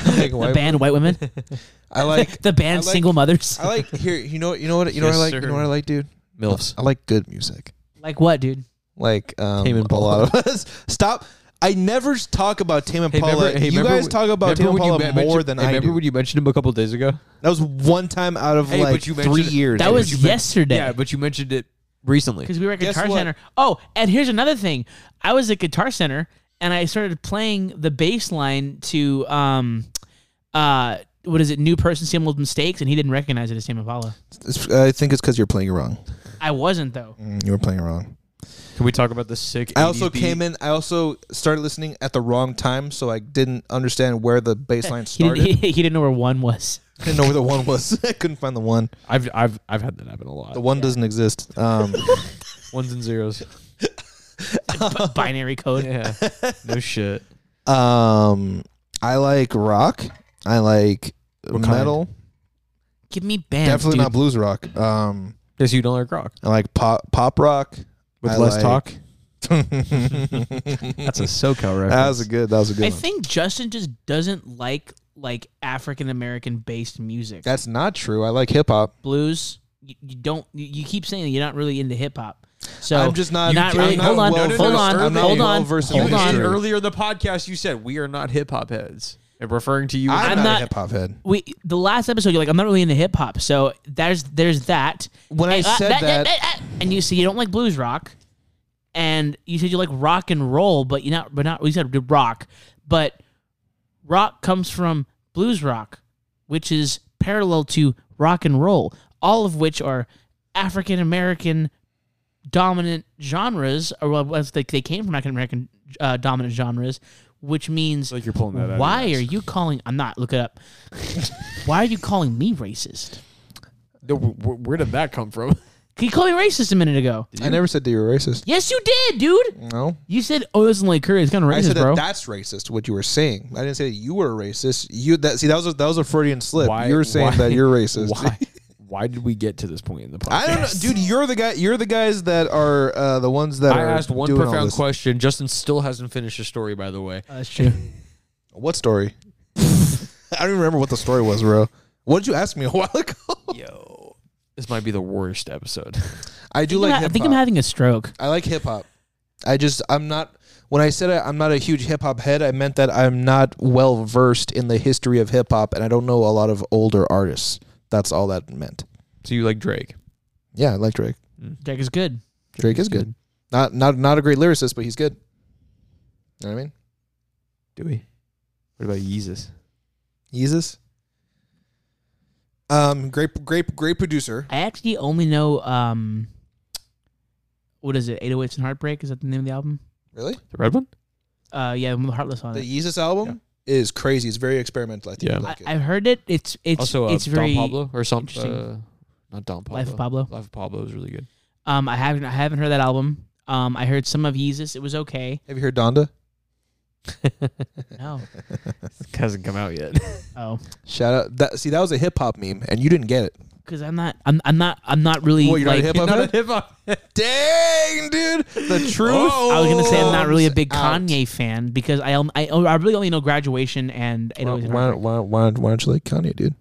[SPEAKER 2] I like.
[SPEAKER 1] The
[SPEAKER 2] White,
[SPEAKER 1] band White Women.
[SPEAKER 2] I like.
[SPEAKER 1] the band
[SPEAKER 2] I like-
[SPEAKER 1] Single Mothers.
[SPEAKER 2] I like. Here. You know. You know what. You know
[SPEAKER 3] Yes,
[SPEAKER 2] what I like.
[SPEAKER 3] sir.
[SPEAKER 2] You know what I like, dude.
[SPEAKER 3] MILFs.
[SPEAKER 2] I like good music.
[SPEAKER 1] Like what, dude?
[SPEAKER 2] like um,
[SPEAKER 3] Tame
[SPEAKER 2] a
[SPEAKER 3] Impala.
[SPEAKER 2] lot of us. Stop! I never s- talk about Tame Impala. you guys talk about Tame Impala more than I
[SPEAKER 3] remember
[SPEAKER 2] do.
[SPEAKER 3] when you mentioned him a couple days ago?
[SPEAKER 2] that was one time out of
[SPEAKER 3] Hey,
[SPEAKER 2] like
[SPEAKER 3] but you
[SPEAKER 2] three
[SPEAKER 3] mentioned it.
[SPEAKER 2] years.
[SPEAKER 1] That
[SPEAKER 2] It
[SPEAKER 1] was yesterday.
[SPEAKER 3] Yeah, but you mentioned it recently.
[SPEAKER 1] because we were at
[SPEAKER 2] Guess
[SPEAKER 1] Guitar
[SPEAKER 2] what?
[SPEAKER 1] Center. Oh, and here's another thing. I was at Guitar Center and I started playing the bass line to um, uh, what is it? New person, same old mistakes, and he didn't recognize it as Tame Impala.
[SPEAKER 2] It's- I think it's because you're playing it wrong.
[SPEAKER 1] I wasn't though.
[SPEAKER 2] Mm, You were playing it wrong.
[SPEAKER 3] Can we talk about the sick?
[SPEAKER 2] I also came in. I also started listening at the wrong time, so I didn't understand where the bass line
[SPEAKER 1] He
[SPEAKER 2] started.
[SPEAKER 1] didn't, he, he didn't know where one was.
[SPEAKER 2] I didn't know where the one was. I couldn't find the one.
[SPEAKER 3] I've I've I've had that happen a lot.
[SPEAKER 2] The one doesn't exist. Um,
[SPEAKER 3] Ones and zeros.
[SPEAKER 1] B- binary code.
[SPEAKER 3] Yeah. no shit.
[SPEAKER 2] um, I like rock. I like
[SPEAKER 3] kind?
[SPEAKER 2] metal.
[SPEAKER 1] Give me bands.
[SPEAKER 2] Definitely
[SPEAKER 1] dude.
[SPEAKER 2] not blues rock. Um,
[SPEAKER 3] Yes, you don't like rock
[SPEAKER 2] I like pop pop rock.
[SPEAKER 3] with
[SPEAKER 2] I
[SPEAKER 3] less
[SPEAKER 2] like-
[SPEAKER 3] talk.
[SPEAKER 2] that
[SPEAKER 3] That's a SoCal reference.
[SPEAKER 2] was a good. That was a good
[SPEAKER 1] I
[SPEAKER 2] one.
[SPEAKER 1] think Justin just doesn't like like African American based music.
[SPEAKER 2] That's not true. I like hip hop.
[SPEAKER 1] Blues. You, you don't. You, you keep saying that you're not really into hip hop. So
[SPEAKER 2] I'm just not.
[SPEAKER 1] not
[SPEAKER 2] I'm
[SPEAKER 1] really.
[SPEAKER 2] not
[SPEAKER 1] hold on.
[SPEAKER 2] well-
[SPEAKER 1] hold on.
[SPEAKER 2] I'm not
[SPEAKER 1] hold
[SPEAKER 2] well
[SPEAKER 1] on.
[SPEAKER 2] versed in
[SPEAKER 1] Hold
[SPEAKER 2] the
[SPEAKER 1] on.
[SPEAKER 2] industry.
[SPEAKER 3] earlier in the podcast, you said we are not hip hop heads, and referring to you.
[SPEAKER 2] I'm,
[SPEAKER 1] I'm
[SPEAKER 2] not,
[SPEAKER 1] not-
[SPEAKER 2] a hip hop head.
[SPEAKER 1] we the last episode you're like I'm not really into hip hop, so there's there's that.
[SPEAKER 2] When I
[SPEAKER 1] And,
[SPEAKER 2] said that-
[SPEAKER 1] and you see you don't like blues rock, and you said you like rock and roll, but you not but not we said rock, but rock comes from blues rock, which is parallel to rock and roll, all of which are African American dominant genres, or well, as they, they came from African American uh, dominant genres, which means
[SPEAKER 3] like you're pulling that out. of
[SPEAKER 1] why
[SPEAKER 3] your
[SPEAKER 1] are
[SPEAKER 3] ass.
[SPEAKER 1] you calling? I'm not. Look it up. Why are you calling me racist?
[SPEAKER 3] No, wh- wh- where did that come from?
[SPEAKER 1] You called me racist a minute ago.
[SPEAKER 2] I never said that you were racist.
[SPEAKER 1] Yes, you did, dude.
[SPEAKER 2] No,
[SPEAKER 1] You said, "Oh, it's like curry. It's kind of
[SPEAKER 2] I
[SPEAKER 1] racist,
[SPEAKER 2] said
[SPEAKER 1] bro."
[SPEAKER 2] that that's racist. What you were saying. I didn't say that you were racist. You that see that was a, that was a Freudian slip. you were saying
[SPEAKER 3] why-
[SPEAKER 2] that you're racist.
[SPEAKER 3] Why? Why did we get to this point in the podcast?
[SPEAKER 2] I don't know, dude. You're the guy. You're the guys that are uh, the ones that
[SPEAKER 3] I
[SPEAKER 2] are
[SPEAKER 3] asked one
[SPEAKER 2] doing all
[SPEAKER 3] profound
[SPEAKER 2] this.
[SPEAKER 3] question. Justin still hasn't finished his story, by the way.
[SPEAKER 1] Uh, that's true.
[SPEAKER 2] What story? I don't even remember what the story was, bro. What did you ask me a while ago?
[SPEAKER 3] Yo, this might be the worst episode.
[SPEAKER 2] I do like.
[SPEAKER 1] I
[SPEAKER 2] hip
[SPEAKER 1] think I'm
[SPEAKER 2] hop.
[SPEAKER 1] having a stroke.
[SPEAKER 2] I like hip hop. I just I'm not when I said I, I'm not a huge hip hop head, I meant that I'm not well versed in the history of hip hop and I don't know a lot of older artists. That's all that meant.
[SPEAKER 3] so you like Drake?
[SPEAKER 2] Yeah, I like Drake.
[SPEAKER 3] Mm.
[SPEAKER 1] Jack is good.
[SPEAKER 2] Drake is good. Not not not a great lyricist, but he's good. You know what I mean?
[SPEAKER 3] Do we? What about Yeezus?
[SPEAKER 2] Yeezus. Um great great great producer.
[SPEAKER 1] I actually only know um, what is it? 808s and Heartbreak. Is that the name of the album?
[SPEAKER 2] Really?
[SPEAKER 3] The red one?
[SPEAKER 1] Uh, yeah, I'm heartless on
[SPEAKER 2] The
[SPEAKER 1] it.
[SPEAKER 2] Yeezus album is crazy. It's very experimental. I think
[SPEAKER 3] Yeah.
[SPEAKER 2] you
[SPEAKER 1] I,
[SPEAKER 2] like it.
[SPEAKER 1] I've heard it. It's it's
[SPEAKER 3] also, uh,
[SPEAKER 1] it's very
[SPEAKER 3] Don Pablo or something.
[SPEAKER 1] interesting.
[SPEAKER 3] Uh, not Don Pablo.
[SPEAKER 1] Life of Pablo.
[SPEAKER 3] Life of Pablo is really good.
[SPEAKER 1] Um, I haven't I haven't heard that album. Um, I heard some of Yeezus. It was okay.
[SPEAKER 2] Have you heard Donda?
[SPEAKER 1] No.
[SPEAKER 3] It hasn't come out yet.
[SPEAKER 1] Oh,
[SPEAKER 2] Shout out that see that was a hip hop meme and you didn't get it.
[SPEAKER 1] because I'm not. I'm, I'm not. I'm not really.
[SPEAKER 2] What, you're not a
[SPEAKER 1] like-
[SPEAKER 2] hip hop
[SPEAKER 3] Not
[SPEAKER 2] head?
[SPEAKER 3] a hip hop.
[SPEAKER 2] Dang, dude. The truth.
[SPEAKER 1] I was gonna say I'm not really a big
[SPEAKER 2] out.
[SPEAKER 1] Kanye fan because I um, I, oh, I really only know graduation and I, don't
[SPEAKER 2] Why, why, why, why don't you like Kanye, dude?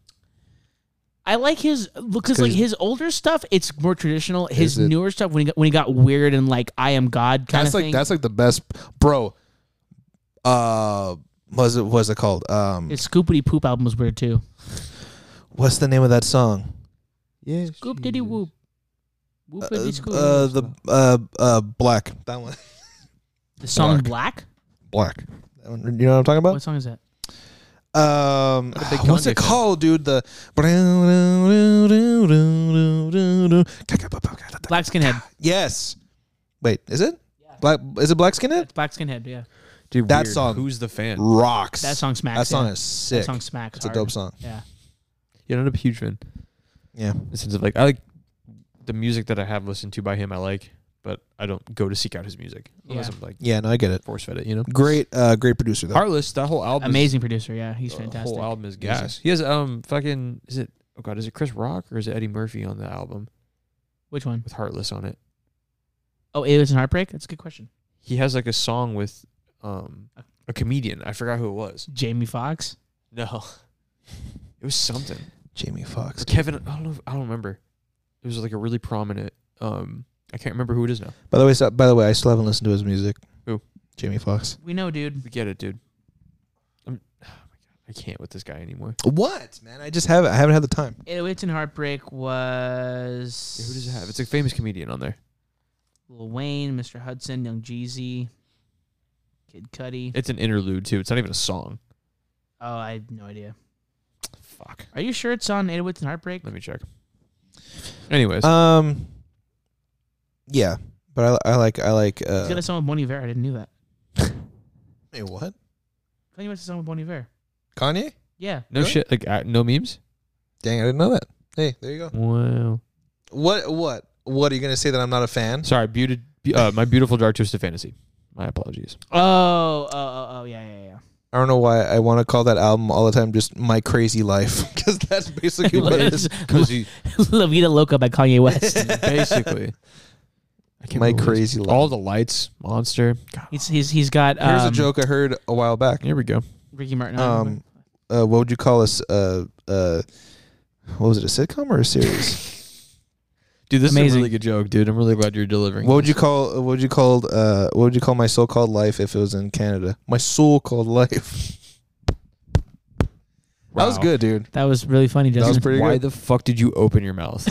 [SPEAKER 1] I like his because like
[SPEAKER 2] Cause-
[SPEAKER 1] his older stuff it's more traditional. His
[SPEAKER 2] Is it-
[SPEAKER 1] newer stuff when he got, when he got weird and like I am God kind
[SPEAKER 2] That's
[SPEAKER 1] of
[SPEAKER 2] like
[SPEAKER 1] thing.
[SPEAKER 2] that's like the best, bro. Uh, was it was it called? Um,
[SPEAKER 1] his Scoopity Poop album was weird too.
[SPEAKER 2] what's the name of that song?
[SPEAKER 3] yeah.
[SPEAKER 1] Scoop diddy whoop. Whoop
[SPEAKER 2] Uh,
[SPEAKER 1] diddy scoop.
[SPEAKER 2] uh, the uh, uh, black. That one.
[SPEAKER 1] the song
[SPEAKER 2] Black.
[SPEAKER 1] Black.
[SPEAKER 2] Black. That one. You know what I'm talking
[SPEAKER 1] What
[SPEAKER 2] about?
[SPEAKER 1] song is that?
[SPEAKER 2] Um,
[SPEAKER 3] Not a big
[SPEAKER 2] what's
[SPEAKER 3] Kanye
[SPEAKER 2] it
[SPEAKER 3] fan.
[SPEAKER 2] called, dude? The
[SPEAKER 1] Black Skinhead.
[SPEAKER 2] yes. Wait, is it black? Is it black skinhead?
[SPEAKER 1] It's Black Skinhead. Yeah,
[SPEAKER 3] Dude,
[SPEAKER 2] That
[SPEAKER 3] weird.
[SPEAKER 2] song.
[SPEAKER 3] Who's the fan?
[SPEAKER 2] Rocks.
[SPEAKER 1] that song smacks.
[SPEAKER 2] That song
[SPEAKER 1] yeah.
[SPEAKER 2] is sick.
[SPEAKER 1] That song smacks.
[SPEAKER 2] It's a
[SPEAKER 1] hard.
[SPEAKER 2] dope song.
[SPEAKER 1] Yeah.
[SPEAKER 3] You know, I'm a huge fan.
[SPEAKER 2] Yeah.
[SPEAKER 3] In the sense of like, I like the music that I have listened to by him. I like, but I don't go to seek out his music unless
[SPEAKER 1] Yeah.
[SPEAKER 3] I'm like
[SPEAKER 2] Yeah, no, I get it.
[SPEAKER 3] force fed it. You know,
[SPEAKER 2] Great, uh, great producer though.
[SPEAKER 3] Heartless. That whole album. is-
[SPEAKER 1] Amazing producer. Yeah, he's
[SPEAKER 3] the
[SPEAKER 1] fantastic.
[SPEAKER 3] Whole album is gas. He has um fucking is it? Oh god, is it Chris Rock or is it Eddie Murphy on the album
[SPEAKER 1] Which one?
[SPEAKER 3] with Heartless on it?
[SPEAKER 1] Oh, it was an heartbreak. That's a good question.
[SPEAKER 3] He has like a song with um a comedian. I forgot who it was.
[SPEAKER 1] Jamie Foxx.
[SPEAKER 3] No, it was something.
[SPEAKER 2] Jamie
[SPEAKER 3] Or
[SPEAKER 2] Fox.
[SPEAKER 3] Kevin. I don't know. If, I don't remember. It was like a really prominent um I can't remember who it is now.
[SPEAKER 2] By the way, so, by the way, I still haven't listened to his music.
[SPEAKER 3] Who?
[SPEAKER 2] Jamie Foxx.
[SPEAKER 1] We know, dude.
[SPEAKER 3] We get it, dude. I'm, oh my God, I can't with this guy anymore.
[SPEAKER 2] What man? I just haven't. I haven't had the time.
[SPEAKER 1] 808s and Heartbreak was.
[SPEAKER 3] Yeah, Who does it have? It's a famous comedian on there.
[SPEAKER 1] Lil Wayne, Mr. Hudson, Young Jeezy, Kid Cudi.
[SPEAKER 3] It's an interlude too. It's not even a song.
[SPEAKER 1] Oh, I have no idea.
[SPEAKER 3] Fuck.
[SPEAKER 1] Are you sure it's on 808s and Heartbreak?
[SPEAKER 3] Let me check. Anyways,
[SPEAKER 2] Um. Yeah, but I, I like I like. Uh,
[SPEAKER 1] He's got a song with Bon Iver. I didn't knew that.
[SPEAKER 2] Hey, what?
[SPEAKER 1] I thought he was a song with Bon Iver.
[SPEAKER 2] Kanye?
[SPEAKER 1] Yeah.
[SPEAKER 3] no
[SPEAKER 2] really?
[SPEAKER 3] shit. Like uh, no memes.
[SPEAKER 2] Dang, I didn't know that. Hey, there you go.
[SPEAKER 3] Wow.
[SPEAKER 2] What? What? What are you gonna say that I'm not a fan?
[SPEAKER 3] Sorry, beauty, be- uh, my beautiful dark twisted fantasy. My apologies.
[SPEAKER 1] Oh, oh, oh, oh, yeah, yeah, yeah.
[SPEAKER 2] I don't know why I want to call that album all the time just my crazy life because that's basically what it is.
[SPEAKER 3] Because he
[SPEAKER 1] La Vida Loca by Kanye West.
[SPEAKER 3] basically. I can't
[SPEAKER 2] My
[SPEAKER 3] remember what it is.
[SPEAKER 2] crazy life.
[SPEAKER 3] All the lights, monster. God.
[SPEAKER 1] he's he's he's got. Um,
[SPEAKER 2] Here's a joke I heard a while back.
[SPEAKER 3] Here we go.
[SPEAKER 1] Ricky Martin.
[SPEAKER 2] Um, uh, what would you call us? Uh, uh, what was it? A sitcom or a series?
[SPEAKER 3] Dude, this is a
[SPEAKER 1] Amazing.
[SPEAKER 3] really good joke, dude. I'm really glad you're delivering.
[SPEAKER 2] what would
[SPEAKER 3] this.
[SPEAKER 2] you call? What would you call? Uh, what would you call my so-called life if it was in Canada? My so-called life. That was
[SPEAKER 3] Wow.
[SPEAKER 2] good, dude.
[SPEAKER 1] that was really funny,
[SPEAKER 2] That
[SPEAKER 1] Justin.
[SPEAKER 2] was pretty
[SPEAKER 3] Why
[SPEAKER 2] good.
[SPEAKER 3] the fuck did you open your mouth?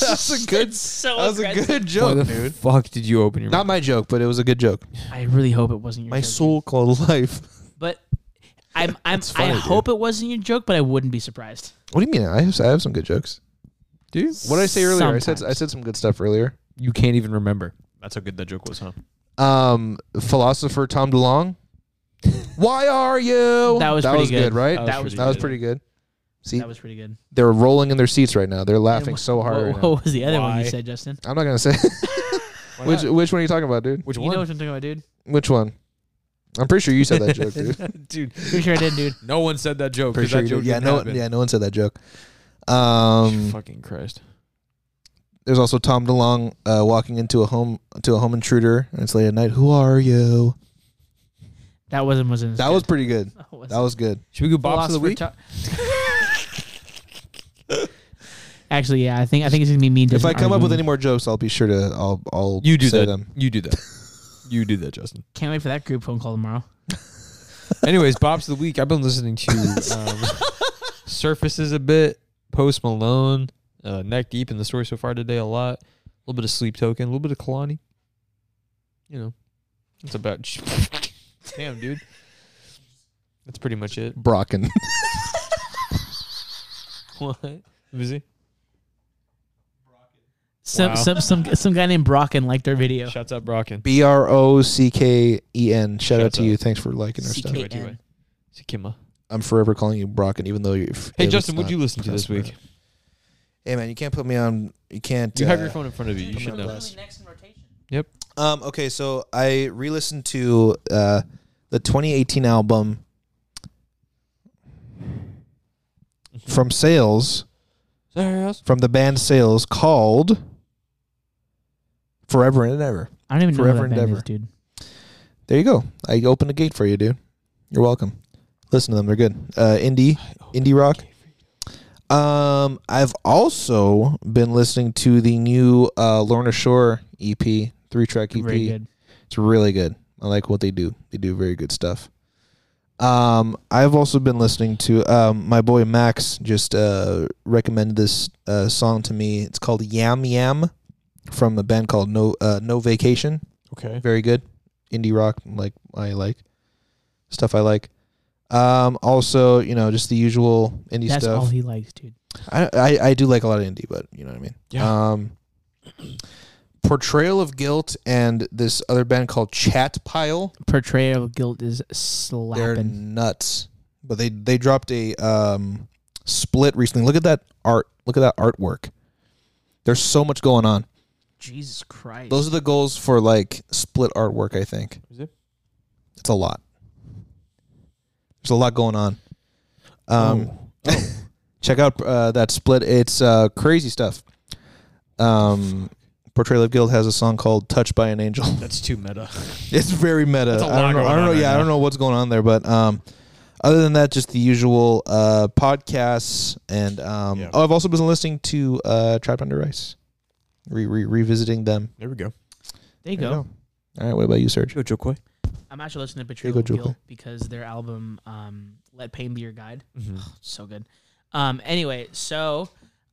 [SPEAKER 2] That's a good.
[SPEAKER 1] so
[SPEAKER 2] that was a good
[SPEAKER 3] Why the
[SPEAKER 2] joke, dude.
[SPEAKER 3] fuck did you open your
[SPEAKER 2] Not
[SPEAKER 3] mouth?
[SPEAKER 2] my joke, but it was a good joke.
[SPEAKER 1] I really hope it wasn't your
[SPEAKER 2] My
[SPEAKER 1] joke.
[SPEAKER 2] so-called life.
[SPEAKER 1] But I'm I'm
[SPEAKER 2] That's
[SPEAKER 1] I
[SPEAKER 2] funny, dude.
[SPEAKER 1] hope it wasn't your joke, but I wouldn't be surprised.
[SPEAKER 2] What do you mean? I have, I have some good jokes.
[SPEAKER 3] Do you?
[SPEAKER 2] What did I say earlier? I said I
[SPEAKER 1] Sometimes.
[SPEAKER 2] said some good stuff earlier.
[SPEAKER 3] You can't even remember. That's how good that joke was, huh?
[SPEAKER 2] Um, philosopher Tom DeLong. Why are you?
[SPEAKER 1] That was pretty good.
[SPEAKER 2] right?
[SPEAKER 1] That was
[SPEAKER 2] That was pretty good. See,
[SPEAKER 1] That was pretty good.
[SPEAKER 2] they're rolling in their seats right now. They're laughing
[SPEAKER 1] And wh-
[SPEAKER 2] so hard.
[SPEAKER 1] What,
[SPEAKER 2] right now.
[SPEAKER 1] what was the other one
[SPEAKER 3] Why?
[SPEAKER 1] you said, Justin?
[SPEAKER 2] I'm not gonna say
[SPEAKER 3] Why
[SPEAKER 2] which
[SPEAKER 3] not?
[SPEAKER 2] which one are you talking about, dude.
[SPEAKER 3] which
[SPEAKER 1] you
[SPEAKER 3] one?
[SPEAKER 1] know what I'm talking about, dude.
[SPEAKER 2] Which one? I'm pretty sure you said that joke, dude.
[SPEAKER 3] dude,
[SPEAKER 1] Pretty sure I did, dude.
[SPEAKER 3] no one said that joke.
[SPEAKER 2] pretty
[SPEAKER 3] 'cause
[SPEAKER 2] sure.
[SPEAKER 3] that
[SPEAKER 2] You
[SPEAKER 3] joke
[SPEAKER 2] did. Yeah,
[SPEAKER 3] didn't
[SPEAKER 2] no,
[SPEAKER 3] happen.
[SPEAKER 2] yeah, no one said that joke. Um,
[SPEAKER 3] Fucking Christ.
[SPEAKER 2] there's also Tom DeLong uh, walking into a home to a home intruder, and it's late at night. Who are you?
[SPEAKER 1] That wasn't wasn't. as
[SPEAKER 2] That
[SPEAKER 1] good.
[SPEAKER 2] was pretty good.
[SPEAKER 1] That was.
[SPEAKER 2] That was good.
[SPEAKER 3] Should we go Bob's of the
[SPEAKER 1] Philosopher
[SPEAKER 3] week?
[SPEAKER 1] Tom- Actually, yeah, I think I think it's gonna be mean.
[SPEAKER 2] If I come up with any more jokes, I'll be sure to I'll I'll
[SPEAKER 3] You do
[SPEAKER 2] say
[SPEAKER 3] that.
[SPEAKER 2] them.
[SPEAKER 3] You do that. You do that, Justin.
[SPEAKER 1] can't wait for that group phone call tomorrow.
[SPEAKER 3] Anyways, Bob's of the week. I've been listening to um, Surfaces a bit, Post Malone, uh, Neck Deep in the story so far today a lot. A little bit of Sleep Token, a little bit of Kalani. You know, that's about. Damn, dude. That's pretty much it.
[SPEAKER 2] Brocken.
[SPEAKER 3] What? Busy?
[SPEAKER 1] Some
[SPEAKER 3] Wow.
[SPEAKER 1] some some some guy named Brocken liked our video.
[SPEAKER 3] Shouts out Brocken.
[SPEAKER 2] B R O C K E N. Shout out
[SPEAKER 3] Shouts
[SPEAKER 2] to you. Thanks for liking our stuff.
[SPEAKER 3] CK.
[SPEAKER 1] CKN.
[SPEAKER 3] Anyway. Sikima.
[SPEAKER 2] I'm forever calling you Brocken, even though you're. f-
[SPEAKER 3] Hey,
[SPEAKER 2] it's
[SPEAKER 3] Justin, what'd
[SPEAKER 2] not
[SPEAKER 3] you listen to this
[SPEAKER 2] pronounced
[SPEAKER 3] week?
[SPEAKER 2] Brocken. Hey man, you can't put me on. You can't.
[SPEAKER 3] You
[SPEAKER 2] uh,
[SPEAKER 3] have your phone in front of you. You
[SPEAKER 2] put
[SPEAKER 3] should
[SPEAKER 2] my
[SPEAKER 3] know.
[SPEAKER 2] glass. Um. Okay, so I re-listened to uh the 2018 album from Sales from the band Sales called Forever and Ever.
[SPEAKER 1] I don't even know
[SPEAKER 2] Forever
[SPEAKER 1] who that
[SPEAKER 2] and
[SPEAKER 1] band
[SPEAKER 2] ever.
[SPEAKER 1] is, dude.
[SPEAKER 2] There you go. I opened a gate for you, dude. You're welcome. Listen to them; they're good. Uh, indie, indie rock. Um, I've also been listening to the new uh, Lorna Shore EP, three track E EP.
[SPEAKER 1] Very good.
[SPEAKER 2] It's really good. I like what they do. They do very good stuff. Um, I've also been listening to um, my boy Max just uh, recommended this uh, song to me. It's called Yam Yam from a band called No uh, No Vacation.
[SPEAKER 3] Okay.
[SPEAKER 2] Very good. Indie rock, like I like stuff I like. Um, also, you know, just the usual indie
[SPEAKER 1] That's
[SPEAKER 2] stuff.
[SPEAKER 1] all he likes, dude.
[SPEAKER 2] I, I I do like a lot of indie, but you know what I mean.
[SPEAKER 3] Yeah.
[SPEAKER 2] Um, Portrayal of Guilt and this other band called Chat Pile.
[SPEAKER 1] Portrayal of guilt is
[SPEAKER 2] They're
[SPEAKER 1] slapping.
[SPEAKER 2] nuts, but they they dropped a um split recently. Look at that art. Look at that artwork. There's so much going on.
[SPEAKER 1] Jesus Christ.
[SPEAKER 2] Those are the goals for like split artwork. I think
[SPEAKER 3] Is it?
[SPEAKER 2] it's a lot. There's a lot going on. Um,
[SPEAKER 3] Oh.
[SPEAKER 2] check out uh, that split. It's uh, crazy stuff. Um, Portrayal of Guild has a song called "Touched by an Angel."
[SPEAKER 3] That's too meta.
[SPEAKER 2] It's very meta.
[SPEAKER 3] That's a
[SPEAKER 2] I
[SPEAKER 3] lot
[SPEAKER 2] don't know.
[SPEAKER 3] going
[SPEAKER 2] I
[SPEAKER 3] on
[SPEAKER 2] don't know.
[SPEAKER 3] right
[SPEAKER 2] yeah, I
[SPEAKER 3] now.
[SPEAKER 2] don't know what's going on there, but um, other than that, just the usual uh, podcasts and um.
[SPEAKER 3] Yeah.
[SPEAKER 2] Oh, I've also been listening to uh, Trapped Under Rice. re- re- revisiting them.
[SPEAKER 3] There we go.
[SPEAKER 1] There you
[SPEAKER 2] There you
[SPEAKER 1] go.
[SPEAKER 2] go. All right, what about you, Serge?
[SPEAKER 1] I'm actually listening to
[SPEAKER 2] you
[SPEAKER 1] Betrayal
[SPEAKER 2] go, Joker.
[SPEAKER 1] Guilt because their album um, "Let Pain Be Your Guide"
[SPEAKER 3] Mm-hmm.
[SPEAKER 1] so good. Um, anyway, so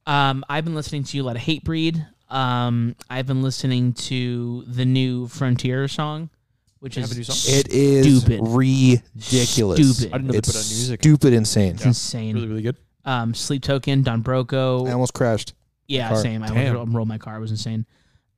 [SPEAKER 1] um, I've been listening to a lot of Hate Breed. Um, I've been listening to the new Frontier song, which
[SPEAKER 3] have a new
[SPEAKER 1] is
[SPEAKER 3] song?
[SPEAKER 2] It is
[SPEAKER 1] Stupid.
[SPEAKER 2] ridiculous.
[SPEAKER 1] Stupid.
[SPEAKER 3] I didn't know they
[SPEAKER 2] It's
[SPEAKER 3] put out music.
[SPEAKER 2] stupid insane.
[SPEAKER 1] It's insane.
[SPEAKER 3] Really, really good.
[SPEAKER 1] Um, Sleep Token, Don Broco.
[SPEAKER 5] I almost crashed.
[SPEAKER 1] yeah,
[SPEAKER 2] car.
[SPEAKER 1] same. I
[SPEAKER 3] Damn.
[SPEAKER 1] almost rolled my car. It was insane.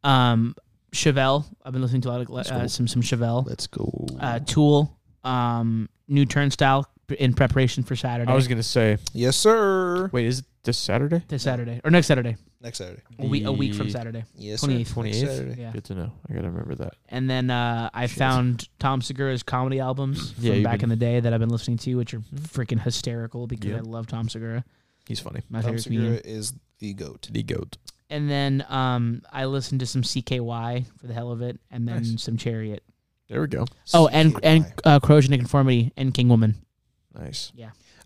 [SPEAKER 1] Um, Chevelle. I've been listening to a lot of uh,
[SPEAKER 2] cool.
[SPEAKER 1] some some Chevelle.
[SPEAKER 2] Let's go.
[SPEAKER 1] Uh, Tool. Um, new Turnstile in preparation for Saturday.
[SPEAKER 3] I was gonna say,
[SPEAKER 2] yes, sir.
[SPEAKER 3] wait, is it this Saturday?
[SPEAKER 1] this Saturday or next Saturday.
[SPEAKER 2] Next Saturday.
[SPEAKER 1] A week, a week from
[SPEAKER 3] The-
[SPEAKER 1] Saturday.
[SPEAKER 2] Yes,
[SPEAKER 1] 28th.
[SPEAKER 2] sir. Next
[SPEAKER 3] 28th?
[SPEAKER 2] Saturday.
[SPEAKER 1] Yeah.
[SPEAKER 3] Good to know. I gotta remember that.
[SPEAKER 1] And then uh, I found Tom Segura's comedy albums from
[SPEAKER 3] Yeah, you've
[SPEAKER 1] back in
[SPEAKER 3] been-
[SPEAKER 1] the day that I've been listening to, which are freaking hysterical because
[SPEAKER 3] Yeah.
[SPEAKER 1] I love Tom Segura,
[SPEAKER 3] He's funny.
[SPEAKER 1] my
[SPEAKER 2] Tom
[SPEAKER 1] favorite
[SPEAKER 2] Segura
[SPEAKER 1] comedian.
[SPEAKER 2] is the goat.
[SPEAKER 3] The goat.
[SPEAKER 1] And then um, I listened to some CKY for the hell of it, and then
[SPEAKER 3] Nice.
[SPEAKER 1] some Chariot.
[SPEAKER 3] There we go.
[SPEAKER 1] Oh, and and
[SPEAKER 2] CKY.
[SPEAKER 1] uh, Corrosion and Conformity and King Woman.
[SPEAKER 3] Nice.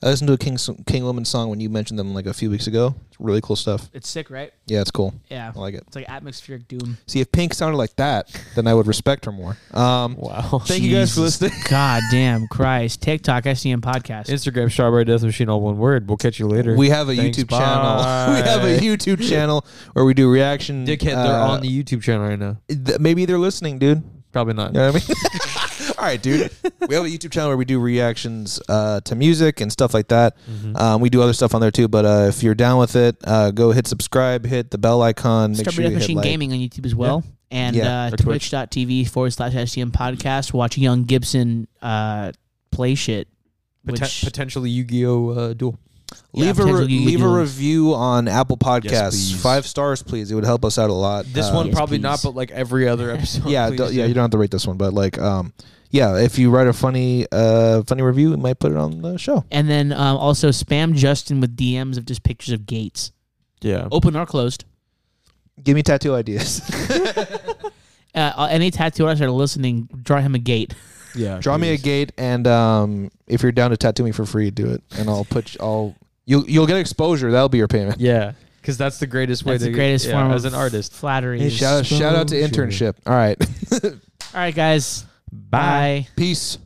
[SPEAKER 2] I listened to a King King Lemon song when you mentioned them like a few weeks ago. It's really cool stuff.
[SPEAKER 1] It's sick, right?
[SPEAKER 2] Yeah, it's cool.
[SPEAKER 1] Yeah,
[SPEAKER 2] I like it.
[SPEAKER 1] it's like atmospheric doom.
[SPEAKER 2] See, if Pink sounded like that, then I would respect her more. Um,
[SPEAKER 3] Wow.
[SPEAKER 2] thank you guys for
[SPEAKER 1] Jesus
[SPEAKER 2] listening.
[SPEAKER 1] God damn Christ! TikTok SDM podcast.
[SPEAKER 3] Instagram Strawberry Death Machine, all one word. We'll catch you later.
[SPEAKER 2] We have a
[SPEAKER 3] Thanks,
[SPEAKER 2] YouTube channel. we have a
[SPEAKER 3] bye.
[SPEAKER 2] YouTube channel where we do reaction.
[SPEAKER 3] Dickhead,
[SPEAKER 2] uh,
[SPEAKER 3] they're on the YouTube channel right now.
[SPEAKER 2] th- maybe they're listening, dude.
[SPEAKER 3] Probably not.
[SPEAKER 2] You know what I mean? All right, dude. We have a YouTube channel where we do reactions uh, to music and stuff like that.
[SPEAKER 3] Mm-hmm.
[SPEAKER 2] Um, we do other stuff on there too. But uh, if you're down with it, uh, go hit subscribe, hit the bell icon. Make
[SPEAKER 1] Stubborn
[SPEAKER 2] sure you
[SPEAKER 1] Death
[SPEAKER 2] hit
[SPEAKER 1] Machine
[SPEAKER 2] like.
[SPEAKER 1] Gaming on YouTube as well. And
[SPEAKER 2] Yeah,
[SPEAKER 1] uh,
[SPEAKER 3] or Twitch.
[SPEAKER 1] twitch.tv forward slash SDM podcast. Watch Young Gibson uh, play shit.
[SPEAKER 3] Poten-
[SPEAKER 1] which,
[SPEAKER 3] potentially Yu-Gi-Oh! Uh, duel.
[SPEAKER 1] Yeah,
[SPEAKER 2] Leave a re-
[SPEAKER 1] potentially you
[SPEAKER 2] leave a
[SPEAKER 1] do.
[SPEAKER 2] review on Apple Podcasts.
[SPEAKER 3] please.
[SPEAKER 2] Five stars, please. It would help us out a lot.
[SPEAKER 3] This
[SPEAKER 2] Uh,
[SPEAKER 3] one
[SPEAKER 1] yes,
[SPEAKER 3] probably
[SPEAKER 1] please.
[SPEAKER 3] not, but like every other episode.
[SPEAKER 2] yeah,
[SPEAKER 3] please
[SPEAKER 2] d- yeah.
[SPEAKER 3] do.
[SPEAKER 2] You don't have to rate this one, but like, um, yeah. If you write a funny, uh, funny review, we might put it on the show.
[SPEAKER 1] and then um, also spam Justin with DMs of just pictures of gates,
[SPEAKER 3] Yeah.
[SPEAKER 1] open or closed.
[SPEAKER 2] Give me tattoo ideas.
[SPEAKER 1] Uh, uh, any tattoo artists that are listening, draw him a gate.
[SPEAKER 3] Oh, yeah.
[SPEAKER 2] Draw me a gate, and um, if you're down to tattoo me for free, do it, and I'll put. you- I'll you'll you'll get exposure. That'll be your payment.
[SPEAKER 3] Yeah, because that's the greatest way.
[SPEAKER 1] That's
[SPEAKER 3] to
[SPEAKER 1] the greatest
[SPEAKER 3] yeah,
[SPEAKER 1] form
[SPEAKER 3] as
[SPEAKER 1] of
[SPEAKER 3] an artist.
[SPEAKER 1] flattery.
[SPEAKER 2] Shout out, shout out to internship. All right,
[SPEAKER 1] All right, guys. Bye.
[SPEAKER 2] peace.